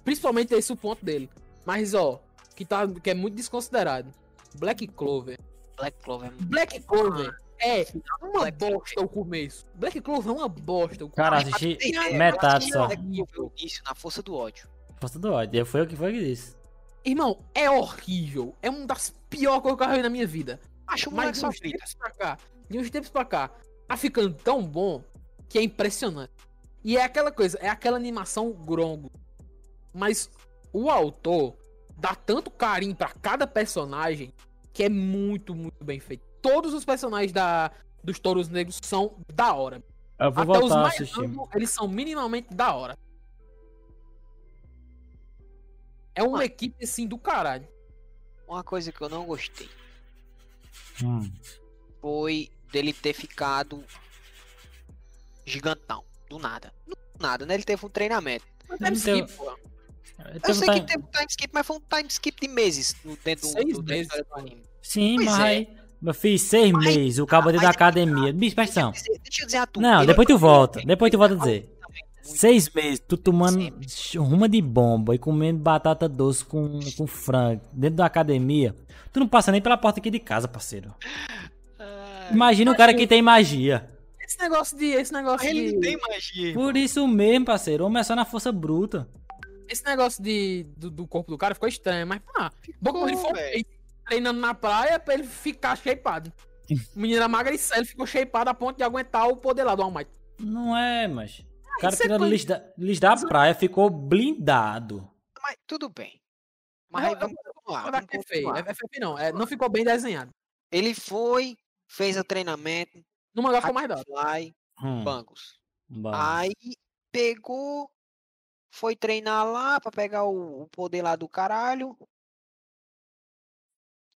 S3: principalmente esse é o ponto dele, mas ó, que, tá, que é muito desconsiderado. Black Clover.
S2: Black Clover. é
S3: Black Clover é uma
S2: Black Clover.
S3: bosta o começo. Black Clover é uma bosta o começo.
S1: Cara, assisti
S2: Tem-
S1: metade
S2: tem-
S1: só.
S2: Black Clover, o início na força do ódio.
S1: Força do ódio. tá Foi o que foi que disse.
S3: Irmão, é horrível. É uma das piores coisas que eu já vi na minha vida.
S2: Acho o moleque
S3: Mas de
S2: só
S3: uns
S2: grita.
S3: tempos pra cá, de uns tempos pra cá, tá ficando tão bom que é impressionante. E é aquela coisa, é aquela animação grongo. Mas o autor dá tanto carinho pra cada personagem que é muito, muito bem feito. Todos os personagens da, dos Touros Negros são da hora.
S1: Eu vou
S3: Até os
S1: voltar a
S3: mais
S1: assistir.
S3: novos, eles são minimamente da hora. É uma
S2: Mano.
S3: equipe assim do caralho.
S2: Uma coisa que eu não gostei
S1: Hum.
S2: foi dele ter ficado gigantão. Do nada. Do nada, né? Ele teve um treinamento.
S1: Não
S3: Time
S1: tem-
S3: skip, pô.
S2: Eu
S1: Então
S2: sei
S1: tá-
S2: que teve um time skip, mas foi um time skip de meses no, dentro do,
S3: Seis
S2: do, da
S3: meses,
S2: história do
S3: mano.
S2: anime.
S1: Sim,
S2: Pois
S1: mas
S2: é.
S1: aí... Meu filho, seis
S2: Mas-
S1: meses, o cabo dentro da
S2: mas-
S1: academia. Bicho, presta
S2: Deixa eu
S1: atenção.
S2: dizer, deixa eu dizer a tu.
S1: Não,
S2: Ele-
S1: depois tu volta.
S2: ele-
S1: Depois tu volta a
S2: ele-
S1: dizer.
S2: tá Muito.
S1: Seis meses, tu tomando ruma de bomba e comendo batata doce com, com frango dentro da academia, tu não passa nem pela porta aqui de casa, parceiro.
S2: Ah,
S1: Imagina um cara que tem magia.
S3: Esse negócio de. Esse negócio
S2: Ele
S3: de...
S2: não tem magia.
S1: Por isso mesmo, parceiro, homem é só na força bruta.
S3: Esse negócio de, do, do corpo do cara ficou estranho, mas ah, pá, bom que ele foi
S2: velho.
S3: treinando na praia pra ele ficar shapeado. O menino era magrecendo, ele ficou shapeado a ponto de aguentar o poder lá do All Might.
S1: Não é, mas. O cara
S3: isso é
S1: tirando
S3: coisa-
S1: lixo da, lixo da praia ficou blindado.
S2: Mas tudo bem. Mas
S3: Não,
S2: aí vamos continuar.
S3: Mas
S2: vamos
S3: é feio,
S2: continuar.
S3: é feio não, é, não ficou bem desenhado.
S2: Ele foi, fez o treinamento,
S3: No mangá
S1: Ah.
S3: ficou mais da hora.
S2: Hackfly,
S1: Hum,
S2: Bangos.
S1: bom.
S2: Aí pegou, foi treinar lá pra pegar o, o poder lá do caralho.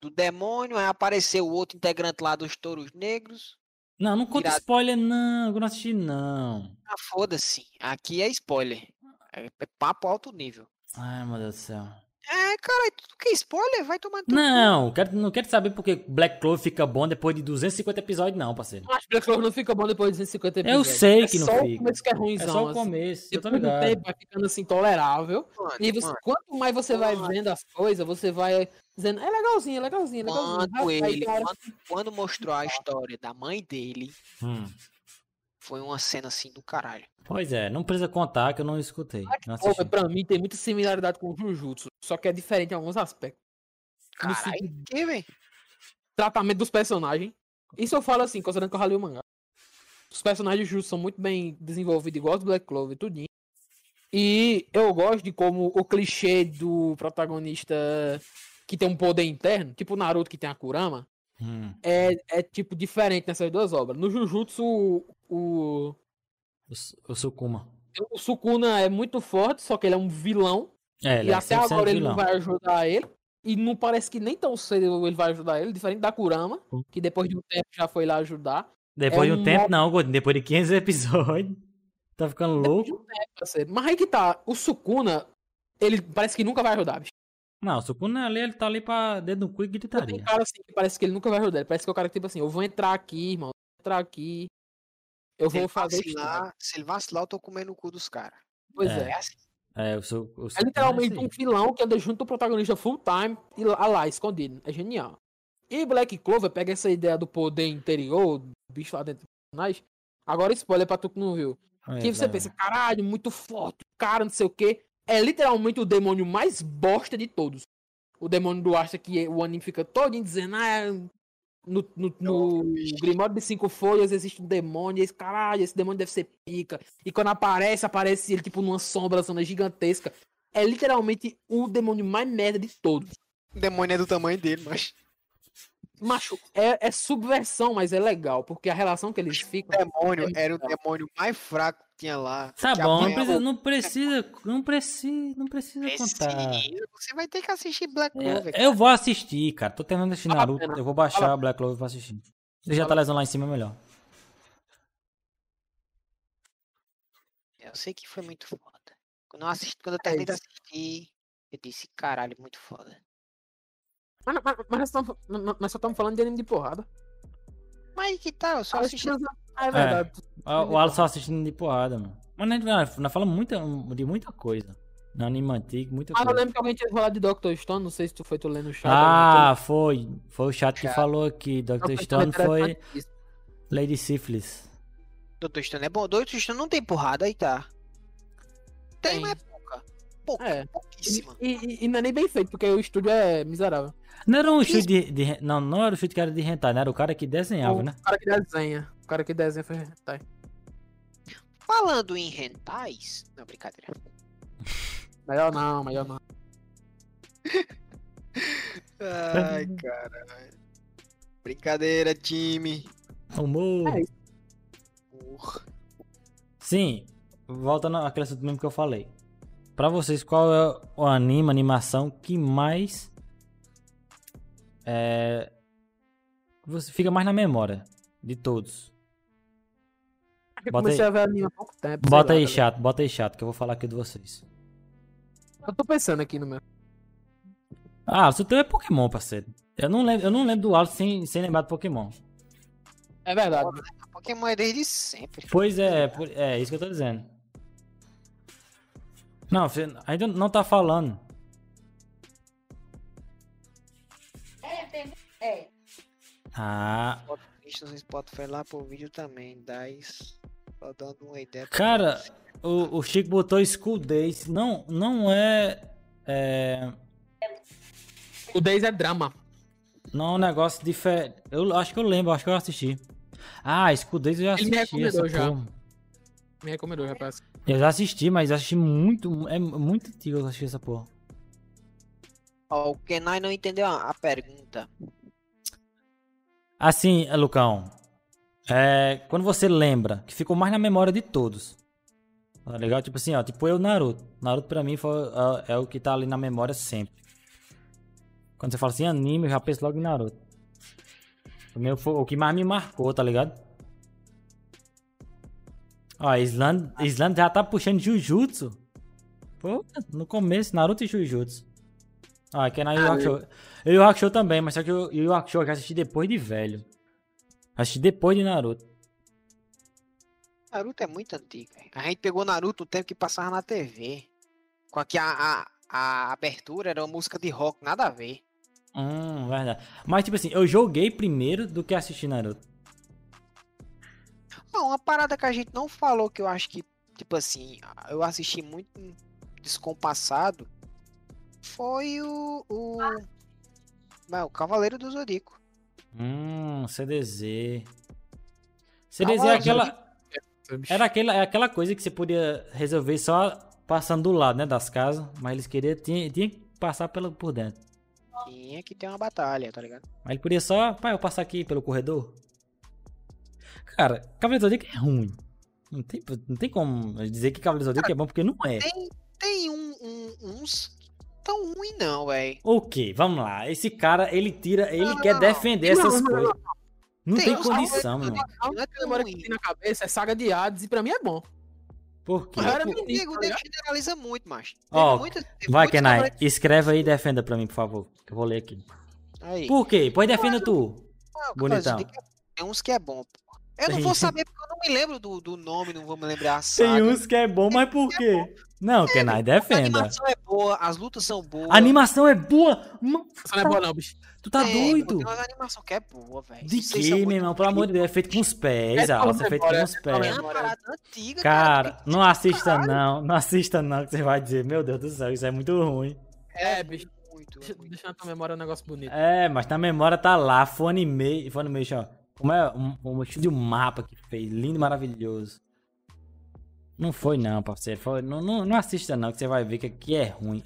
S2: Do demônio, aí apareceu o outro integrante lá dos touros negros.
S1: Não, não conta
S2: irado.
S1: spoiler, não. Eu não assisti, não.
S2: Ah, foda-se. Aqui é spoiler. É é papo alto nível.
S1: Ai, meu Deus do céu.
S2: É, cara, tudo que é spoiler vai tomando tudo.
S1: Não, quero, não quero saber porque Black Clover fica bom depois de 250 episódios, não, parceiro.
S3: Mas Black Clover não fica bom depois de 250
S1: Eu
S3: episódios.
S1: sei que
S3: é
S1: não
S3: só
S1: fica.
S3: o começo que é ruimzão.
S1: É só o
S3: assim.
S1: começo, eu tô
S3: Depois do
S1: ligado.
S3: tempo vai ficando assim tolerável.
S2: Mano,
S3: E você,
S2: mano,
S3: quanto mais você vai
S2: mano.
S3: vendo as coisas, você vai dizendo, é legalzinho, é legalzinho, é legalzinho.
S2: quando
S3: Aí,
S2: ele,
S3: cara,
S2: quando, quando mostrou a história da mãe dele,
S1: Hum.
S2: foi uma cena assim do caralho.
S1: Pois é, não precisa contar que eu não escutei. Não
S3: Pô,
S1: assisti.
S3: mas pra mim tem muita similaridade com o Jujutsu, só que é diferente em alguns aspectos. No
S2: Caralho,
S3: sentido,
S2: que, velho?
S3: tratamento dos personagens. Isso eu falo assim, considerando que eu ralei o mangá. Os personagens de Jujutsu são muito bem desenvolvidos, igual os Black Clover, tudinho. E eu gosto de como o clichê do protagonista que tem um poder interno, tipo o Naruto que tem a Kurama,
S1: Hum,
S3: é, é tipo diferente nessas duas obras. No Jujutsu, o, o,
S1: o, Su- o Sukuma.
S3: o Sukuna é muito forte, só que ele é um vilão.
S1: É, ele é
S3: e até
S1: 100%
S3: agora ele
S1: vilão.
S3: não vai ajudar ele. E não parece que nem tão cedo ele vai ajudar ele, diferente da Kurama, que depois de um tempo já foi lá ajudar.
S1: Depois
S3: é
S1: de um
S3: um
S1: tempo,
S3: mob- É
S1: não, Gordinho. Depois de 500 episódios. Tá
S3: tipo-
S1: ficando louco.
S3: tá, Parceiro. Mas aí que tá, o Sukuna, ele parece que nunca vai ajudar, bicho.
S1: Não, o Sukuna ele tá ali pra dedo no cu e
S3: Tem um
S1: gritaria.
S3: cara assim que parece que ele nunca vai ajudar. Ele parece que é o cara que, tipo assim, eu vou entrar aqui, irmão. Vou entrar aqui. Eu
S2: Se
S3: vou
S2: ele,
S3: fazer isso.
S2: vacilar, se ele vacilar, eu tô comendo o cu dos caras.
S3: Pois
S1: É.
S3: é.
S2: É assim.
S1: É, o Su- o
S3: É
S1: Sukuna
S3: literalmente
S1: esse
S3: um
S1: aí.
S3: vilão que anda junto do protagonista full time e lá, lá escondido. É genial. E Black Clover pega essa ideia do poder interior, do bicho lá dentro dos personagens. Agora spoiler pra tu que não viu.
S1: É,
S3: que você
S1: vai,
S3: pensa, caralho, muito forte, cara, não sei o que. É literalmente o demônio mais bosta de todos. O demônio do Asta que o anime fica todo dizendo, ah, no, no, no Grimório de Cinco Folhas existe um demônio, esse caralho, esse demônio deve ser pica. E quando aparece, aparece ele tipo numa sombra, zona gigantesca. É literalmente o demônio mais merda de todos.
S2: O demônio é do tamanho dele, mas.
S3: Macho, é, é subversão, mas é legal, porque a relação que eles
S2: O
S3: ficam.
S2: demônio era o demônio mais fraco que tinha lá.
S1: Tá
S2: que
S1: bom, não
S2: apanhava
S1: precisa, não precisa, não precisa, não precisa contar.
S2: Precisa, Você vai ter que assistir Black Clover.
S1: É, eu vou assistir, cara. Tô terminando de assistir
S3: Vale a
S1: Naruto.
S3: pena.
S1: Eu vou baixar
S3: Vale
S1: a Black Clover pra assistir. Deixa a
S3: Vale a
S1: televisão lá em cima é melhor.
S2: Eu sei que foi muito foda. Quando eu, assisti, quando eu terminei de
S3: isso.
S2: assistir, eu disse, caralho, muito foda.
S3: Mas, mas, mas nós tamo- nós- nós só estamos falando de anime de porrada.
S2: Mas que tal? Eu só
S3: Ah,
S2: assisti.
S3: é verdade.
S1: Ah, O Alan só assistindo de porrada, mano. Mas a gente nós- nós falamos muita, um, de muita coisa. No anime antigo, muita
S3: Ah, eu
S1: coisa.
S3: lembro que alguém tinha falado de Dr. Stone, não sei se tu foi tu lendo o chat.
S1: Ah, foi. Foi o chat que
S2: Chato.
S1: falou que
S3: alguém
S1: Dr.
S3: tinha-
S1: Stone foi
S3: Isso.
S1: Lady Syphilis.
S2: Doutor Stone é bom. Doutor Stone não tem porrada, aí tá. Tem,
S3: Tem.
S2: mas é pouca. Pouca,
S3: É.
S2: pouquíssima.
S3: E, e- e não é nem bem feito, porque o estúdio é miserável.
S1: Não era um chute de, de- Não, não era o chute que era de rentar, né? Era o cara que desenhava,
S3: o
S1: né?
S3: cara que desenha. O cara que desenha foi. Tá.
S2: Falando em rentais. Não, brincadeira.
S3: Melhor não, melhor não.
S2: Ai, caralho. Brincadeira, time.
S1: Humor.
S3: É
S2: Porra.
S1: Sim, voltando àquele assunto mesmo que eu falei. Pra vocês, qual é o anime, a animação que mais. É. que Você fica mais na memória de todos.
S3: Eu
S1: Bota
S3: comecei
S1: aí.
S3: a ver anime há pouco tempo. sei
S1: Bota
S3: lá,
S1: aí,
S3: tá
S1: chato, bota aí, chato, que eu vou falar aqui de vocês.
S3: ligado? Eu tô pensando aqui no meu.
S1: Ah, o seu teu é Pokémon, parceiro. Eu não lembro, eu não lembro do Alto sem, sem lembrar do Pokémon.
S3: É verdade.
S2: Pokémon é desde sempre.
S1: Pois é, é por- é isso que eu tô dizendo. Não, você ainda não tá falando.
S3: É,
S1: Ah,
S2: Isso no Spotify lá pro vídeo também. 10. Só dando uma ideia. pra
S1: Cara,
S2: vocês.
S1: o, o Chico botou School Days. Não, não é, é.
S3: O 10 é drama.
S1: Não é um negócio diferente. Eu acho que eu lembro, acho que eu assisti. Ah, School Days eu já
S3: Ele me
S1: assisti. Essa
S3: recomendou já.
S1: porra.
S3: Me recomendou, rapaz.
S1: Eu já assisti, mas eu assisti muito. É muito antigo eu assisti essa porra.
S2: Ó, o Kenai não entendeu a a pergunta.
S1: Assim, é, Lucão. É, quando você lembra, que ficou mais na memória de todos. Tá legal? Tipo assim, ó, tipo eu Naruto. Naruto pra mim foi, é- é o que tá ali na memória sempre. Quando você fala assim anime, eu já penso logo em Naruto. O, meu foi, o que mais me marcou, tá ligado? Ó, a Islândia, a Islândia já tá puxando Jujutsu. Pô, no começo, Naruto e Jujutsu. Ah, que é na Yu Yu Hakusho. Yu Yu Hakusho também, mas só que o Yu Yu Hakusho eu já assisti depois de velho. Assisti depois de Naruto.
S2: Naruto é muito antigo. velho. A gente pegou Naruto o tempo que passava na TV. Com aqui a, a, a abertura era uma música de rock, nada a ver.
S1: Hum, verdade. Mas tipo assim, eu joguei primeiro do que assisti Naruto.
S2: Não, uma parada que a gente não falou que eu acho que, tipo assim, a- eu assisti muito descompassado foi o. o... Mas o Cavaleiro do Zodíaco.
S1: Hum, CDZ. CDZ é
S2: Calma,
S1: aquela, era aquela, é aquela coisa que você podia resolver só passando do lado, né, das casas. Mas eles queriam, tinha, tinha que passar pela, por dentro.
S2: Tinha que ter uma batalha, tá ligado?
S1: Mas ele podia só, pai, eu passar aqui pelo corredor. Cara, Cavaleiro do Zodíaco é ruim. Não tem, não tem como dizer que Cavaleiro do Zodíaco é bom, porque não é.
S2: Tem um, um- uns tão ruim não, velho.
S1: Ok, vamos lá. Esse cara, ele tira, ele
S2: não,
S1: quer
S2: não.
S1: defender
S3: Não,
S1: essas
S3: não, não,
S1: coisas. Não tem,
S2: uns
S1: condição, meu irmão.
S2: Não é tão
S3: A memória que
S2: ruim.
S3: tem na cabeça é Saga de Hades e pra mim é bom.
S1: Por quê?
S2: Cara,
S3: Pô,
S2: meu amigo,
S3: tá
S2: o nego generaliza muito, macho. Teve
S1: Ó,
S2: muita- teve
S1: Vai,
S2: muitos
S1: Kenai.
S2: trabalhos-
S1: Escreve aí e defenda pra mim, por favor. que Eu vou ler aqui.
S2: Aí.
S1: Por quê? Pois defenda tu.
S2: Ah,
S1: bonitão.
S2: Tem que- tem uns que é bom. pô. Eu não vou saber porque eu não me lembro do, do nome, não vou me lembrar a saga.
S1: que é bom, mas por quê? Não, Kenai,
S2: A
S1: defenda.
S2: animação é boa, as lutas são boas.
S1: A animação é boa? Mano,
S3: Essa não é boa não, bicho.
S1: tu tá
S2: Tem,
S1: doido?
S2: pô, Tem uma animação que é boa, velho.
S1: De
S2: Vocês
S1: que,
S2: são
S1: meu
S2: muito
S1: irmão? Pelo amor de Deus, é feito com os pés.
S3: É
S1: a roça é
S3: pra
S1: feita com
S3: memória,
S1: os
S3: é pra
S2: É
S1: pés.
S3: memória.
S2: uma parada antiga, cara.
S1: Cara, não assista não, não assista não, que você vai dizer, meu Deus do céu, isso é muito ruim.
S3: É, bicho.
S2: Muito,
S3: Deixa,
S2: muito.
S3: deixa na tua memória um negócio bonito.
S1: É, mas na memória tá lá, Funimation, Funimation, ó. Como é um, um estilo de um mapa que fez, lindo, maravilhoso. Não foi não, parceiro, foi- não, não, não assista não, que você vai ver que aqui é ruim.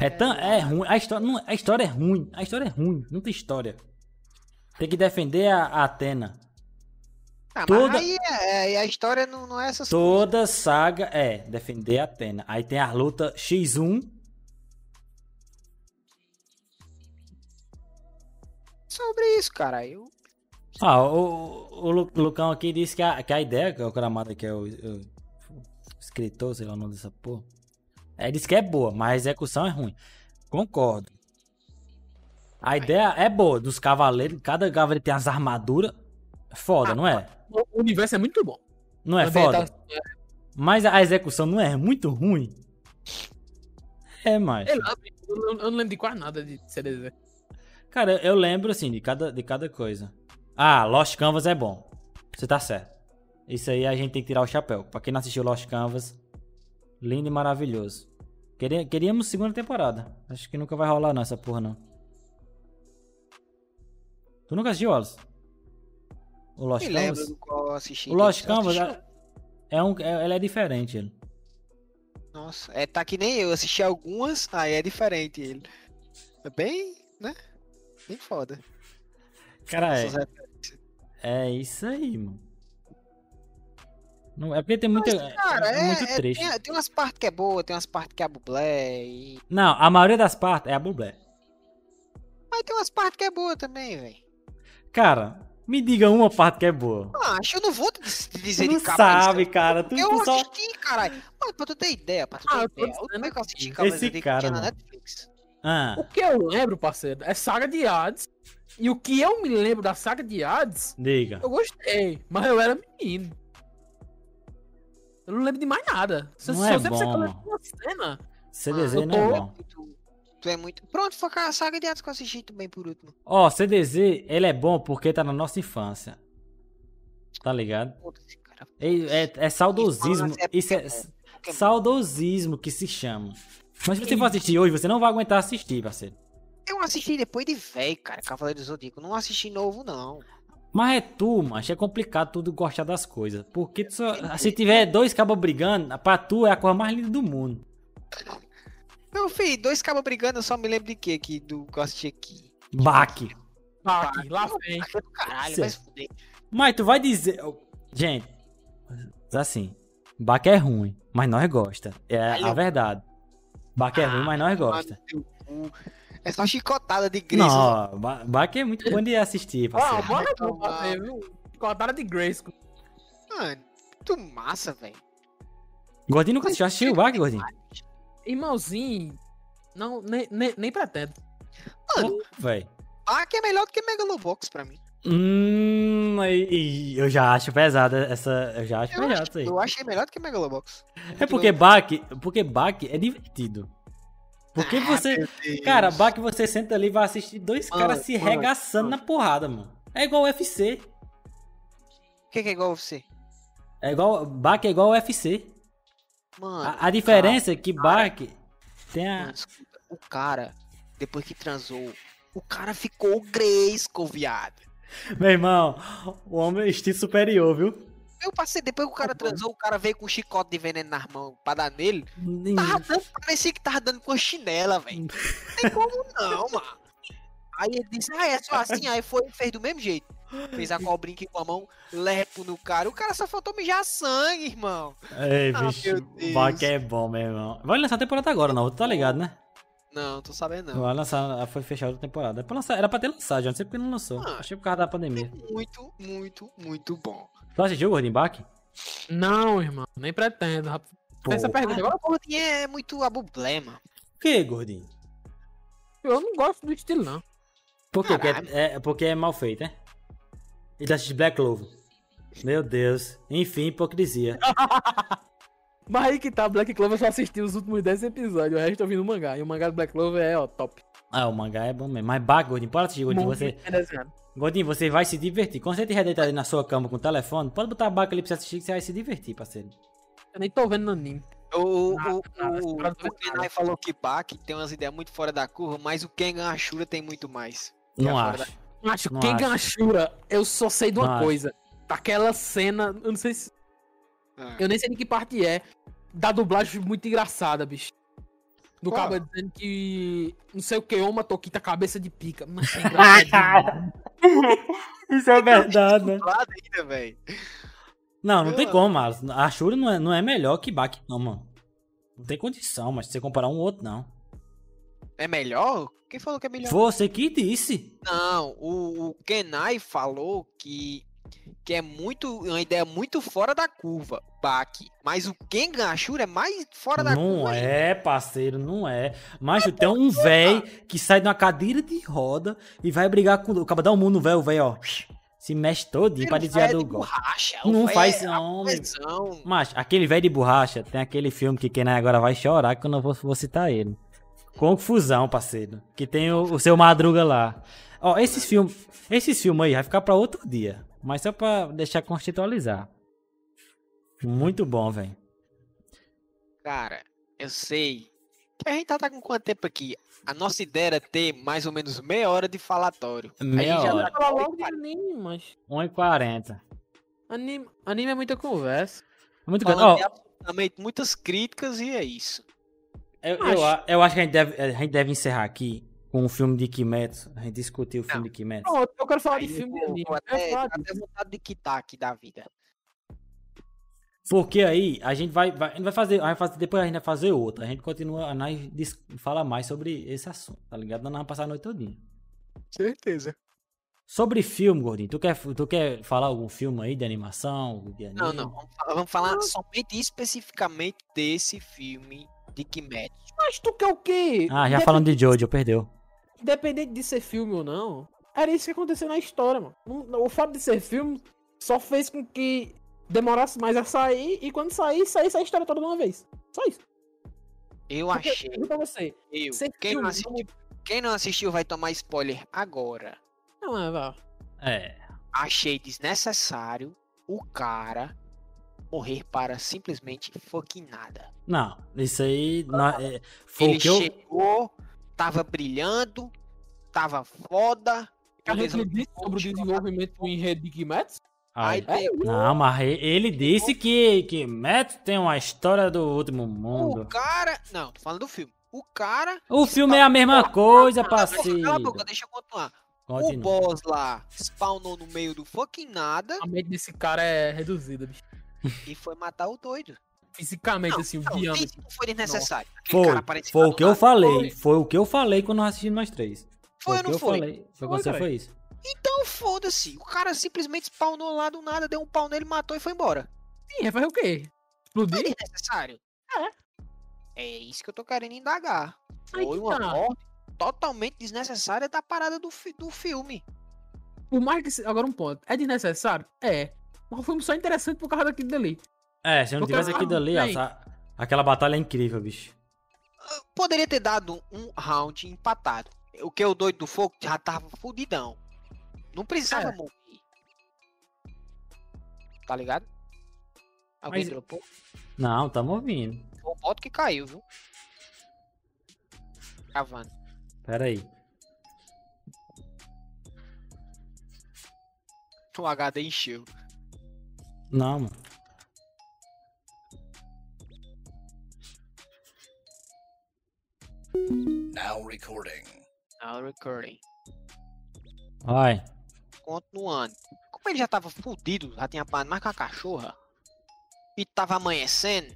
S1: É, tão, é ruim, a história, não- a história é ruim, a história é ruim, não tem história. Tem que defender a, a Atena.
S2: Ah,
S1: toda-
S2: mas aí é, é, a história não, não é essas
S1: Toda saga é defender a Atena. Aí tem a luta X1,
S2: sobre isso, cara. Eu...
S1: Ah, o, o Lu- Lucão aqui disse que a, que a ideia, que é o Kuramada, que é o, o- o escritor, sei lá o nome dessa porra, é, disse que é boa, mas a execução é ruim. Concordo. A ideia é boa, dos cavaleiros, cada cavaleiro tem as armaduras. Foda, não é?
S3: O universo é muito bom. tá,
S1: Não é foda?
S3: Ambientação-
S1: Mas a execução não é muito ruim? É, mais.
S3: Sei lá, bicho, eu, não- eu não lembro de quase nada de CDZ.
S1: Cara, eu lembro assim de cada, de cada coisa. Ah, Lost Canvas é bom. Você tá certo. Isso aí a gente tem que tirar o chapéu. Pra quem não assistiu Lost Canvas, lindo e maravilhoso. Queria- Queríamos segunda temporada. Acho que nunca vai rolar não, essa porra não. Tu nunca assistiu, Wallace? O Lost
S2: Me
S1: Canvas?
S2: lembro do qual eu assisti.
S1: O Lost
S2: Eu
S1: Canvas
S2: assisti-
S1: é, é um, é, ele é diferente. Ele.
S2: Nossa, é, tá que nem eu. eu Assisti algumas, aí é diferente ele. É bem, né? Bem foda.
S1: Cara, é,
S2: Essas ref-
S1: é isso aí, mano. Não, é porque tem muito, é-
S2: Cara,
S1: é
S2: é,
S1: muito
S2: é-
S1: trecho.
S2: tem, tem umas partes que é boa, tem umas partes que é bublé. E...
S1: Não, a maioria das partes é a Bublé.
S2: Mas tem umas partes que é boa também, velho.
S1: Cara, me diga uma parte que é boa.
S2: Ah, acho que eu não vou te dis-
S1: Tu
S2: te dizer
S1: não
S2: de capa isso, é
S1: sabe, cara. Tu,
S2: Eu
S1: tu só.
S2: assisti, caralho. Mas pra tu ter ideia, pra tu
S3: Ah, eu
S2: ter
S3: tô
S2: ideia. O
S3: dizendo
S2: último que eu assisti
S1: aqui.
S2: Cavaleiros
S1: Esse
S2: do Zodíaco
S1: cara,
S2: tinha na
S1: mano.
S2: Netflix.
S1: Ah,
S3: O que eu lembro, parceiro, é saga de Hades. E o que eu me lembro da saga de Hades,
S1: diga.
S3: eu gostei. Mas eu era menino. Eu não lembro de mais nada. Se,
S1: Não
S3: se
S1: é
S3: eu sempre sei
S1: bom,
S3: que eu
S1: mano.
S3: lembro de uma cena.
S1: CDZ
S3: eu
S1: não é
S3: tô-
S1: bom.
S2: Tu, tu é muito. Pronto, foi a saga de Atos que eu assisti também por último.
S1: Ó, CDZ, ele é bom porque tá na nossa infância. Tá ligado?
S2: Foda-se, cara.
S1: É, é- é saudosismo.
S2: Infância é
S1: Isso é
S2: Pokémon. Pokémon.
S1: saudosismo que se chama. Mas se você for assistir hoje, você não vai aguentar assistir, parceiro.
S2: Eu assisti depois de velho, cara. Cavaleiro do Zodíaco. Não assisti novo, não.
S1: Mas é tu, macho, é complicado tu gostar das coisas. Porque tu só- se tiver dois cabos brigando, pra tu é a coisa mais linda do mundo.
S2: Meu filho, dois cabos brigando, eu só me lembro de quê aqui do que eu assisti aqui.
S1: Baque.
S3: Tá, aqui, lá vem.
S2: Aqui é do caralho,
S1: Cê-
S2: vai se fuder.
S1: Mas tu vai dizer. Gente, assim, Baque é ruim, mas nós gosta. É a
S2: Valeu.
S1: verdade. Baque é ruim, mas nós gosta.
S2: Tomar no teu cu. É só chicotada de grisa.
S1: Não, Ba- Baque é muito bom de assistir,
S3: Ah,
S1: parceiro.
S3: bora não, parceiro. viu? Com a cara de Grace.
S2: Mano, muito massa, velho.
S1: Gordinho nunca assistiu. Assistiu o Baque, Gordinho?
S3: Irmãozinho, não, nem, nem, nem pretendo.
S2: Mano,
S1: Véi.
S2: ah, que é melhor do que Megalobox pra mim.
S1: Hum, e- e eu já acho pesada essa. Eu já acho
S2: Eu,
S1: pesado
S2: acho-
S1: isso aí.
S2: eu achei melhor do que Megalobox.
S1: É porque Baque. Porque Baque é divertido. Porque
S2: Ah,
S1: você.
S2: meu Deus.
S1: Cara, Bach, você senta ali e vai assistir dois
S2: Mano,
S1: caras se
S2: mano,
S1: regaçando na porrada, mano. É igual UFC.
S2: O que, que é igual a você?
S1: É igual. Bach é igual UFC.
S2: Mano,
S1: A, a diferença é que Bach tem
S2: Mano,
S1: a.
S2: escuta, o cara, depois que transou, o cara ficou gresco, viado.
S1: Meu irmão, o homem é estilo superior, viu?
S2: Eu passei, depois que o
S1: Tá
S2: cara transou, o cara veio com um chicote de veneno nas mãos pra dar nele.
S1: Nem-
S2: Tava dando, parecia que tava dando com a chinela, velho. Não tem como não, mano. Aí ele disse, ah, é só assim, aí foi e fez do mesmo jeito. Fez a cobrinha aqui com a mão, lepo no cara. O cara só faltou mijar sangue, irmão.
S1: Ei,
S2: Ah,
S1: bicho,
S2: meu Deus.
S1: Bach é bom, meu irmão. Vai lançar a temporada agora, não. Tu tá ligado, né?
S2: Não, tô sabendo não.
S1: Vai lançar, foi fechada a temporada. É pra lançar- era pra ter lançado, já não sei porque não lançou.
S2: Ah.
S1: Achei por causa da pandemia.
S2: Muito, muito, muito bom.
S1: Tu assistiu, Gordinho Bach?
S3: Não, irmão, nem pretendo. rapaz.
S5: Pô.
S3: Essa pergunta agora,
S2: O gordinho é muito abublema.
S5: Por que, gordinho?
S3: eu não gosto do estilo, não.
S5: Por quê? Porque
S2: Caralho.
S5: é, é- porque é mal feito, né? E tá de Black Clover. Meu Deus. Enfim, hipocrisia.
S2: Ah.
S3: Mas aí que tá, Black Clover eu só assisti os últimos 10 episódios, o resto eu vi no mangá. E o mangá do Black Clover é, ó, top.
S5: Ah,
S1: Ah, o mangá é bom mesmo. Mas bah, Gordinho, para assistir, Gordinho.
S3: Muito
S1: Você,
S3: bem desenhado.
S1: Gordinho, você vai se divertir. Quando você estiver deitado aí na sua cama com o telefone, pode botar baca ali pra você assistir que você vai se divertir, parceiro.
S3: Eu nem tô vendo no anime.
S2: O,
S3: Nada,
S2: o,
S3: nada,
S2: o,
S3: fora do
S2: o Kenai falou que Baki tem umas ideias muito fora da curva, mas o Kengan Ashura tem muito mais.
S1: Não
S2: agora
S1: acho.
S3: Macho,
S1: Não
S3: quem
S1: acho.
S3: ganchura, eu só sei de uma
S1: Não acho.
S3: coisa. Daquela cena, eu não sei se.
S2: Ah.
S3: Eu nem sei de que parte é. Da dublagem muito engraçada, bicho. Do
S2: Qual?
S3: cabo é dizendo que. Não sei o que, uma toquita, cabeça de pica. Mas é engraçado.
S1: Isso é verdade, né?
S2: Dublado Tá ainda, velho.
S1: Não, não tem
S2: Eu-
S1: como, mas a Shura não é, não é melhor que Baki, não, mano. Não tem condição, mas se você comparar um outro, não.
S2: É melhor? Quem falou que é melhor?
S1: Você que disse.
S2: Não, o, o Kenai falou que, que é muito uma ideia muito fora da curva, o Baki. Mas o Kengan Ashura é mais fora da
S1: Não
S2: curva. ainda.
S1: é, parceiro, não é. Mas tem um véi que sai de uma cadeira de roda e vai brigar com o cara. Dá um mundo no véio, o véio, ó. Se mexe todinho pra
S2: O
S1: desviar
S2: véio é
S1: do
S2: de
S1: gol.
S2: borracha, o
S1: Não
S2: véio
S1: faz,
S2: é
S1: não, meu.
S2: apesão.
S1: Mas aquele velho de borracha, tem aquele filme que quem é agora vai chorar que eu não vou, vou citar ele. Confusão, parceiro. Que tem o, o seu Madruga lá. Ó, esses filmes esses filmes aí vai ficar pra outro dia. Mas só pra deixar constitualizar. Muito bom, velho.
S2: Cara, eu sei. Que a gente tá, tá com quanto tempo aqui? A nossa ideia era ter mais ou menos meia hora de falatório.
S1: Meia
S2: já
S1: hora.
S3: Fala logo de anime, mas.
S1: 1h40.
S3: Anime, anime é muita conversa.
S1: Muito bom.
S2: Falando
S1: Ó,
S2: de absolutamente muitas críticas e é isso.
S1: eu, eu, a- eu acho que a gente, deve, a gente deve encerrar aqui com o filme de Kimetsu. A gente discutiu o filme de Kimetsu.
S3: Não, eu quero falar
S2: Aí
S3: Tá de filme É de
S2: eu vou-
S3: anime.
S2: vou
S3: Eu quero
S2: até, tá-
S3: falar
S2: dá
S3: de-
S2: até vontade de quitar aqui da vida.
S1: Porque aí a gente vai, vai, a gente vai fazer, a gente vai fazer- depois a gente vai fazer outra. A gente continua, a nós dis- fala mais sobre esse assunto, tá ligado? Nós vamos passar a noite todinha.
S2: Certeza.
S1: Sobre filme, gordinho, tu quer, tu quer falar algum filme aí de animação? de
S2: Não,
S3: Hum.
S1: anime?
S2: não. Vamos falar, vamos falar somente especificamente desse filme de Kimetsu.
S3: Mas tu quer o quê?
S1: Ah, já
S3: Independ-
S1: falando de Jojo, perdeu.
S3: Independente de ser filme ou não, era isso que aconteceu na história, mano. Não- não- O fato de ser filme só fez com que demorasse mais a sair e quando sair, saísse a história toda de uma vez. Só isso.
S2: Eu
S3: Porque,
S2: achei.
S3: eu juro pra você.
S2: Eu.
S3: Ser
S2: Quem não,
S3: filme,
S2: assistiu, quem não assistiu vai tomar spoiler agora.
S3: Não, é, vá.
S1: É.
S2: Achei desnecessário o cara morrer para simplesmente fucking nada.
S1: Não, isso aí não, é, foi
S2: ele
S1: o que eu.
S2: chegou, tava brilhando, tava foda.
S3: A gente
S2: beleza,
S3: disse sobre o desenvolvimento do enredo de Kimetsu?
S1: Ai,
S3: É,
S2: Aí tem
S1: não, mas e- ele disse que que Matt tem uma história do último
S2: o
S1: mundo.
S2: cara. Não, tô falando do filme. O cara.
S1: O filme é a mesma coisa,
S2: Cala a
S1: parceiro.
S2: boca, deixa eu continuar. O
S1: Continua.
S2: boss lá spawnou no meio do fucking nada
S3: A mente desse cara é reduzida, bicho.
S2: e foi matar o doido.
S3: Fisicamente,
S2: Não,
S3: assim, o
S2: Não,
S3: diâmetro.
S2: isso não foi desnecessário. Aquele
S1: Foi,
S2: cara apareceu
S1: foi
S2: lá
S1: o
S2: do
S1: que eu
S2: nada.
S1: falei. Foi. o que eu falei quando nós assistimos nós três.
S2: Foi ou
S1: o que
S2: não
S1: eu
S2: foi?
S1: falei. Foi quando
S3: Foi,
S1: você
S3: cara.
S1: foi isso.
S2: Então foda-se. O cara simplesmente spawnou lá do nada, deu um pau nele, matou e foi embora.
S3: Sim, vai fazer o quê?
S2: Foi
S3: Explodir?
S2: desnecessário. É. É isso que eu tô querendo indagar.
S3: Aí
S2: Foi
S3: que
S2: uma
S3: tá.
S2: morte totalmente desnecessária da parada do, fi- do filme.
S3: Por mais que. se- Agora um ponto. É desnecessário? É. Mas o filme só é interessante por causa daquilo dali.
S1: É, se eu não
S3: Porque
S1: tivesse
S3: eu
S1: aqui dali, ó,
S3: falei.
S1: sa- aquela batalha é incrível, bicho.
S2: Poderia ter dado um round empatado. O que é o doido do fogo já tava fudidão. Não precisava
S3: É.
S2: morrer. Tá ligado? Alguém
S1: Mas-
S2: dropou?
S1: Não, tamo ouvindo.
S2: O voto que caiu, viu? Cavando.
S1: Pera aí.
S2: O HD encheu.
S1: Não, mano.
S6: Now recording.
S2: Now recording.
S1: Vai.
S2: Continuando. Como ele já tava fudido, já tinha parado mais com a cachorra, e tava amanhecendo,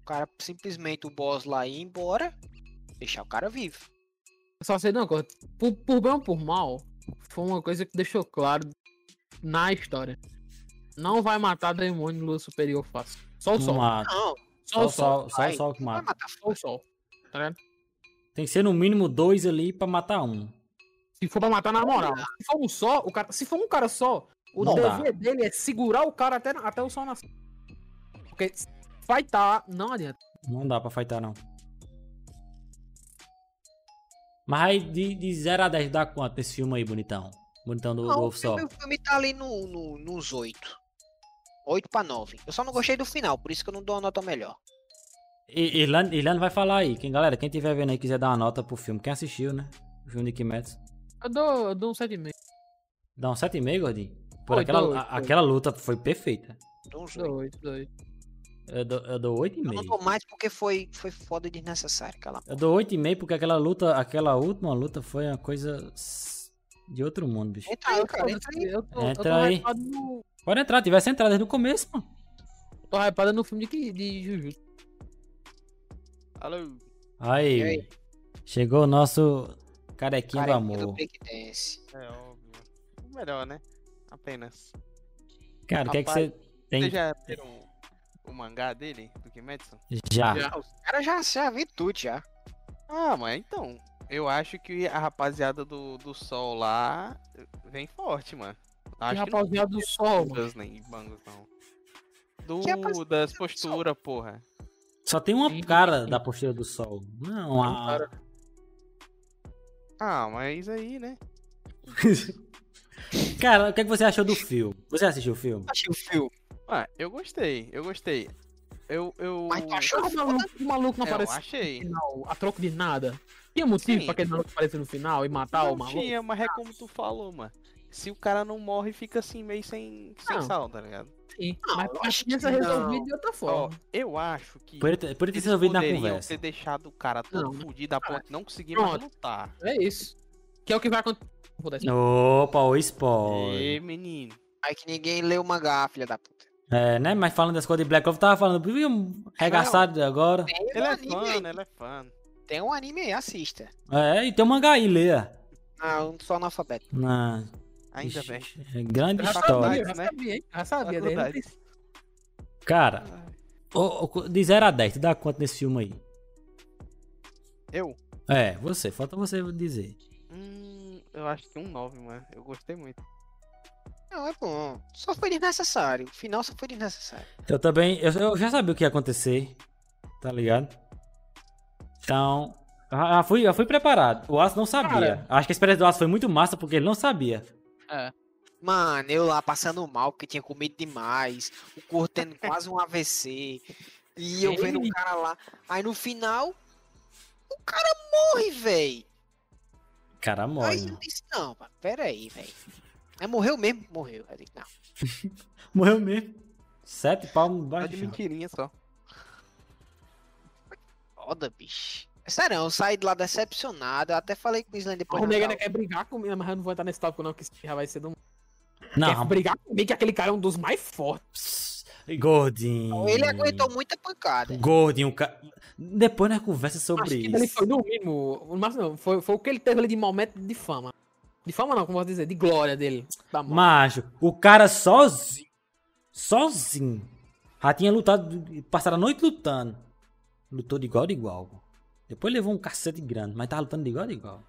S2: o cara simplesmente o boss lá ia embora, deixar o cara vivo.
S3: Eu Só sei de uma coisa. Por, por bem ou por mal, foi uma coisa que deixou claro na história. Não vai matar demônio lua superior fácil. Só o
S1: Não
S3: sol.
S1: mata.
S2: Não,
S3: Só
S1: Só
S3: o
S1: o
S3: sol.
S1: sol, só o
S2: vai.
S1: sol que
S2: vai
S1: mata.
S2: matar
S3: Só o
S2: fogo.
S3: sol. Tá ligado?
S1: Tem que ser no mínimo dois ali pra matar um.
S3: Se for pra matar na moral. Se for um só, o cara. Se for um cara só, o
S1: Não dá.
S3: dever dele é segurar o cara até, até o sol nascer. Porque vai tá, não adianta.
S1: Não dá pra fightar, não. Mas aí de, de 0 a 10 dá quanto nesse filme aí, bonitão? Bonitão do, do
S2: Não, o
S1: Ovo Sol.
S2: filme, o filme tá ali no, no- nos 8. 8 pra 9. Eu só não gostei do final, por isso que eu não dou uma nota melhor.
S1: I- Irlanda, Irlanda vai falar aí. Quem, galera, quem tiver vendo aí quiser dar uma nota pro filme. Quem assistiu, né? O filme de Kimetsu.
S3: Eu dou, eu dou um 7,5.
S1: Dá um 7,5, Gordinho? Por
S3: Oi,
S1: aquela,
S3: dou
S1: a-
S3: oito.
S1: aquela luta foi perfeita.
S2: Dou uns
S3: Dou
S2: oito.
S3: 8, dou 8.
S1: Eu dou, eu dou
S2: Eu não
S1: 8,5.
S2: dou mais porque foi, foi foda e desnecessário. Aquela...
S1: Eu dou 8,5 porque aquela luta, aquela última luta foi uma coisa s- de outro mundo, bicho.
S7: Ah,
S2: Entra aí, cara. Entra aí.
S3: Eu tô, eu tô
S1: Entra aí.
S3: hypado no.
S1: Pode entrar, tivesse entrado desde o começo, mano.
S3: Tô hypado no filme de, que- de Jujutsu.
S2: Alô.
S1: Aí,
S2: E aí?
S1: chegou o nosso carequinho do
S2: Carequinha do
S1: amor.
S2: breakdance.
S7: É óbvio. O melhor, né? Apenas.
S1: Cara, o que é que você
S7: Rapaz,
S1: tem?
S7: Vocês já viram o mangá dele, do Kimetsu?
S1: Já.
S3: Já.
S2: Ah, os caras já, já vi tudo já.
S7: Ah, mas então. Eu acho que a rapaziada do, do Sol lá vem forte, mano.
S3: Que
S7: Acho que não
S3: rapaziada do sol, mano.
S7: Bangos, nem bangos, não. Do,
S2: Que rapaziada
S7: das
S2: do Sol?
S7: posturas, porra.
S1: Só tem uma
S3: Sim,
S1: cara
S3: sim.
S1: da postura do sol. Não, a...
S7: Ah, mas aí, né?
S1: Cara, o que, é que você achou do filme? Você assistiu o filme?
S2: Achei o filme.
S7: Ah, eu gostei, eu gostei. Eu. eu... É,
S2: Mas tá tu achou
S3: O
S2: foda?
S3: Ah, maluco, o maluco não
S7: Eu
S3: apareceu no
S7: achei.
S3: final, a troco de nada. Tinha motivo
S7: Sim.
S3: pra aquele maluco aparecer no final e matar tá o
S7: não
S3: maluco?
S7: tinha, mas é como tu falou, mano. Se o cara não morre, fica assim, meio sem, sem
S3: Não.
S7: sal, tá ligado?
S3: Sim,
S2: Não,
S3: mas
S2: eu
S3: acho
S2: acho
S3: que
S2: que
S3: isso é resolvido
S7: não.
S3: de outra
S7: Ó,
S3: forma.
S7: eu acho que.
S1: Por ele ter- por ele ter
S7: Eles
S1: se resolvido na
S7: poderiam
S1: conversa.
S7: ter deixado o cara todo
S3: Não.
S7: fudido a ponto de não conseguir mais
S3: Pronto.
S7: lutar.
S3: É isso. Que é o que vai acontecer. Não vou dar spoiler.
S1: Opa, o spoiler.
S7: Ê, menino.
S2: Aí que ninguém leu o mangá, filha da puta.
S1: É, né? Mas falando das coisas de Black Clover, tava falando, viu? Regaçado agora.
S2: Tem um
S7: Ele é
S2: anime aí.
S7: fã, ele é fã.
S2: Tem um anime aí, assista.
S1: É, e tem um mangá aí, leia.
S2: Ah, eu não sou analfabeto.
S1: Na...
S7: Ainda
S1: Ixi,
S7: bem.
S1: é Grande
S3: Eu já
S1: história.
S3: sabia, eu já
S7: né?
S3: sabia, hein? Já sabia. daí não
S7: Faculdade.
S3: precisa.
S1: Cara, ô, ô, de 0 a 10, tu dá quanto nesse filme aí?
S7: Eu?
S1: É, você, falta você dizer.
S7: Hum, eu acho que um 9, mano. Eu gostei muito.
S2: Não, é bom. Só foi desnecessário. O final só foi desnecessário.
S1: Eu também, eu, eu já sabia o que ia acontecer, tá ligado? Então, eu já fui, eu fui preparado. O Aço não sabia. Acho que a experiência do Aço foi muito massa porque ele não sabia.
S2: Mano, eu lá passando mal, porque tinha comido demais. O corpo tendo quase um AVC. E eu vendo o cara lá. Aí no final, o cara morre, véi.
S1: Cara, morre.
S2: Aí eu
S1: mano.
S2: disse, não, mano, pera aí, véi. Aí morreu mesmo? Morreu. Aí eu disse, não.
S1: Morreu mesmo. Sete palmos
S7: Tá
S1: baixo.
S7: de mentirinha só.
S2: Foda, bicho. É Sério, eu saí de lá decepcionado. Eu até falei com o Island depois.
S3: O
S2: na
S3: nego ainda
S2: sala.
S3: quer brigar comigo, mas eu não vou entrar nesse tópico, não, que isso já vai ser do. Quer
S1: Não,
S3: brigar comigo, que aquele cara é um dos mais fortes.
S1: pss, gordinho.
S2: Ele aguentou muita pancada.
S1: Gordinho, cara. Depois nós conversa
S3: Acho
S1: sobre
S3: que
S1: isso.
S3: ele foi no mínimo. No máximo, não. Foi, foi o que ele teve ali de momento de fama. De fama, não, como eu posso dizer, de glória dele. Da mão.
S1: Macho, o cara sozinho. Sozinho. Já tinha lutado. Passaram a noite lutando. Lutou de igual a igual. Depois levou um cacete grande, mas tava lutando de igual a igual.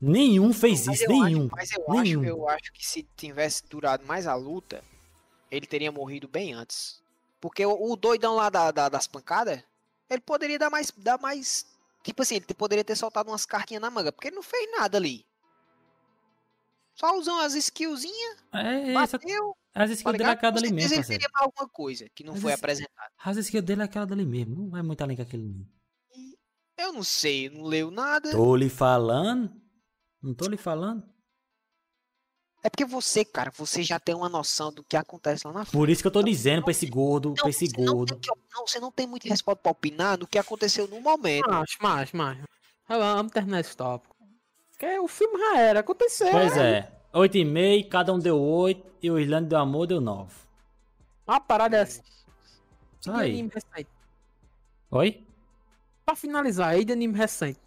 S1: Nenhum fez
S2: Mas
S1: isso,
S2: eu
S1: nenhum.
S2: Acho, mas eu
S1: nenhum.
S2: acho, eu acho que se tivesse durado mais a luta, ele teria morrido bem antes. Porque o, o doidão lá da- da- das pancadas, ele poderia dar mais, dar mais. Tipo assim, ele poderia ter soltado umas cartinhas na manga, porque ele não fez nada ali. Só usando as skillzinhas,
S1: É, é, essa,
S2: bateu.
S1: as skills
S2: Tá
S1: dele é
S2: ligado?
S1: aquela
S2: Com
S1: dali
S2: certeza
S1: mesmo,
S2: ele
S1: parceiro.
S2: teria mais alguma coisa que não
S1: Mas
S2: foi
S1: esse-
S2: apresentada.
S1: As skills dele é aquela dali mesmo. Não vai muito além que aquele. não.
S2: Eu não sei, eu não leio nada.
S1: Tô lhe falando. Não tô lhe falando.
S2: É porque você, cara, você já tem uma noção do que acontece lá na frente.
S1: Por isso que eu tô dizendo pra esse gordo,
S2: Então,
S1: pra esse
S2: você não
S1: gordo.
S2: tem que op- não, você não tem muito resposta pra opinar no que aconteceu no momento.
S3: Macho, macho, macho. Tá bom, Vamos terminar esse tópico. Porque o filme já era, aconteceu.
S1: Pois é. 8,5, cada um deu 8 e o Irlanda deu amor, deu 9.
S3: Uma parada assim.
S1: Isso
S3: de
S1: aí.
S3: anime recente.
S1: Oi?
S3: Pra finalizar, aí de anime recente.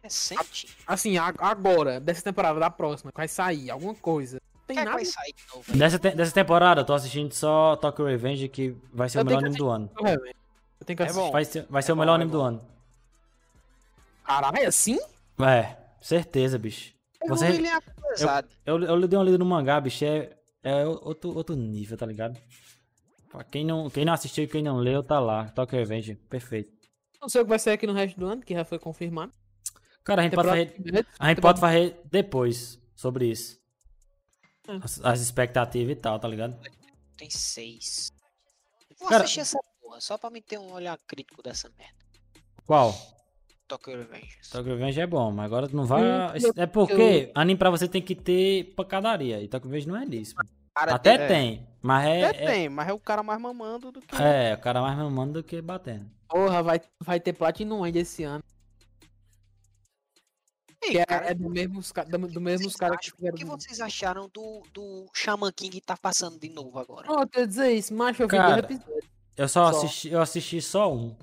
S2: Recente. É
S3: Assim, a- agora, dessa temporada, da próxima, que vai sair alguma coisa.
S2: Quem
S3: tem
S2: é que
S3: nada.
S2: vai sair de novo? aí?
S1: Dessa, te- dessa temporada, eu tô assistindo só Tokyo Revenge, que vai ser
S3: Eu
S1: o melhor
S3: tenho que
S1: anime do ano.
S3: É, velho. eu tenho que
S7: É
S3: assistir.
S7: bom.
S1: Vai ser, vai ser o
S7: bom,
S1: melhor
S7: é
S1: anime do ano.
S3: Caralho, assim?
S1: É, certeza, bicho.
S2: O
S1: Você-
S2: William é pesado.
S1: Eu, eu dei uma lida no mangá, bicho, é, é outro, outro nível, tá ligado? Pra quem não, quem não assistiu e quem não leu, tá lá. Tokyo Revenge, perfeito.
S3: Não sei o que vai sair aqui no resto do ano, que já foi confirmado.
S1: Cara, a gente pode
S3: Temporada
S1: fazer,
S3: de medo.
S1: a gente pode fazer depois sobre isso.
S3: É.
S1: As, as expectativas e tal, tá ligado?
S2: Tem seis. Vou
S1: Cara-
S2: assistir essa porra, só pra me ter um olhar crítico dessa merda.
S1: Qual?
S2: Tokyo Revengers.
S3: Tá-
S1: Tokyo Revenge é bom, mas agora tu não vai.
S3: Hum, eu-
S1: É porque anime pra você tem que ter pancadaria. E Tokyo Revenge não é nisso.
S2: Cara,
S1: Até
S7: tem-
S1: tem, mas é.
S7: Até tem, mas é o cara mais mamando do que.
S1: É, é, o cara mais mamando do que batendo.
S3: Porra, vai, vai ter Platinum End esse ano.
S2: tem,
S3: Que é,
S2: cara,
S3: é do mesmo, os ca- do, do
S2: vocês
S3: mesmo os caras que
S2: acham- O
S3: fizeram.
S2: que vocês acharam do, do Shaman King tá passando de novo agora?
S3: Pronto, eu ia dizer isso, macho, eu vi
S1: Cara.
S3: dois episódios.
S1: Eu só,
S3: Só.
S1: assisti, eu assisti só um.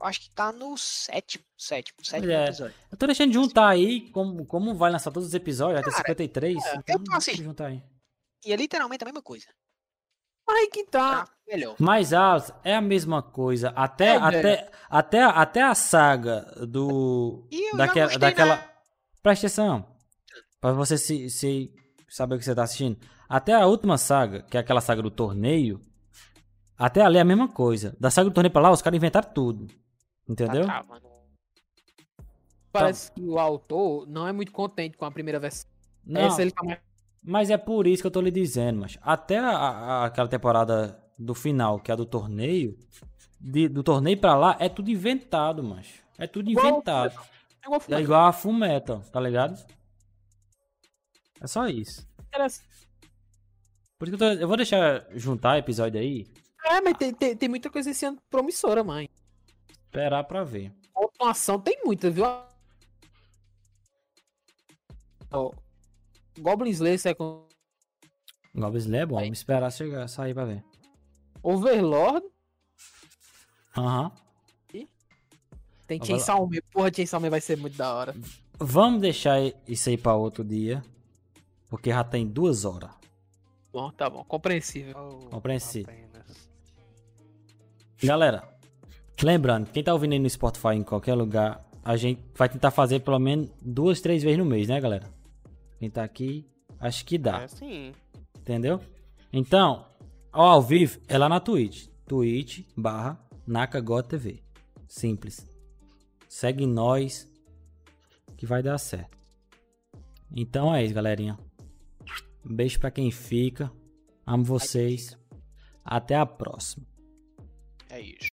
S2: Eu acho que tá no sétimo, sétimo, sétimo
S1: é.
S2: episódio.
S1: Eu tô deixando de juntar aí, como, como vai lançar todos os episódios, vai ter
S2: Cara,
S1: 53.
S2: é,
S1: então
S2: eu tô assistindo.
S1: deixa eu juntar aí.
S2: E é literalmente a mesma coisa.
S3: Ai, que tá.
S2: Tá melhor.
S1: Mas Alice, é a mesma coisa. Até,
S3: É,
S1: até, até, até a saga do.
S2: E eu já
S1: daquela,
S2: gostei né?
S1: daquela...
S2: da-
S1: Presta atenção. Pra você se, se saber o que você tá assistindo. Até a última saga, que é aquela saga do torneio. Até ali é a mesma coisa. Da saga do torneio pra lá, os caras inventaram tudo. Entendeu?
S2: Tá travando.
S3: Parece que o autor não é muito contente com a primeira versão.
S1: Não,
S3: Essa ele tá mais.
S1: Mas é por isso que eu tô lhe dizendo, mas até a- a- aquela temporada do final, que é a do torneio, de- do torneio pra lá, é tudo inventado, macho. É tudo
S3: Igual-
S1: inventado.
S3: É igual
S1: É
S3: Fullmetal.
S1: igual a Fumeta, tá ligado? É só isso. Por isso que eu, tô- eu vou deixar juntar episódio aí,
S3: É, mas tem, tem, tem muita coisa esse ano promissora, mãe.
S1: esperar pra ver.
S3: Continuação tem muita, viu? Ó, Goblin Slayer Second
S1: Goblin Slayer é bom, vamos esperar chegar, sair pra ver.
S3: Overlord.
S1: Aham.
S3: Tem
S1: Overlord.
S3: Chainsaw Man. Porra, Chainsaw Man vai ser muito da hora.
S1: Vamos deixar isso aí pra outro dia, porque já tem duas horas.
S3: Bom, tá bom. Compreensível.
S7: Oh,
S1: Compreensível.
S7: apenas.
S1: Galera, lembrando, quem tá ouvindo aí no Spotify em qualquer lugar, a gente vai tentar fazer pelo menos duas, três vezes no mês, né, galera? Quem tá aqui, acho que dá,
S7: É sim.
S1: entendeu? Então, ó, ao vivo é lá na Twitch, twitch barra nakagotv, simples. Segue nós, que vai dar certo. Então é isso, galerinha. Um beijo pra quem fica, amo vocês, até a próxima.
S2: É isso.